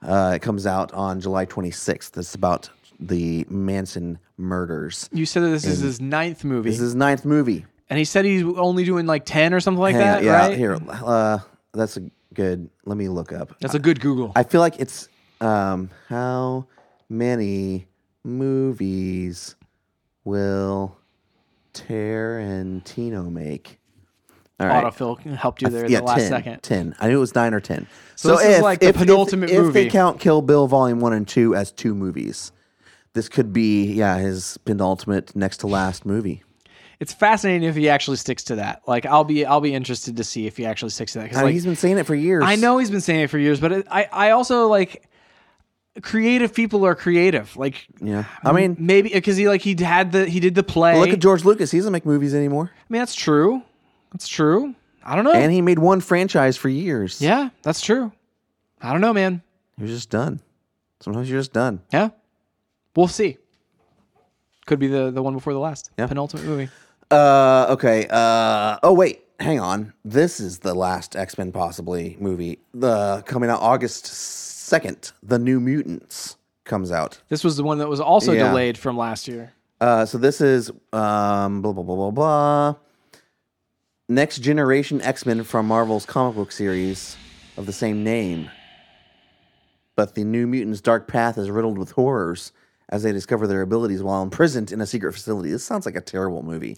Uh, it comes out on July 26th. It's about the Manson murders. You said that this is his ninth movie, This is his ninth movie. and he said he's only doing like ten or something like Hang on, that, yeah, right? here. Uh, that's a good. Let me look up. That's a good Google. I feel like it's um, how many movies will Tarantino make? All right. Autofill helped you there at yeah, the last 10, second. 10. I knew it was 9 or 10. So this is like the penultimate if, movie. they count Kill Bill Volume 1 and 2 as two movies, this could be, yeah, his penultimate, next to last movie. It's fascinating if he actually sticks to that. Like I'll be I'll be interested to see if he actually sticks to that. 'Cause, I mean, like, he's been saying it for years. I know he's been saying it for years, but it, I I also like creative people are creative. Like Yeah. I mean, maybe because he like he had the he did the play. look at George Lucas. He doesn't make movies anymore. I mean that's true. That's true. I don't know. And he made one franchise for years. yeah, that's true. I don't know, man. You're just done. Sometimes you're just done. Yeah, we'll see. Could be the the one before the last Yeah. penultimate movie. Uh, okay. Uh, oh wait, hang on. This is the last X Men possibly movie. The coming out August second. The New Mutants comes out. This was the one that was also Yeah. delayed from last year. Uh, so this is um blah blah blah blah blah. Next Generation X Men from Marvel's comic book series of the same name. But the New Mutants' dark path is riddled with horrors as they discover their abilities while imprisoned in a secret facility. This sounds like a terrible movie.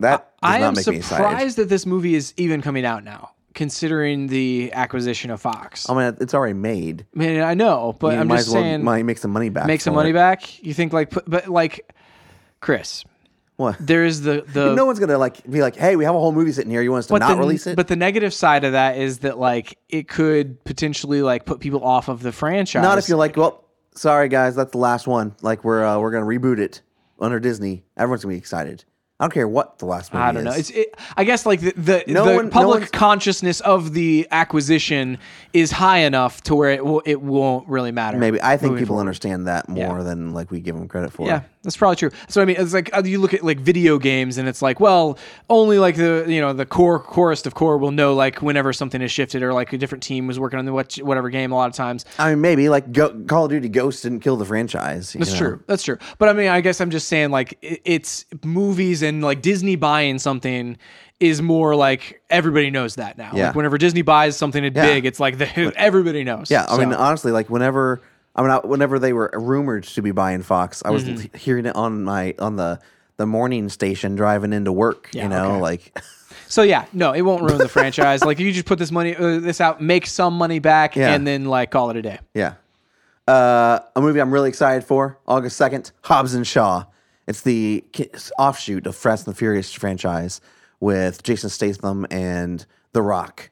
That does I not am make me excited. surprised that this movie is even coming out now, considering the acquisition of Fox. I mean, it's already made. I mean, I know, but Um, You I'm might just as well saying, might make some money back. make some for money it. back. You think like, put- but like, Chris, What? there is the the no one's gonna like be like, "Hey, we have a whole movie sitting here. You want us to not the, release it?" But the negative side of that is that like it could potentially like put people off of the franchise. not if you're like, "Well, sorry guys, that's the last one. Like, we're uh, we're gonna reboot it under Disney. Everyone's gonna be excited. I don't care what the last movie I don't is. know. It's it, I guess like the the, No the one- no public one's- consciousness of the acquisition is high enough to where it will it won't really matter. Maybe I think moving people understand that more than like we give them credit for. Yeah, that's probably true. So I mean, it's like uh, you look at like video games, and it's like, well, only like the you know the core chorus of core will know like whenever something is shifted or like a different team was working on the what, whatever game. A lot of times, I mean, maybe like Go- Call of Duty Ghost didn't kill the franchise. you that's know? true. That's true. But I mean, I guess I'm just saying like i- it's movies and like Disney buying something is more like everybody knows that now. Yeah. Like whenever Disney buys something big, it's like the, everybody knows. Yeah, I mean, uh, So, honestly, like whenever I mean, I, whenever they were rumored to be buying Fox, I was Mm-hmm. l- hearing it on my on the the morning station driving into work. you know, okay. like so yeah, no, it won't ruin the franchise. Like you just put this money uh, this out, make some money back, Yeah. and then like call it a day. yeah, uh, a movie I'm really excited for August second, Hobbs and Shaw. It's the ki- offshoot of Fast and the Furious franchise with Jason Statham and The Rock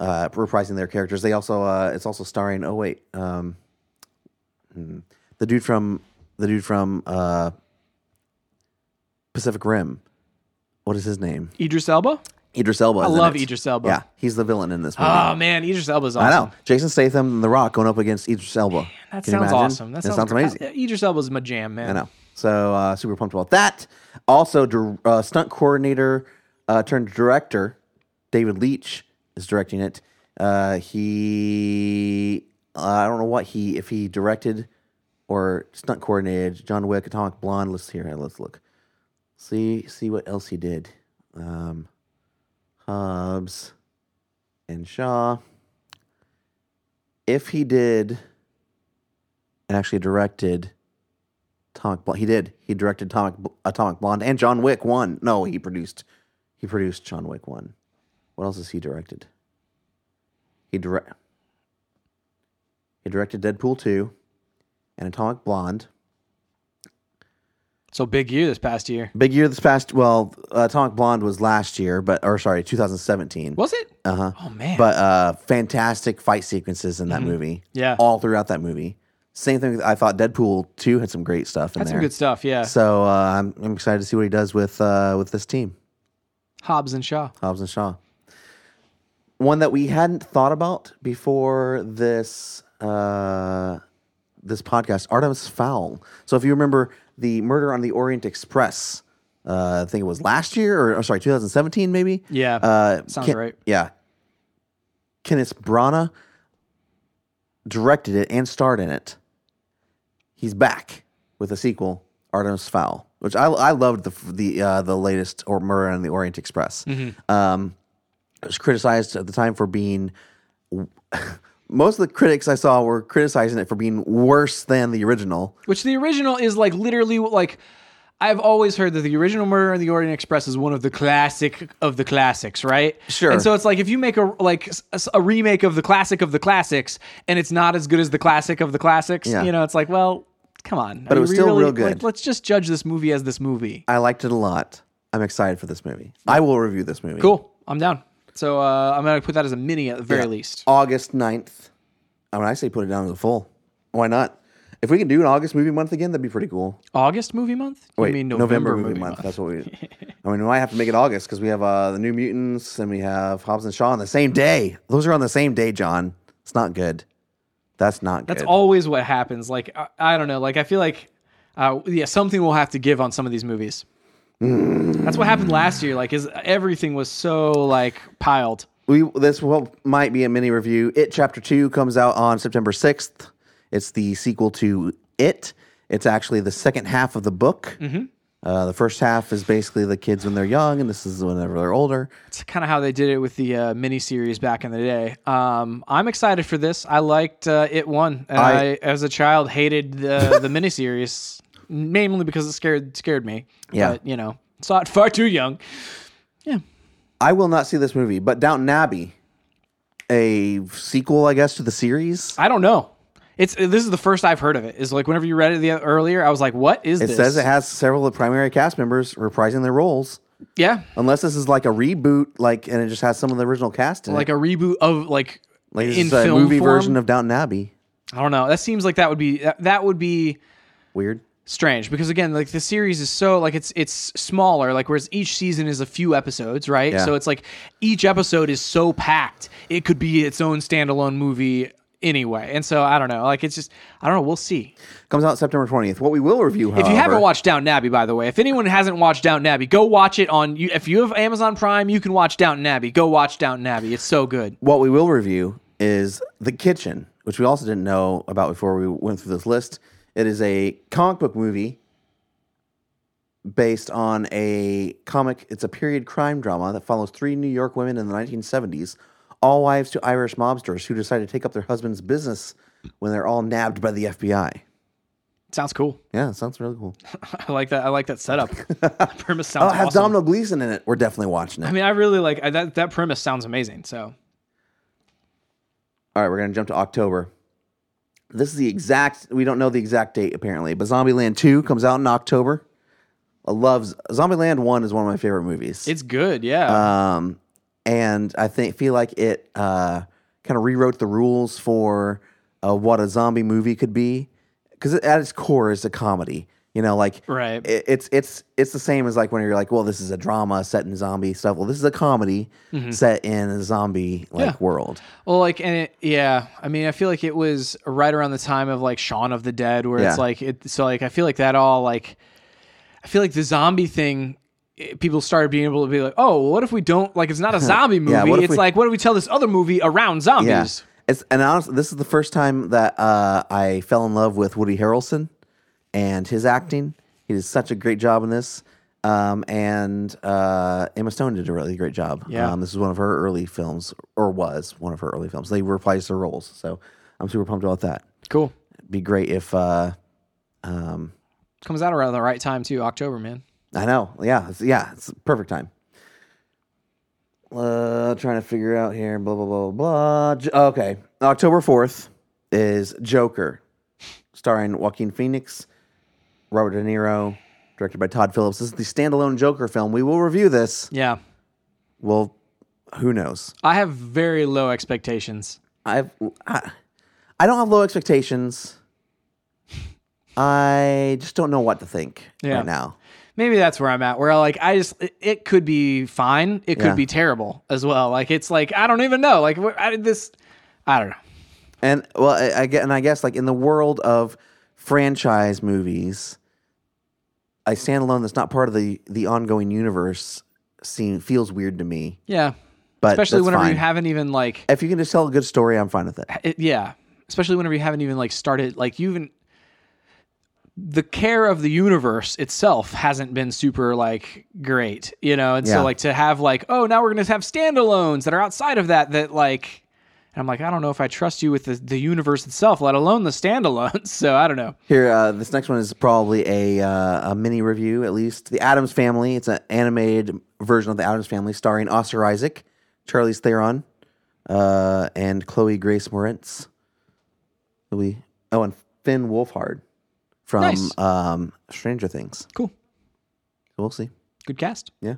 uh, reprising their characters. They also uh, it's also starring. Oh wait, um, hmm, the dude from the dude from uh, Pacific Rim. What is his name? Idris Elba. Idris Elba. I love Idris Elba. Yeah, he's the villain in this movie. Oh man, Idris Elba's awesome. I know. Jason Statham and The Rock going up against Idris Elba. That Can you sounds imagine? awesome. That sounds, amazing. Uh, Idris Elba's my jam, man. I know. So uh, super pumped about that. Also, dir- uh, stunt coordinator uh, turned director David Leach is directing it. Uh, he uh, I don't know what he if he directed or stunt coordinated John Wick, Atomic Blonde. Let's here. Let's look. See see what else he did. Um, Hobbs and Shaw. If he did and actually directed Atomic Blonde. He did. He directed Atomic Atomic Blonde and John Wick One. No, he produced. He produced John Wick One. What else has he directed? He direct. He directed Deadpool Two, and Atomic Blonde. So big year this past year. Big year this past. Well, Atomic Blonde was last year, but or sorry, 2017. Was it? Uh-huh. Oh man. But uh, fantastic fight sequences in that movie. Mm-hmm. Yeah. all throughout that movie. Same thing. I thought Deadpool Two had some great stuff in That's there. some good stuff, yeah. So uh, I'm, I'm excited to see what he does with uh, with this team, Hobbs and Shaw. Hobbs and Shaw. One that we hadn't thought about before this uh, this podcast, Artemis Fowl. So if you remember the Murder on the Orient Express, uh, I think it was last year or, or sorry, 2017 maybe. Yeah, uh, sounds Ken- right. Yeah, Kenneth Branagh directed it and starred in it. He's back with a sequel, Artemis Fowl, which I, I loved the the uh, the latest or Murder on the Orient Express. Um, it was criticized at the time for being. Most of the critics I saw were criticizing it for being worse than the original. Which the original is like literally like I've always heard that the original Murder on the Orient Express is one of the classic of the classics, right? Sure. And so it's like if you make a like s- a remake of the classic of the classics, and it's not as good as the classic of the classics, Yeah. you know, it's like well, come on. But it was still real good. let's just judge this movie as this movie. I liked it a lot. I'm excited for this movie. I will review this movie. Cool. I'm down. So uh, I'm gonna put that as a mini at the very Yeah. least. August 9th. I mean, I say put it down to the full. Why not? If we can do an August movie month again, that'd be pretty cool. August movie month? You Wait, mean That's what we. I mean, we might have to make it August because we have uh, the New Mutants and we have Hobbs and Shaw on the same day. Those are on the same day, John. It's not good. That's not That's good. always what happens. Like I, I don't know. Like I feel like uh, yeah, something will have to give on some of these movies. Hmm. That's what happened last year. Like is everything was so like piled. we this will, might be a mini review. It Chapter Two comes out on September sixth. It's the sequel to It. It's actually the second half of the book. Mm-hmm. Uh, the first half is basically the kids when they're young, and this is whenever they're older. It's kind of how they did it with the uh, miniseries back in the day. Um, I'm excited for this. I liked uh, it one. And I, I- as a child, hated the the miniseries mainly because it scared scared me. Yeah. but, you know, saw it far too young. I will not see this movie, but Downton Abbey, a sequel, I guess, to the series. I don't know. It's this is the first I've heard of it. Is like whenever you read it the, earlier, I was like, "What is It this?" says it has several of the primary cast members reprising their roles, yeah, unless this is like a reboot, like and it just has some of the original cast in like it. a reboot of like, Like this in is a film movie form? version of Downton Abbey. I don't know. That seems like that would be that, that would be Weird. strange because again, like the series is so like it's it's smaller. Like whereas each season is a few episodes, right? Yeah. So it's like each episode is so packed it could be its own standalone movie anyway. And so I don't know. Like it's just I don't know. We'll see. Comes out September twentieth. What we will review, If however, you haven't watched Downton Abbey, by the way, if anyone hasn't watched Downton Abbey, go watch it on. You, if you have Amazon Prime, you can watch Downton Abbey. Go watch Downton Abbey. It's so good. what we will review is the kitchen, which we also didn't know about before we went through this list. It is a comic book movie based on a comic. It's a period crime drama that follows three New York women in the 1970s, all wives to Irish mobsters who decide to take up their husband's business when they're all nabbed by the FBI. Sounds cool. Yeah, that sounds really cool. I like that. I like that setup. That premise sounds Oh, it has awesome. Domino Gleason in it. We're definitely watching it. I mean, I really like I, that. That premise sounds amazing. So All right, we're gonna jump to October. This is the exact. We don't know the exact date apparently, but Zombieland Two comes out in October. I love Zombieland One is one of my favorite movies, it's good. Yeah. um, and I think feel like it uh, kind of rewrote the rules for uh, what a zombie movie could be. because at its core is a comedy. You know, like Right. i- it's it's it's the same as like when you're like, well, this is a drama set in zombie stuff. Well, this is a comedy set in a zombie like Mm-hmm. Yeah. world. Well, like, and it, yeah, I mean, I feel like it was right around the time of like Shaun of the Dead, where Yeah. it's like, it, so like, I feel like that all like, I feel like the zombie thing, it- people started being able to be like, oh, well, what if we don't like, it's not a zombie movie. Yeah, what if it's we- like, what do we tell this other movie around Yeah. zombies? It's, and honestly, this is the first time that uh, I fell in love with Woody Harrelson and his acting. He did such a great job in this. Um, and uh, Emma Stone did a really great job. Yeah. Um, this is one of her early films, or was one of her early films. They replaced their roles. So I'm super pumped about that. Cool. It'd be great if, uh, Comes out around the right time too, October, man. I know. Yeah. It's, yeah. It's the perfect time. Uh, trying to figure out here. Blah, blah, blah, blah. J- okay. October 4th is Joker, starring Joaquin Phoenix, Robert De Niro, directed by Todd Phillips. This is the standalone Joker film. We will review this. Yeah. Well, who knows? I have very low expectations. I've, I, I don't have low expectations. I just don't know what to think Yeah. right now. Maybe that's where I'm at. Where like I just it, it could be fine, it could Yeah. be terrible as well. Like it's like I don't even know. Like wh- I did this, I don't know. And well, I, I get, and I guess like in the world of franchise movies, a standalone that's not part of the the ongoing universe seem feels weird to me. Yeah, But especially that's whenever fine. you haven't even like if you can just tell a good story, I'm fine with it. it, yeah, especially whenever you haven't even like started like you even the care of the universe itself hasn't been super like great, you know. And Yeah. so like to have like oh now we're gonna have standalones that are outside of that that like. And I'm like, I don't know if I trust you with the, the universe itself, let alone the standalones. So I don't know. Here, uh, this next one is probably a uh, a mini review, at least. The Adams Family. It's an animated version of the Adams Family, starring Oscar Isaac, Charlize Theron, uh, and Chloe Grace Moretz. Who We oh, and Finn Wolfhard from Nice. um, Stranger Things. Cool. We'll see. Good cast. Yeah.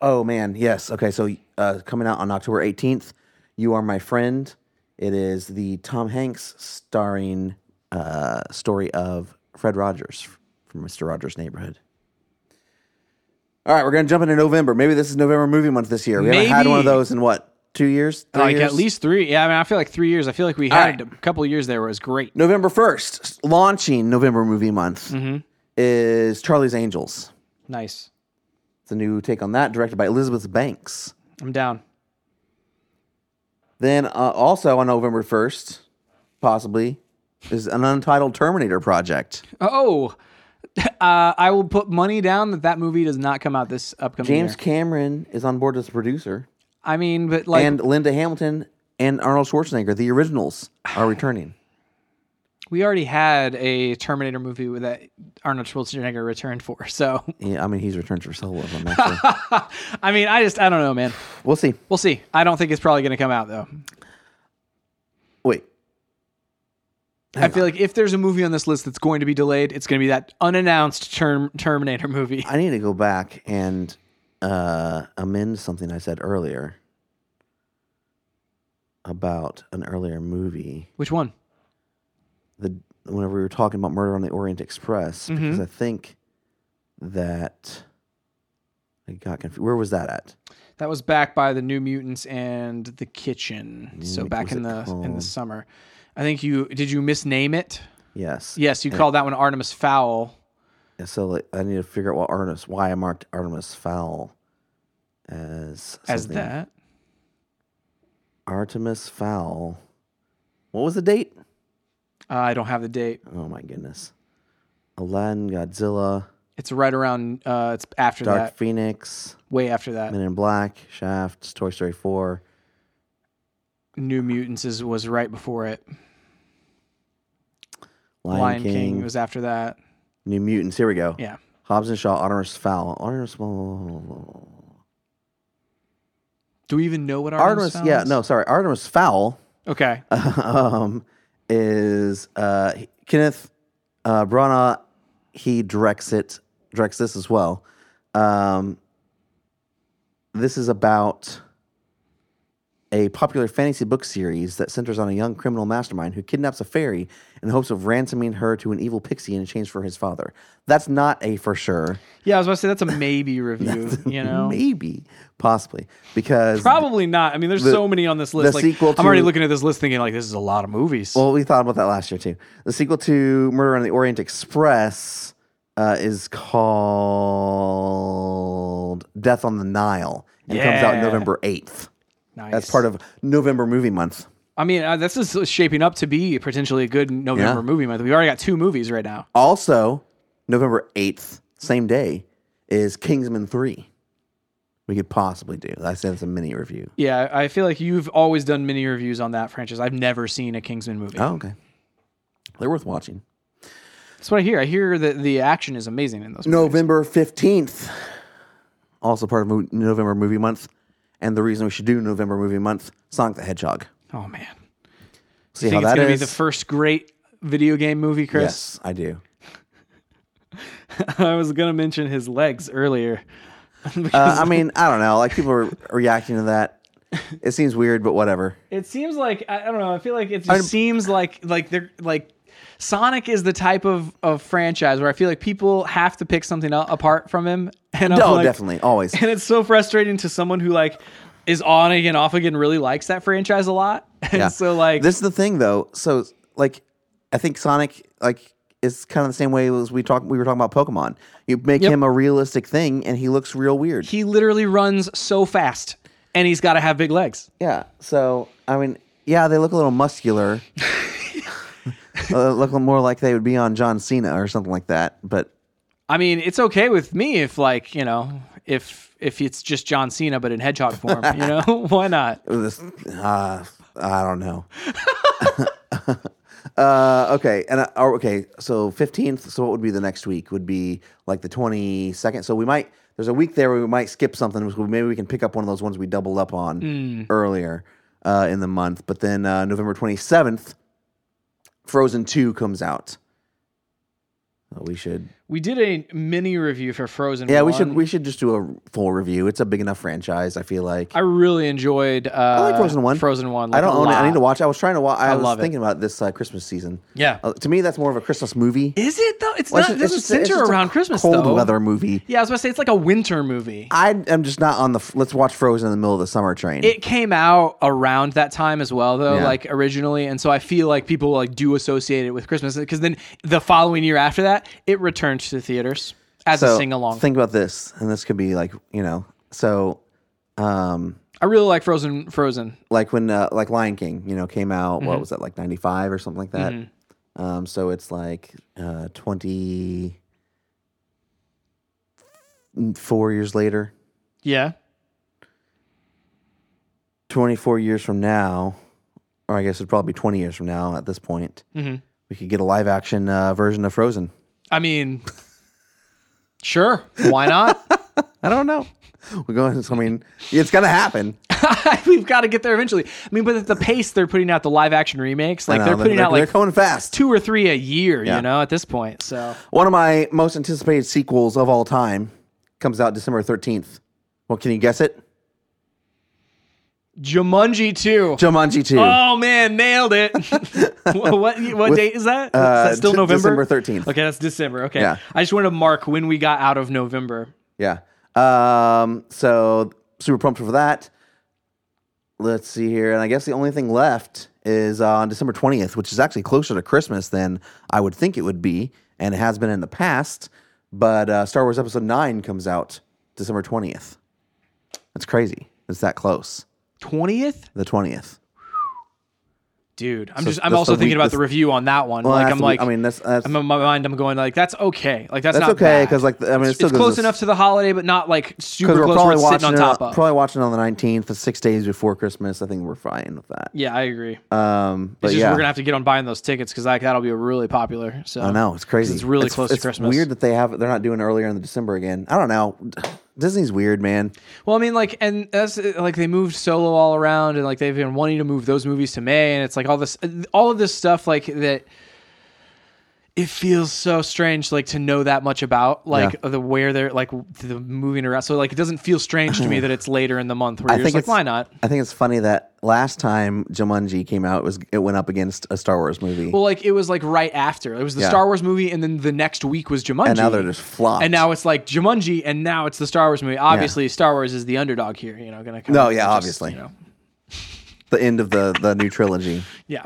Oh man, yes. Okay, so uh, coming out on October eighteenth, "You Are My Friend." It is the Tom Hanks starring uh, story of Fred Rogers from Mister Rogers' Neighborhood. All right, we're gonna jump into November. Maybe this is November movie month this year. We haven't had one of Maybe. those in what two years? Three like years? at least three. Yeah, I mean, I feel like three years. I feel like we right. had a couple years there where it was great. November first, launching November movie month Mm-hmm. is Charlie's Angels. Nice. It's a new take on that, directed by Elizabeth Banks. I'm down. Then uh, also on November 1st, possibly, is an untitled Terminator project. Oh, uh, I will put money down that that movie does not come out this upcoming James year. Cameron is on board as producer, I mean, but like and Linda Hamilton and Arnold Schwarzenegger, the originals, are returning. we already had a Terminator movie with that Arnold Schwarzenegger returned for. So Yeah, I mean, he's returned for solo. I'm not sure. I mean, I just I don't know, man. we'll see. We'll see. I don't think it's probably going to come out though. Wait, I feel like if there's a movie on this list that's going to be delayed, it's going to be that unannounced term Terminator movie. I need to go back and uh, amend something I said earlier about an earlier movie. Which one? the whenever we were talking about Murder on the Orient Express Mm-hmm. because I think that I got confused. Where was that at? That was back by the New Mutants and the Kitchen. So Mutants, back was in it the in the called? summer, I think you did you misname it? Yes. Yes, you called that one Artemis Fowl. And So like, I need to figure out what Artemis, why I marked Artemis Fowl as As something. that Artemis Fowl. What was the date? uh, I don't have the date. Oh my goodness. Aladdin, Godzilla, It's right around. Uh, it's after Dark that, Phoenix, way after that. Men in Black, Shaft, Toy Story 4. New Mutants is, was right before it. Lion, King, was after that. New Mutants. Here we go. Yeah, Hobbs and Shaw, Artemis Fowl, Artemis Fowl, do we even know what Artemis. Artemis? Fowl Yeah, is? no, sorry, Artemis Fowl Okay, um, is uh, Kenneth uh, Branagh. He directs it, directs this as well. Um, this is about a popular fantasy book series that centers on a young criminal mastermind who kidnaps a fairy in hopes of ransoming her to an evil pixie in exchange for his father. That's not a for sure. Yeah, I was about to say that's a maybe review. you know, Maybe, possibly, because probably not. I mean, there's so many on this list. the like, sequel I'm already to- looking at this list thinking like this is a lot of movies. Well, we thought about that last year too. The sequel to Murder on the Orient Express uh, is called Death on the Nile and comes out Yeah. November 8th. nice. That's part of November Movie Month. I mean, uh, this is shaping up to be potentially a good November Yeah. movie month. We've already got two movies right now. Also, November 8th, same day, is Kingsman 3. We could possibly do. I said it's a mini review. Yeah, I feel like you've always done mini reviews on that franchise. I've never seen a Kingsman movie. Oh, okay. They're worth watching. That's what I hear. I hear that the action is amazing in those. movies. November 15th, also part of Mo- November Movie Month. And the reason we should do November Movie Month, Sonic the Hedgehog. Oh man, See how I think it's that going to be is. the first great video game movie, Chris. yes, I do. I was going to mention his legs earlier. Uh, I mean, I don't know. Like people are reacting to that. It seems weird, but whatever. It seems like I I don't know. I feel like it just seems like like they're like Sonic is the type of of franchise where I feel like people have to pick something a- apart from him. And I'm No, like- Oh, definitely, always. And it's so frustrating to someone who like is on again, off again, really likes that franchise a lot. And Yeah. so like this is the thing, though. So, like, I think Sonic, like, is kind of the same way as we talk. We were talking about Pokemon. You make Yep. him a realistic thing, and he looks real weird. he literally runs so fast, and he's got to have big legs. yeah. So, I mean, yeah, they look a little muscular. uh, look more like they would be on John Cena or something like that. But I mean, it's okay with me if like you know if if it's just John Cena but in hedgehog form. You know why not? this uh, I don't know. uh, okay, and uh, or- okay, so fifteenth. So what would be the next week? Would be like the twenty second. So we might there's a week there where we might skip something. which we- Maybe we can pick up one of those ones we doubled up on earlier uh, in the month. But then uh, November twenty seventh, Frozen two comes out. Uh, we should We did a mini review for Frozen. yeah we 1. should we should just do a full review. It's a big enough franchise. I feel like I really enjoyed. Uh, I like Frozen one. Frozen one. I don't own it. I need to watch. it. I was trying to watch. I, was love it. thinking about this uh, Christmas season. Yeah. Uh, to me, that's more of a Christmas movie. Is it though? It's Well, not. ju- It doesn't it's center just a around Christmas cold though. weather movie. Yeah, I was about to say it's like a winter movie. I am just not on the. f- Let's watch Frozen in the middle of the summer train. It came out around that time as well, though, Yeah. like originally, and so I feel like people like do associate it with Christmas because then the following year after that, it returned to theaters as so a sing along. Think about this, and this could be like you know. So, um, I really like Frozen. Frozen. like when uh, like Lion King, you know, came out. Mm-hmm. What was that like ninety five or something like that? Um, so it's like uh, twenty mm, four years later. Yeah. 24 years from now, or I guess it'd probably be 20 years from now at this point, Mm-hmm. we could get a live action uh, version of Frozen. I mean, sure. Why not? I don't know. We're going, I mean, it's going to happen. We've got to get there eventually. I mean, but at the pace they're putting out the live action remakes, like No, they're putting out uh, they're like going fast. two or three a year, Yeah. you know, at this point. So One of my most anticipated sequels of all time comes out December 13th. Well, can you guess it? Jumanji 2. Jumanji 2. oh man, nailed it. what what, what date is that? is uh, that still d- November? December 13th. Okay, that's December. Okay. Yeah. I just wanted to mark when we got out of November. Yeah. Um, so super pumped for that. Let's see here. And I guess the only thing left is uh, on December 20th, which is actually closer to Christmas than I would think it would be. And it has been in the past. But uh, Star Wars Episode 9 comes out December 20th. That's crazy. It's that close. 20th? The 20th. Dude, I'm So just I'm that's also the thinking week- about that's- the review on that one. Well, like that's I'm the- like I mean, that's, that's, I'm in my mind I'm going like that's okay. Like that's, that's not okay. bad. Because, like, I mean, it still gives it's close us- enough to the holiday, but not like super Because we're close. Where probably it's sitting watching, on it top on- of. probably watching it on the 19th, the six days before Christmas. I think we're fine with that. yeah, I agree. It's Um, but just yeah. we're gonna have to get on buying those tickets because like that'll be really popular. So I know it's crazy. It's really close to it's Christmas. Weird that they have they're not doing earlier in the December again. I don't know. Disney's weird, man. Well, I mean, like, and that's like they moved Solo all around, and like they've been wanting to move those movies to May, and it's like all this, all of this stuff, like that. it feels so strange like to know that much about like the where they're like the moving around so like it doesn't feel strange to me that it's later in the month where I you're think just like it's- why not I think it's funny that last time Jumanji came out, it was it went up against a Star Wars movie, well like it was like right after it was the Yeah. star wars movie and then the next week was jumanji and now they're just flopped. and now it's like Jumanji, and now it's the Star Wars movie. Obviously, Star Wars is the underdog here. You know, gonna come. No, yeah, obviously. You know, the end of the the new trilogy. yeah.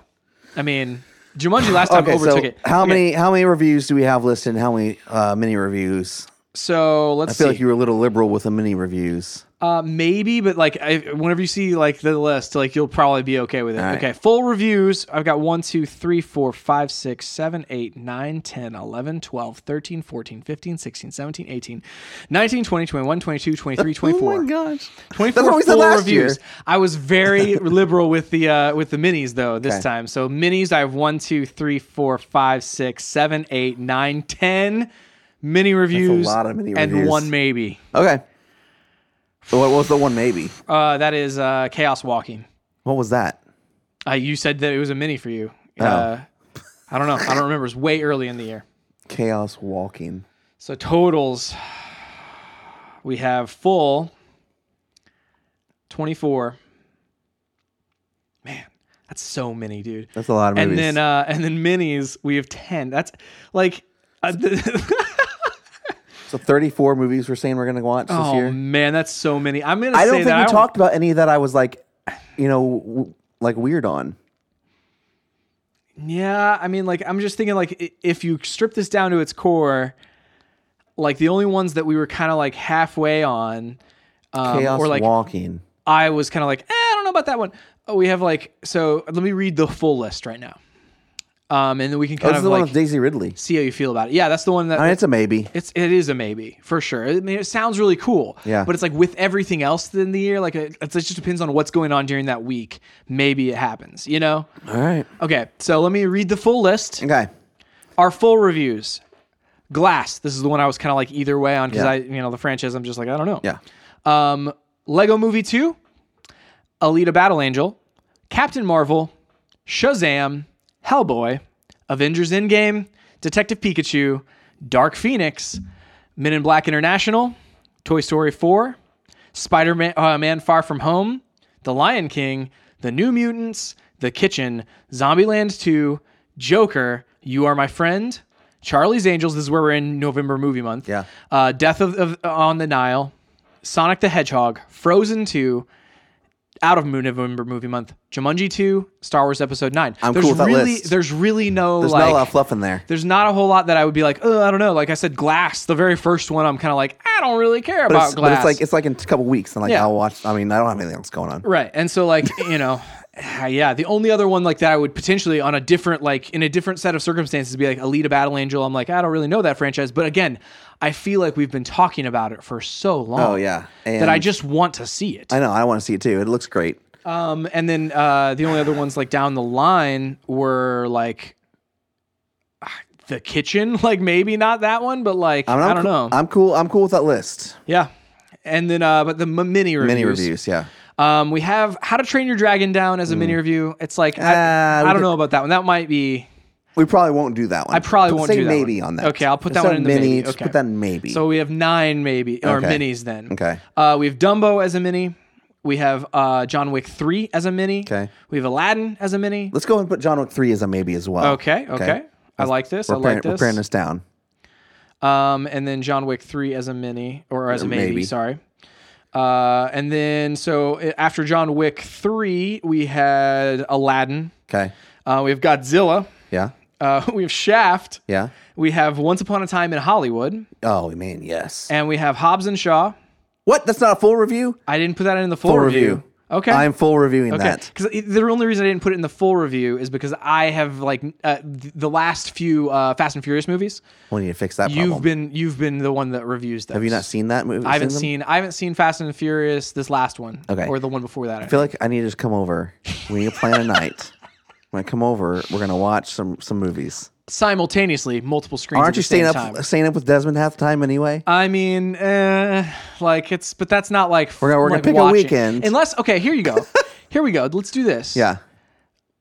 I mean, Jumanji last time overtook it. how Okay, many how many reviews do we have listed? How many uh, mini reviews? So let's I feel see. like you were a little liberal with the mini reviews. uh, maybe, but like, I, whenever you see like the list, like you'll probably be okay with it. right. Okay, full reviews. I've got 1, 2, 3, 4, 5, 6, 7, 8, 9, 10, 11, 12, 13, 14, 15, 16, 17, 18, 19, 20, 21, 22, 23, Oh 24. gosh, 24 what we said full last reviews. year. I was very liberal with the uh, with the minis though this Okay. time. So minis, I have one, two, three, four, five, six, seven, eight, nine, ten mini reviews. lot of mini and reviews. one maybe. Okay. So What was the one? Maybe. Uh, that is uh, chaos walking. What was that? Uh, you said that it was a mini for you. Oh. Uh, I don't know. I don't remember. It was way early in the year. Chaos walking. So totals, we have full twenty four. Man, that's so many, dude. That's a lot of and movies. then uh and then minis we have 10 that's like uh, th- so 34 movies we're saying we're going to watch this oh year. man that's so many i'm gonna I say don't think that we I don't- talked about any that I was like, you know, w- like weird on. yeah i mean like i'm just thinking like i- if you strip this down to its core like the only ones that we were kind of like halfway on um, Chaos or like walking. i was kind of like eh, i don't know about that one oh we have like so let me read the full list right now um and then we can Oh, kind this is of the one like with Daisy Ridley. see how you feel about it yeah that's the one that I mean, it's a maybe. It's it is a maybe for sure. I mean, it sounds really cool. Yeah. But it's like with everything else in the year, like it, it just depends on what's going on during that week. Maybe it happens. You know. All right. Okay, so let me read the full list. Okay. Our full reviews. Glass. This is the one I was kind of like either way on because Yeah. I, you know, the franchise. I'm just like I don't know. Yeah. Um, Lego Movie Two, Alita: Battle Angel, Captain Marvel, Shazam, Hellboy, Avengers: Endgame, Detective Pikachu, Dark Phoenix, Men in Black International, Toy Story Four, Spider Man uh, Man Far From Home, The Lion King, The New Mutants, The Kitchen, Zombieland 2, Joker, You Are My Friend, Charlie's Angels. This is where we're in November movie month. Yeah. Uh, Death of, of on the Nile, Sonic the Hedgehog, Frozen 2, out of Moon November movie month, Jumanji 2, Star Wars Episode 9. I'm there's cool with that really, list. There's really no There's like not a lot of fluff in there. there's not a whole lot that I would be like, oh, I don't know. Like I said, Glass, the very first one, I'm kind of like, I don't really care But about it's, but Glass. it's like it's like in a couple weeks, and like Yeah. I'll watch. I mean, I don't have anything else going on. Right. And so like, you know, yeah, the only other one like that I would potentially on a different like in a different set of circumstances be like Elite Battle Angel. I'm like, I don't really know that franchise, but again, I feel like we've been talking about it for so long. Oh yeah, and That I just want to see it. I know I want to see it too. It looks great. Um, and then uh, the only other ones like down the line were like ah, the kitchen, like maybe not that one, but like I, I, mean, I'm don't cool- know, I'm cool. I'm cool with that list. yeah. And then uh, but the m- mini reviews. Mini reviews, yeah. Um, we have How to Train Your Dragon down as a mini review. It's like Ah, I, I we don't could- know about that one. That might be We probably won't do that one. I probably won't say do that maybe one. on that. Okay, I'll put that Instead of one in the mini. maybe. Just Okay. put that in maybe. so we have nine maybe or Okay. minis then. Okay. Uh, we have Dumbo as a mini. We have uh, John Wick three as a mini. Okay. We have Aladdin as a mini. let's go and put John Wick three as a maybe as well. Okay, okay. I like this. We're, I paring- like we're paring this this. down. Um, and then John Wick three as a mini or as a maybe. maybe. Sorry. Uh, and then so uh, after John Wick three, we had Aladdin. Okay. Uh, we have Godzilla. Yeah. Uh, we have Shaft. Yeah. We have Once Upon a Time in Hollywood, Oh man, yes. and we have Hobbs and Shaw. what? That's not a full review. I didn't put that in the full, Full review. review. Okay. I'm full reviewing Okay. that. Because the only reason I didn't put it in the full review is because I have like uh, th- the last few uh, Fast and Furious movies. We need to fix that You've problem. been you've been the one that reviews those. Have you not seen that movie? I haven't them? seen I haven't seen Fast and Furious this last one. Okay. Or the one before that. I I feel like I need to just come over. We need to plan a night. When I come over, we're gonna watch some some movies. Simultaneously, multiple screens. Aren't at you the staying same up Time. staying up with Desmond half the time anyway? I mean, uh, like it's, but that's not like we're gonna- we're gonna like pick a watching. weekend. Unless okay, here you go. here we go. Let's do this. yeah.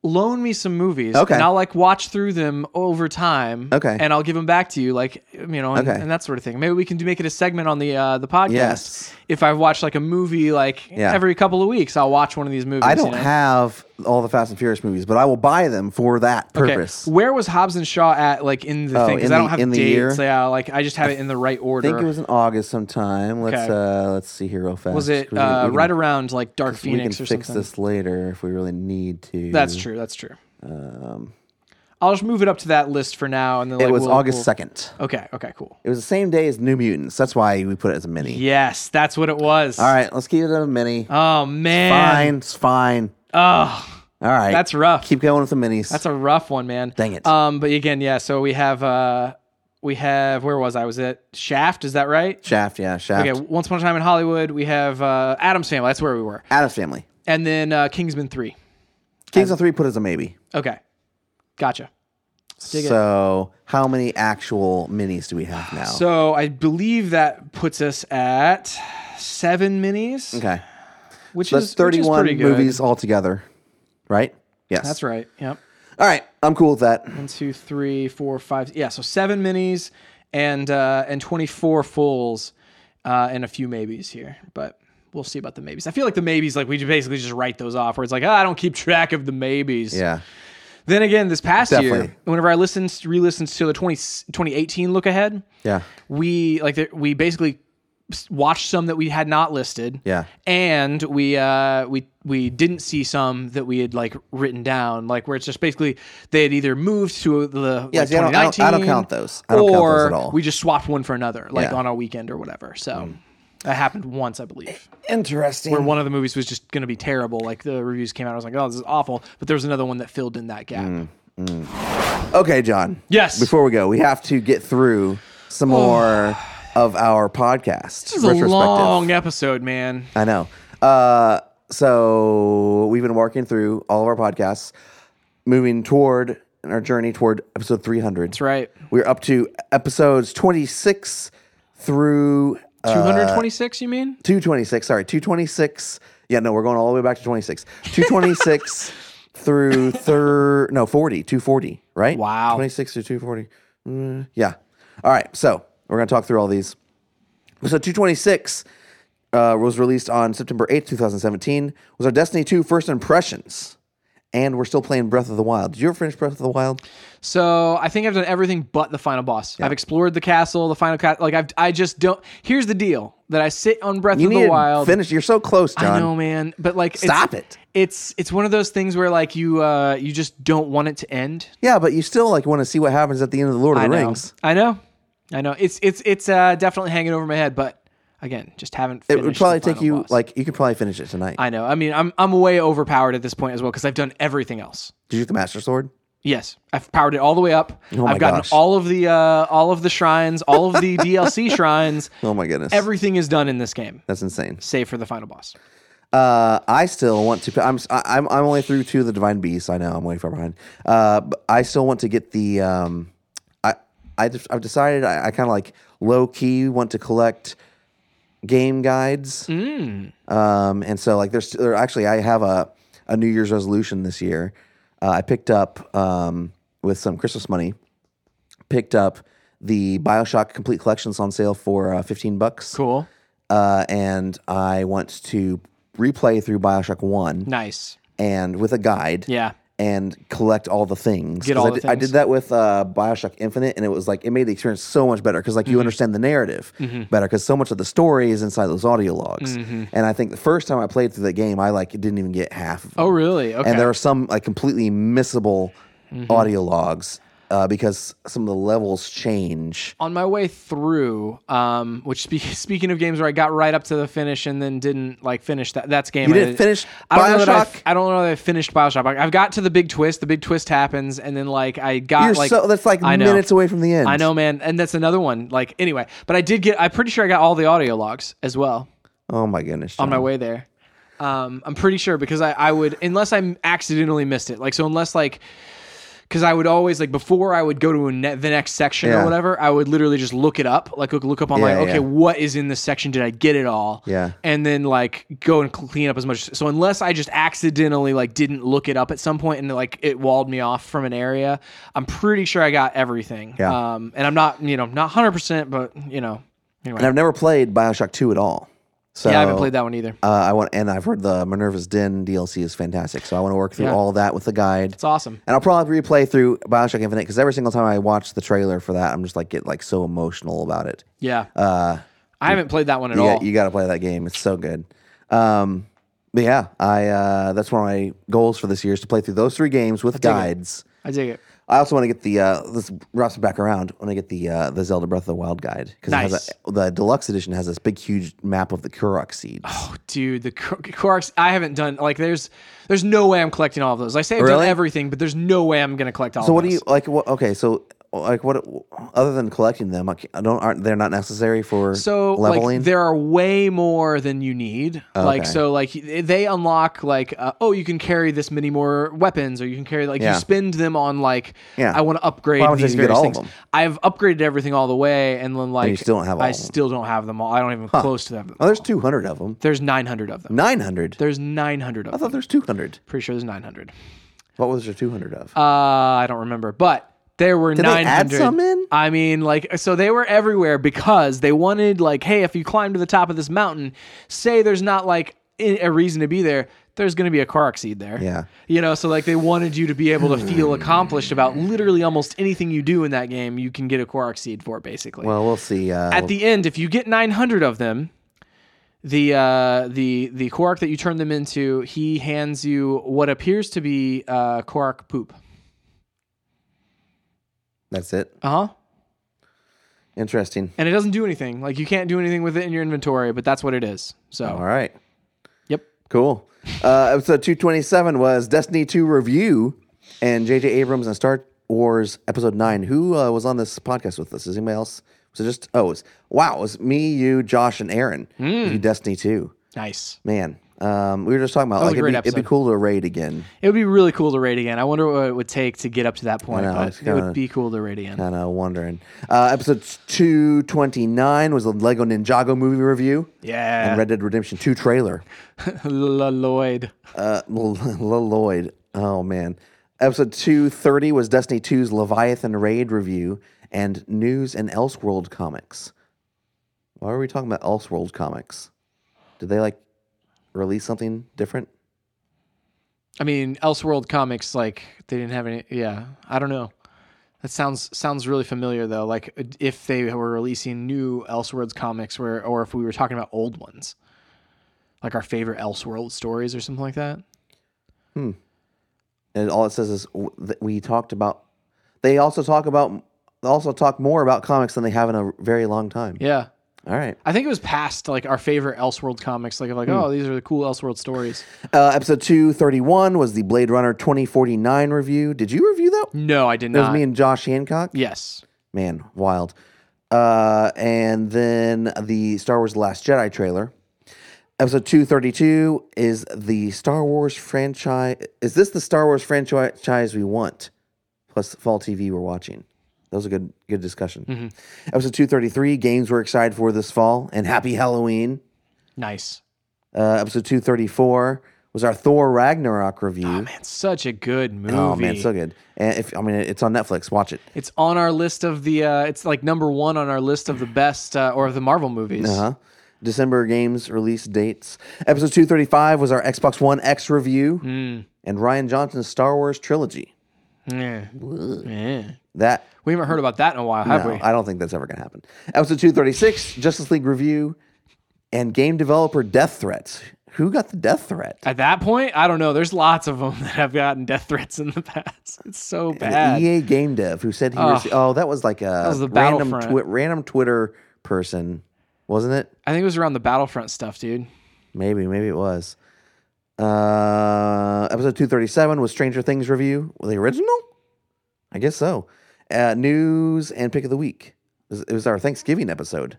loan me some movies Okay. and I'll like watch through them over time. Okay. And I'll give them back to you, like, you know, and, Okay. and that sort of thing. Maybe we can do, make it a segment on the, uh, the podcast. Yes. If I've watched like a movie, like Yeah. every couple of weeks, I'll watch one of these movies. I you don't know? have all the Fast and Furious movies, but I will buy them for that Okay. purpose. Where was Hobbs and Shaw at, like in the Oh, thing? Because in I don't the- have in the dates. year? Yeah, like I just have it in the right I order. think it was in August sometime. Let's Okay. uh let's see here real fast. Was it We- uh, we can- right around like Dark We can Phoenix or fix something? this later if we really need to. That's true. That's true. I'll just move it up to that list for now, and then Um, It like, was we'll- August we'll- second. Okay. Okay. Cool. It was the same day as New Mutants. That's why we put it as a mini. Yes, that's what it was. All right, let's keep it a mini. Oh man. fine, it's fine. Oh, All right, that's rough. keep going with the minis. That's a rough one, man. Dang it. Um, but again, yeah. So we have uh, we have where was I? Was it Shaft? Is that right? Shaft, yeah, Shaft. Okay. Once upon a time in Hollywood, we have uh, Adam's Family. That's where we were, Adam's Family. and then uh, Kingsman Three. Kings of Three put as a maybe. Okay. Gotcha. Dig it. so, how many actual minis do we have now? So I believe that puts us at seven minis, okay, which Mm. that's is which is thirty-one pretty good. movies altogether, right? Yes, That's right. Yep. All right, I'm cool with that. One, two, three, four, five. Yeah. So seven minis and uh, and twenty four fulls uh, and a few maybes here, but we'll see about the maybes. I feel like the maybes, like we ju- basically just write those off, where it's like, ah, I don't keep track of the maybes. Yeah, Then again, this past Definitely. year, whenever I listened, re-listened to the 20, 2018 look ahead, yeah, we like the, we basically s- watched some that we had not listed. Yeah. And we uh we we didn't see some that we had like written down, like where it's just basically they had either moved to the Yeah, like, see, I don't- I don't- I don't 2019, count those. I don't count those or at all. We just swapped one for another, like Yeah. Mm. on a weekend or whatever. So that happened once, I believe. interesting. Where one of the movies was just going to be terrible. Like the reviews came out, I was like, "Oh, this is awful," but there was another one that filled in that gap. Mm. Okay, John. Yes. Before we go, we have to get through some more of our podcast This is a long episode, man. I know. Uh, so we've been working through all of our podcasts, moving toward our journey toward episode 300. That's right. We're up to episodes 26 through uh, Two hundred twenty-six. you mean? 226. Sorry, 226. Yeah, no, we're going all the way back to 26. 226 through thir no 40, 240, right? Wow. 26 to 240. Mm, yeah. All right. So we're gonna talk through all these. So 226 uh, was released on September 8th, 2017. Was our Destiny 2 first impressions, and we're still playing Breath of the Wild. Did you ever finish Breath of the Wild? So I think I've done everything but the final boss. I've explored the castle, the final castle. Like I've, I just don't. Here's the deal: that I sit on Breath You of need the to Wild. finish. You're so close, John. I know, man, but like, Stop it's, it. It's it's one of those things where like you uh you just don't want it to end. Yeah, but you still like want to see what happens at the end of the Lord of I the know. Rings. I know. I know. It's it's it's uh definitely hanging over my head, but again, just haven't. It would probably take you boss. like you could probably finish it tonight. I know. I mean, I'm I'm way overpowered at this point as well because I've done everything else. Did you get the Master Sword? Yes, I've powered it all the way up. Oh my I've gotten gosh. all of the uh, all of the shrines, all of the DLC shrines. Oh my goodness, Everything is done in this game, that's insane. save for the final boss. Uh, I still want to. I'm I- I'm I'm only through two of the Divine Beasts. I know I'm way far behind. Uh, but I still want to get the. Um, I I just, I've decided I, I kind of like low key want to collect game guides. Um, and so like there's there, actually I have a a New Year's resolution this year. Uh, I picked up um with some Christmas money. Picked up the Bioshock Complete Collections on sale for uh, fifteen bucks Cool, uh, and I want to replay through Bioshock One nice. and with a guide. Yeah, And collect all the things. Get 'Cause all I the did, I did things. that with uh, Bioshock Infinite, and it was like it made the experience so much better because like Mm-hmm. you understand the narrative better because so much of the story is inside those audio logs. Mm-hmm. And I think the first time I played through that game, I like didn't even get half. Of them. Oh, really? Okay. Mm-hmm. And there are some like completely missable audio logs uh, because some of the levels change. on my way through, um, which spe- speaking of games where I got right up to the finish and then didn't like finish that that's game. You I didn't finish I don't know that I, Bioshock? I don't know that I finished Bioshock. Like, I've got to the big twist. The big twist happens, and then like I got You're like so that's like I know. minutes away from the end. I know, man, and that's another one. Like anyway, but I did get. I'm pretty sure I got all the audio logs as well Oh my goodness. on my way there. Um, I'm pretty sure because I, I would unless I accidentally missed it. Like so, unless like because I would always like before I would go to a ne- the next section Yeah. or whatever, I would literally just look it up, like look, look up online. Yeah, okay, yeah. what is in this section? Did I get it all? Yeah. and then like go and cl- clean up as much. So unless I just accidentally like didn't look it up at some point and like it walled me off from an area, I'm pretty sure I got everything. Yeah. um, and I'm not you know not hundred percent, but you know anyway. And I've never played Bioshock Two at all. So yeah, I haven't played that one either. Uh, I want, and I've heard the Minerva's Den DLC is fantastic. So I want to work through Yeah. all that with the guide. It's awesome. And I'll probably replay through Bioshock Infinite because every single time I watch the trailer for that, I'm just like get like so emotional about it. Yeah, uh, I haven't played that one at You, all. got, you got to play that game. It's so good. Um, but yeah, I uh, that's one of my goals for this year is to play through those three games with guides. I dig it. I also want to get the uh, this wraps it back around. I want to get the uh, the Zelda Breath of the Wild guide because Nice. the deluxe edition has this big huge map of the Kurok seeds. Oh, dude the Cor- Korok's, i haven't done like there's there's no way i'm collecting all of those i say i've Really? done everything but there's no way i'm gonna collect all So of what do those you like? What, okay, so like what? Other than collecting them, like, I don't aren't they're not necessary for so leveling? like there are way more than you need like Okay. so like they unlock like uh, oh you can carry this many more weapons or you can carry like Yeah. you spend them on like Yeah. i want to upgrade Problem is these you get various all of things them. i've upgraded everything all the way and then like you still don't have all i of them. still don't have them all i don't even close to them oh, there's two hundred of them. there's 900 of them Nine hundred. I there's 900 of them thought there's two hundred. pretty sure there's 900 What was there two hundred of? Uh, I don't remember, but there were they nine add hundred. some in? I mean, like, so they were everywhere because they wanted, like, hey, if you climb to the top of this mountain, say there's not like i- a reason to be there. There's going to be a car seed there. Yeah. Hmm. you know, so like they wanted you to be able to feel accomplished about literally almost anything you do in that game. You can get a Quark seed for basically. well, we'll see. Uh, At the end, if you get 900 of them, the uh, the the Quark that you turn them into, he hands you what appears to be uh, Quark poop. that's it. Uh huh. Interesting. and it doesn't do anything. Like you can't do anything with it in your inventory, but that's what it is. So All right. yep, Cool. Uh, episode 227 was Destiny 2 review and J.J. Abrams and Star Wars Episode 9. Who uh, was on this podcast with us? Is anybody else? Was it just, oh, it was, wow, it was me, you, Josh, and Aaron. Hmm. who did Destiny 2. nice. Man, um, we were just talking about, was like, a it'd great be, it'd be episode. cool to raid again. It would be really cool to raid again. I wonder what it would take to get up to that point. know, but it's it kinda- would be cool to raid again. Kind of wondering. Uh, episode 229 was the Lego Ninjago movie review and yeah, Red Dead Redemption 2 trailer. La Lloyd. Uh, L- L- Lloyd. Oh man. Episode 230 was Destiny 2's Leviathan Raid review and news and Elseworld comics. Why are we talking about Elseworld comics? Did they like release something different? I mean, Elseworld comics like they didn't have any. Yeah, I don't know. That sounds sounds really familiar though. Like if they were releasing new Elseworlds comics, where or if we were talking about old ones, like our favorite Elseworld stories or something like that. And all it says is w- that we talked about. They also talk about also talk more about comics than they have in a very long time. Yeah, All right. I think it was past like our favorite Elseworld comics, like like oh these are the cool Elseworld stories. Uh, episode 231 was the Blade Runner 2049 review. Did you review that? No, I did It was not. me and Josh Hancock. yes, man, wild. Uh, and then the Star Wars: The Last Jedi trailer. Episode two thirty two is the Star Wars franchise. Is this the Star Wars franchise we want? Plus fall TV we're watching. That was a good good discussion. Episode two thirty three games we're excited for this fall and Happy Halloween. nice. Uh, episode two thirty four was our Thor Ragnarok review. Oh man, Man, such a good movie. so good. And if I mean it's on Netflix, watch it. it's on our list of the. Uh, it's like number one on our list of the best uh, or of the Marvel movies. Uh-huh. December games release dates. Episode 235 was our Xbox One X review Hmm. and Ryan Johnson's Star Wars trilogy. Yeah. Yeah. That We haven't heard about that in a while, have no, we? I don't think that's ever going to happen. Episode 236, Justice League review and game developer death threats. Who got the death threat? At that point, I don't know. There's lots of them that have gotten death threats in the past. It's so The bad. EA game dev who said he rece- oh that was like a was the random Battlefront. twi- random Twitter person, wasn't it? I think it was around the Battlefront stuff, dude. Maybe, maybe it was. Uh, episode 237 was Stranger Things review. Well, the original? I guess so. Uh, news and pick of the week. It was, it was our Thanksgiving episode.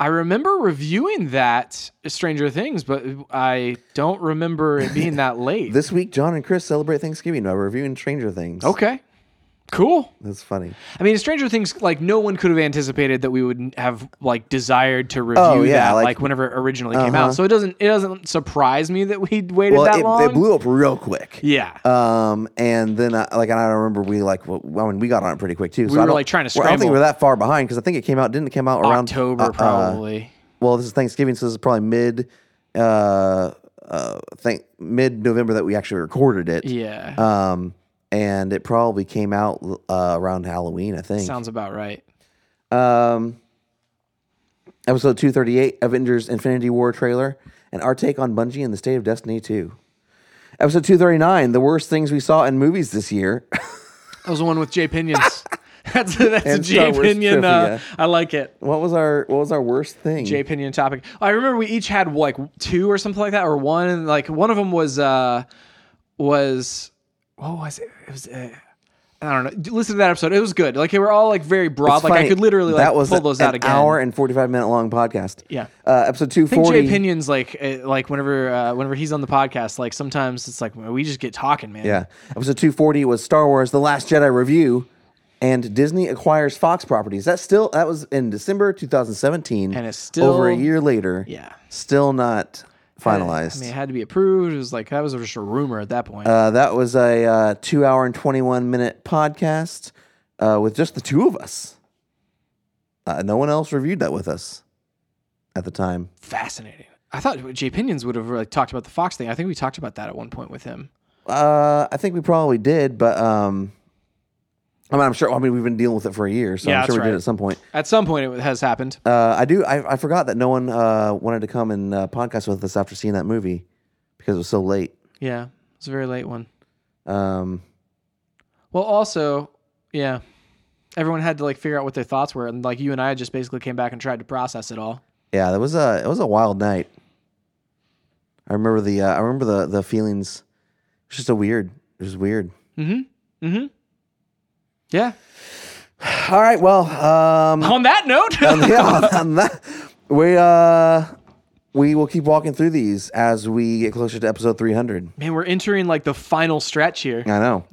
I remember reviewing that Stranger Things, but I don't remember it being that late. This week, John and Chris celebrate Thanksgiving by reviewing Stranger Things. okay. Cool. That's funny. I mean, Stranger Things, like, no one could have anticipated that we would have, like, desired to review Oh, yeah, that, like- uh-huh. like, whenever it originally came out. So it doesn't, it doesn't surprise me that we waited Well, that it, long. it blew up real quick. yeah. Um, and then I, like, and I remember we like, well, I mean, we got on it pretty quick too. We were, like, trying to I don't think scramble. we're that far behind because I think it came out didn't it come out around October, uh, uh, probably. well, this is Thanksgiving, so this is probably mid, uh, uh, thank mid November that we actually recorded it. yeah. Um, and it probably came out uh, around Halloween, I think. Sounds about right. Um, episode 238, Avengers Infinity War trailer, and our take on Bungie and the State of Destiny 2. Episode 239, the worst things we saw in movies this year. That was the one with Jay Pinions. that's that's a And Jay Star Wars Pinion. Uh, trivia. I like it. what was our what was our worst thing? Jay Pinion topic. I remember we each had like two or something like that, or one. and, Like one of them was uh was what was it? It was. Uh, I don't know. D- Listen to that episode. It was good. Like they were all like very broad. It's like funny, I could literally like that was pull those an out again. hour and 45 minute long podcast. Yeah. Uh, episode I think 240. Jay Pinion's like uh, like whenever uh, whenever he's on the podcast, like sometimes it's like we just get talking, man. Yeah. Episode 240 was Star Wars The Last Jedi review and Disney acquires Fox properties. That still that was in December 2017 And it's still- over a year later. Yeah. Still not finalized. I mean, it had to be approved. It was like that was just a rumor at that point. uh, that was a uh, 2 hour and 21 minute podcast uh, with just the two of us. Uh, no one else reviewed that with us at the time. fascinating. I thought Jay Pinions would have like talked about the Fox thing. I think we talked about that at one point with him. Uh, I think we probably did, but um I mean, I'm sure. I mean, we've been dealing with it for a year, so Yeah, I'm sure that's we did right. at some point. At some point, it has happened. Uh, I do. I, I forgot that no one uh, wanted to come and uh, podcast with us after seeing that movie because it was so late. Yeah, it's a very late one. Um, Well, also, yeah, everyone had to like figure out what their thoughts were, and like you and I just basically came back and tried to process it all. yeah, that was a it was a wild night. I remember the uh, I remember the the feelings. It was just a weird. It was weird. Yeah. All right. Well. Um, On that note, yeah. On that, we uh, we will keep walking through these as we get closer to episode 300. man, we're entering like the final stretch here. I know.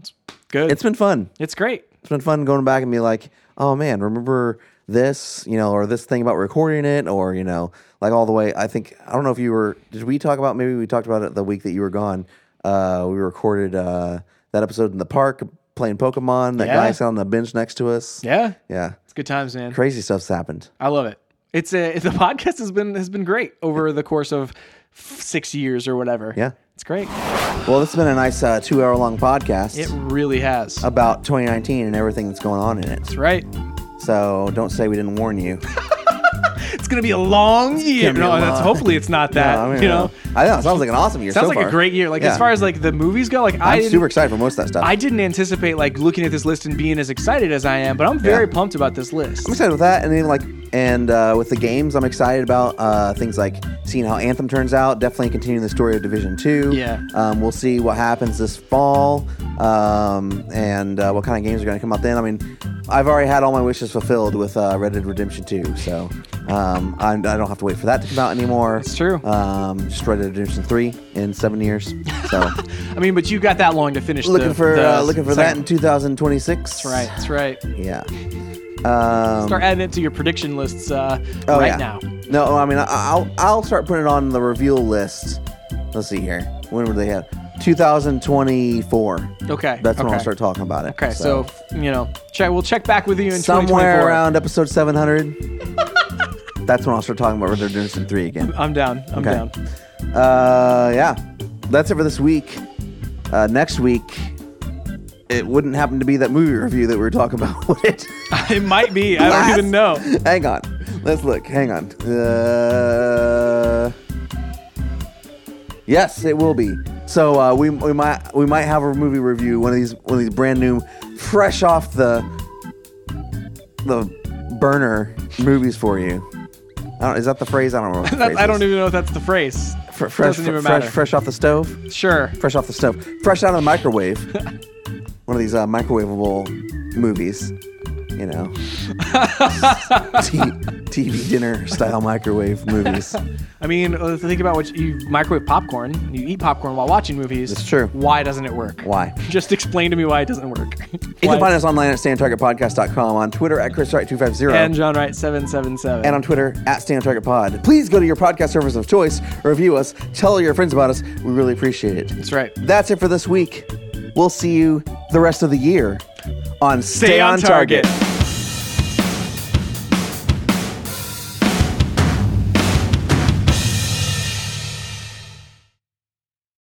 Good. It's been fun. it's great. it's been fun going back and be like, oh man, remember this, you know, or this thing about recording it, or you know, like all the way. I think I don't know if you were. Did we talk about? Maybe we talked about it the week that you were gone. Uh, we recorded uh, that episode in the park playing Pokemon. That Yeah. guy sat on the bench next to us. Yeah. yeah, It's good times, man. crazy stuff's happened. I love it. It's a the podcast has been has been great over the course of f- six years or whatever. Yeah. It's great. Well, this has been a nice uh, two-hour-long podcast It really has. about 2019 and everything that's going on in it. That's right. So don't say we didn't warn you. It's gonna be a long year. be No, a that's long- hopefully it's not that. Uh, I mean, Uh, you know, I know. It sounds like an awesome year. sounds so like far. a great year. Like Yeah. as far as like the movies go, like I I'm didn't, super excited for most of that stuff. I didn't anticipate like looking at this list and being as excited as I am, but I'm very Yeah. pumped about this list. I'm excited with that, and then like, and uh, with the games, I'm excited about uh, things like seeing how Anthem turns out. Definitely continuing the story of Division Two. Yeah. um, we'll see what happens this fall, um, and uh, what kind of games are going to come out then. I mean, I've already had all my wishes fulfilled with uh, Red Dead Redemption Two, so um, I, I don't have to wait for that to come out anymore. It's true. Um, just Red Dead Redemption Three in seven years, so I mean, but you got that long to finish. the- looking for the uh, looking for that in second- 2026. That's right. That's right. Yeah. Um, Start adding it to your prediction lists uh, Oh, right yeah. now. No, I mean I- I'll I'll start putting it on the reveal list. Let's see here. When were they at? 2024. Okay. That's when okay. I'll start talking about it. Okay, so, f- you know, check, we'll check back with you in somewhere 2024. around episode 700. that's when I'll start talking about Red Dead Redemption 3 again. I'm down. I'm Okay. down. Uh, yeah, that's it for this week. Uh, next week, it wouldn't happen to be that movie review that we were talking about, would it? it might be. I don't even know. Hang on. Let's look. Hang on. Uh, yes, it will be. So uh, we, we might we might have a movie review one of these one of these brand new, fresh off the the burner movies for you. I don't, is that the phrase? I don't remember. what the That- phrase I don't is. even know if that's the phrase. Fr- fresh, doesn't even fresh, matter. fresh off the stove. Sure. Fresh off the stove. Fresh out of the microwave. one of these uh, microwavable movies. you know, t- TV dinner style microwave movies. I mean, uh, think about what you microwave popcorn. You eat popcorn while watching movies. That's true. Why doesn't it work? Why? Just explain to me why it doesn't work. You can Why- find us online at standtargetpodcast.com, on Twitter at ChrisWright250, and John Wright seven seven seven. and on Twitter at StandTargetPod. Please go to your podcast service of choice, review us, tell your friends about us. We really appreciate it. That's right. That's it for this week. We'll see you the rest of the year on Stay on target.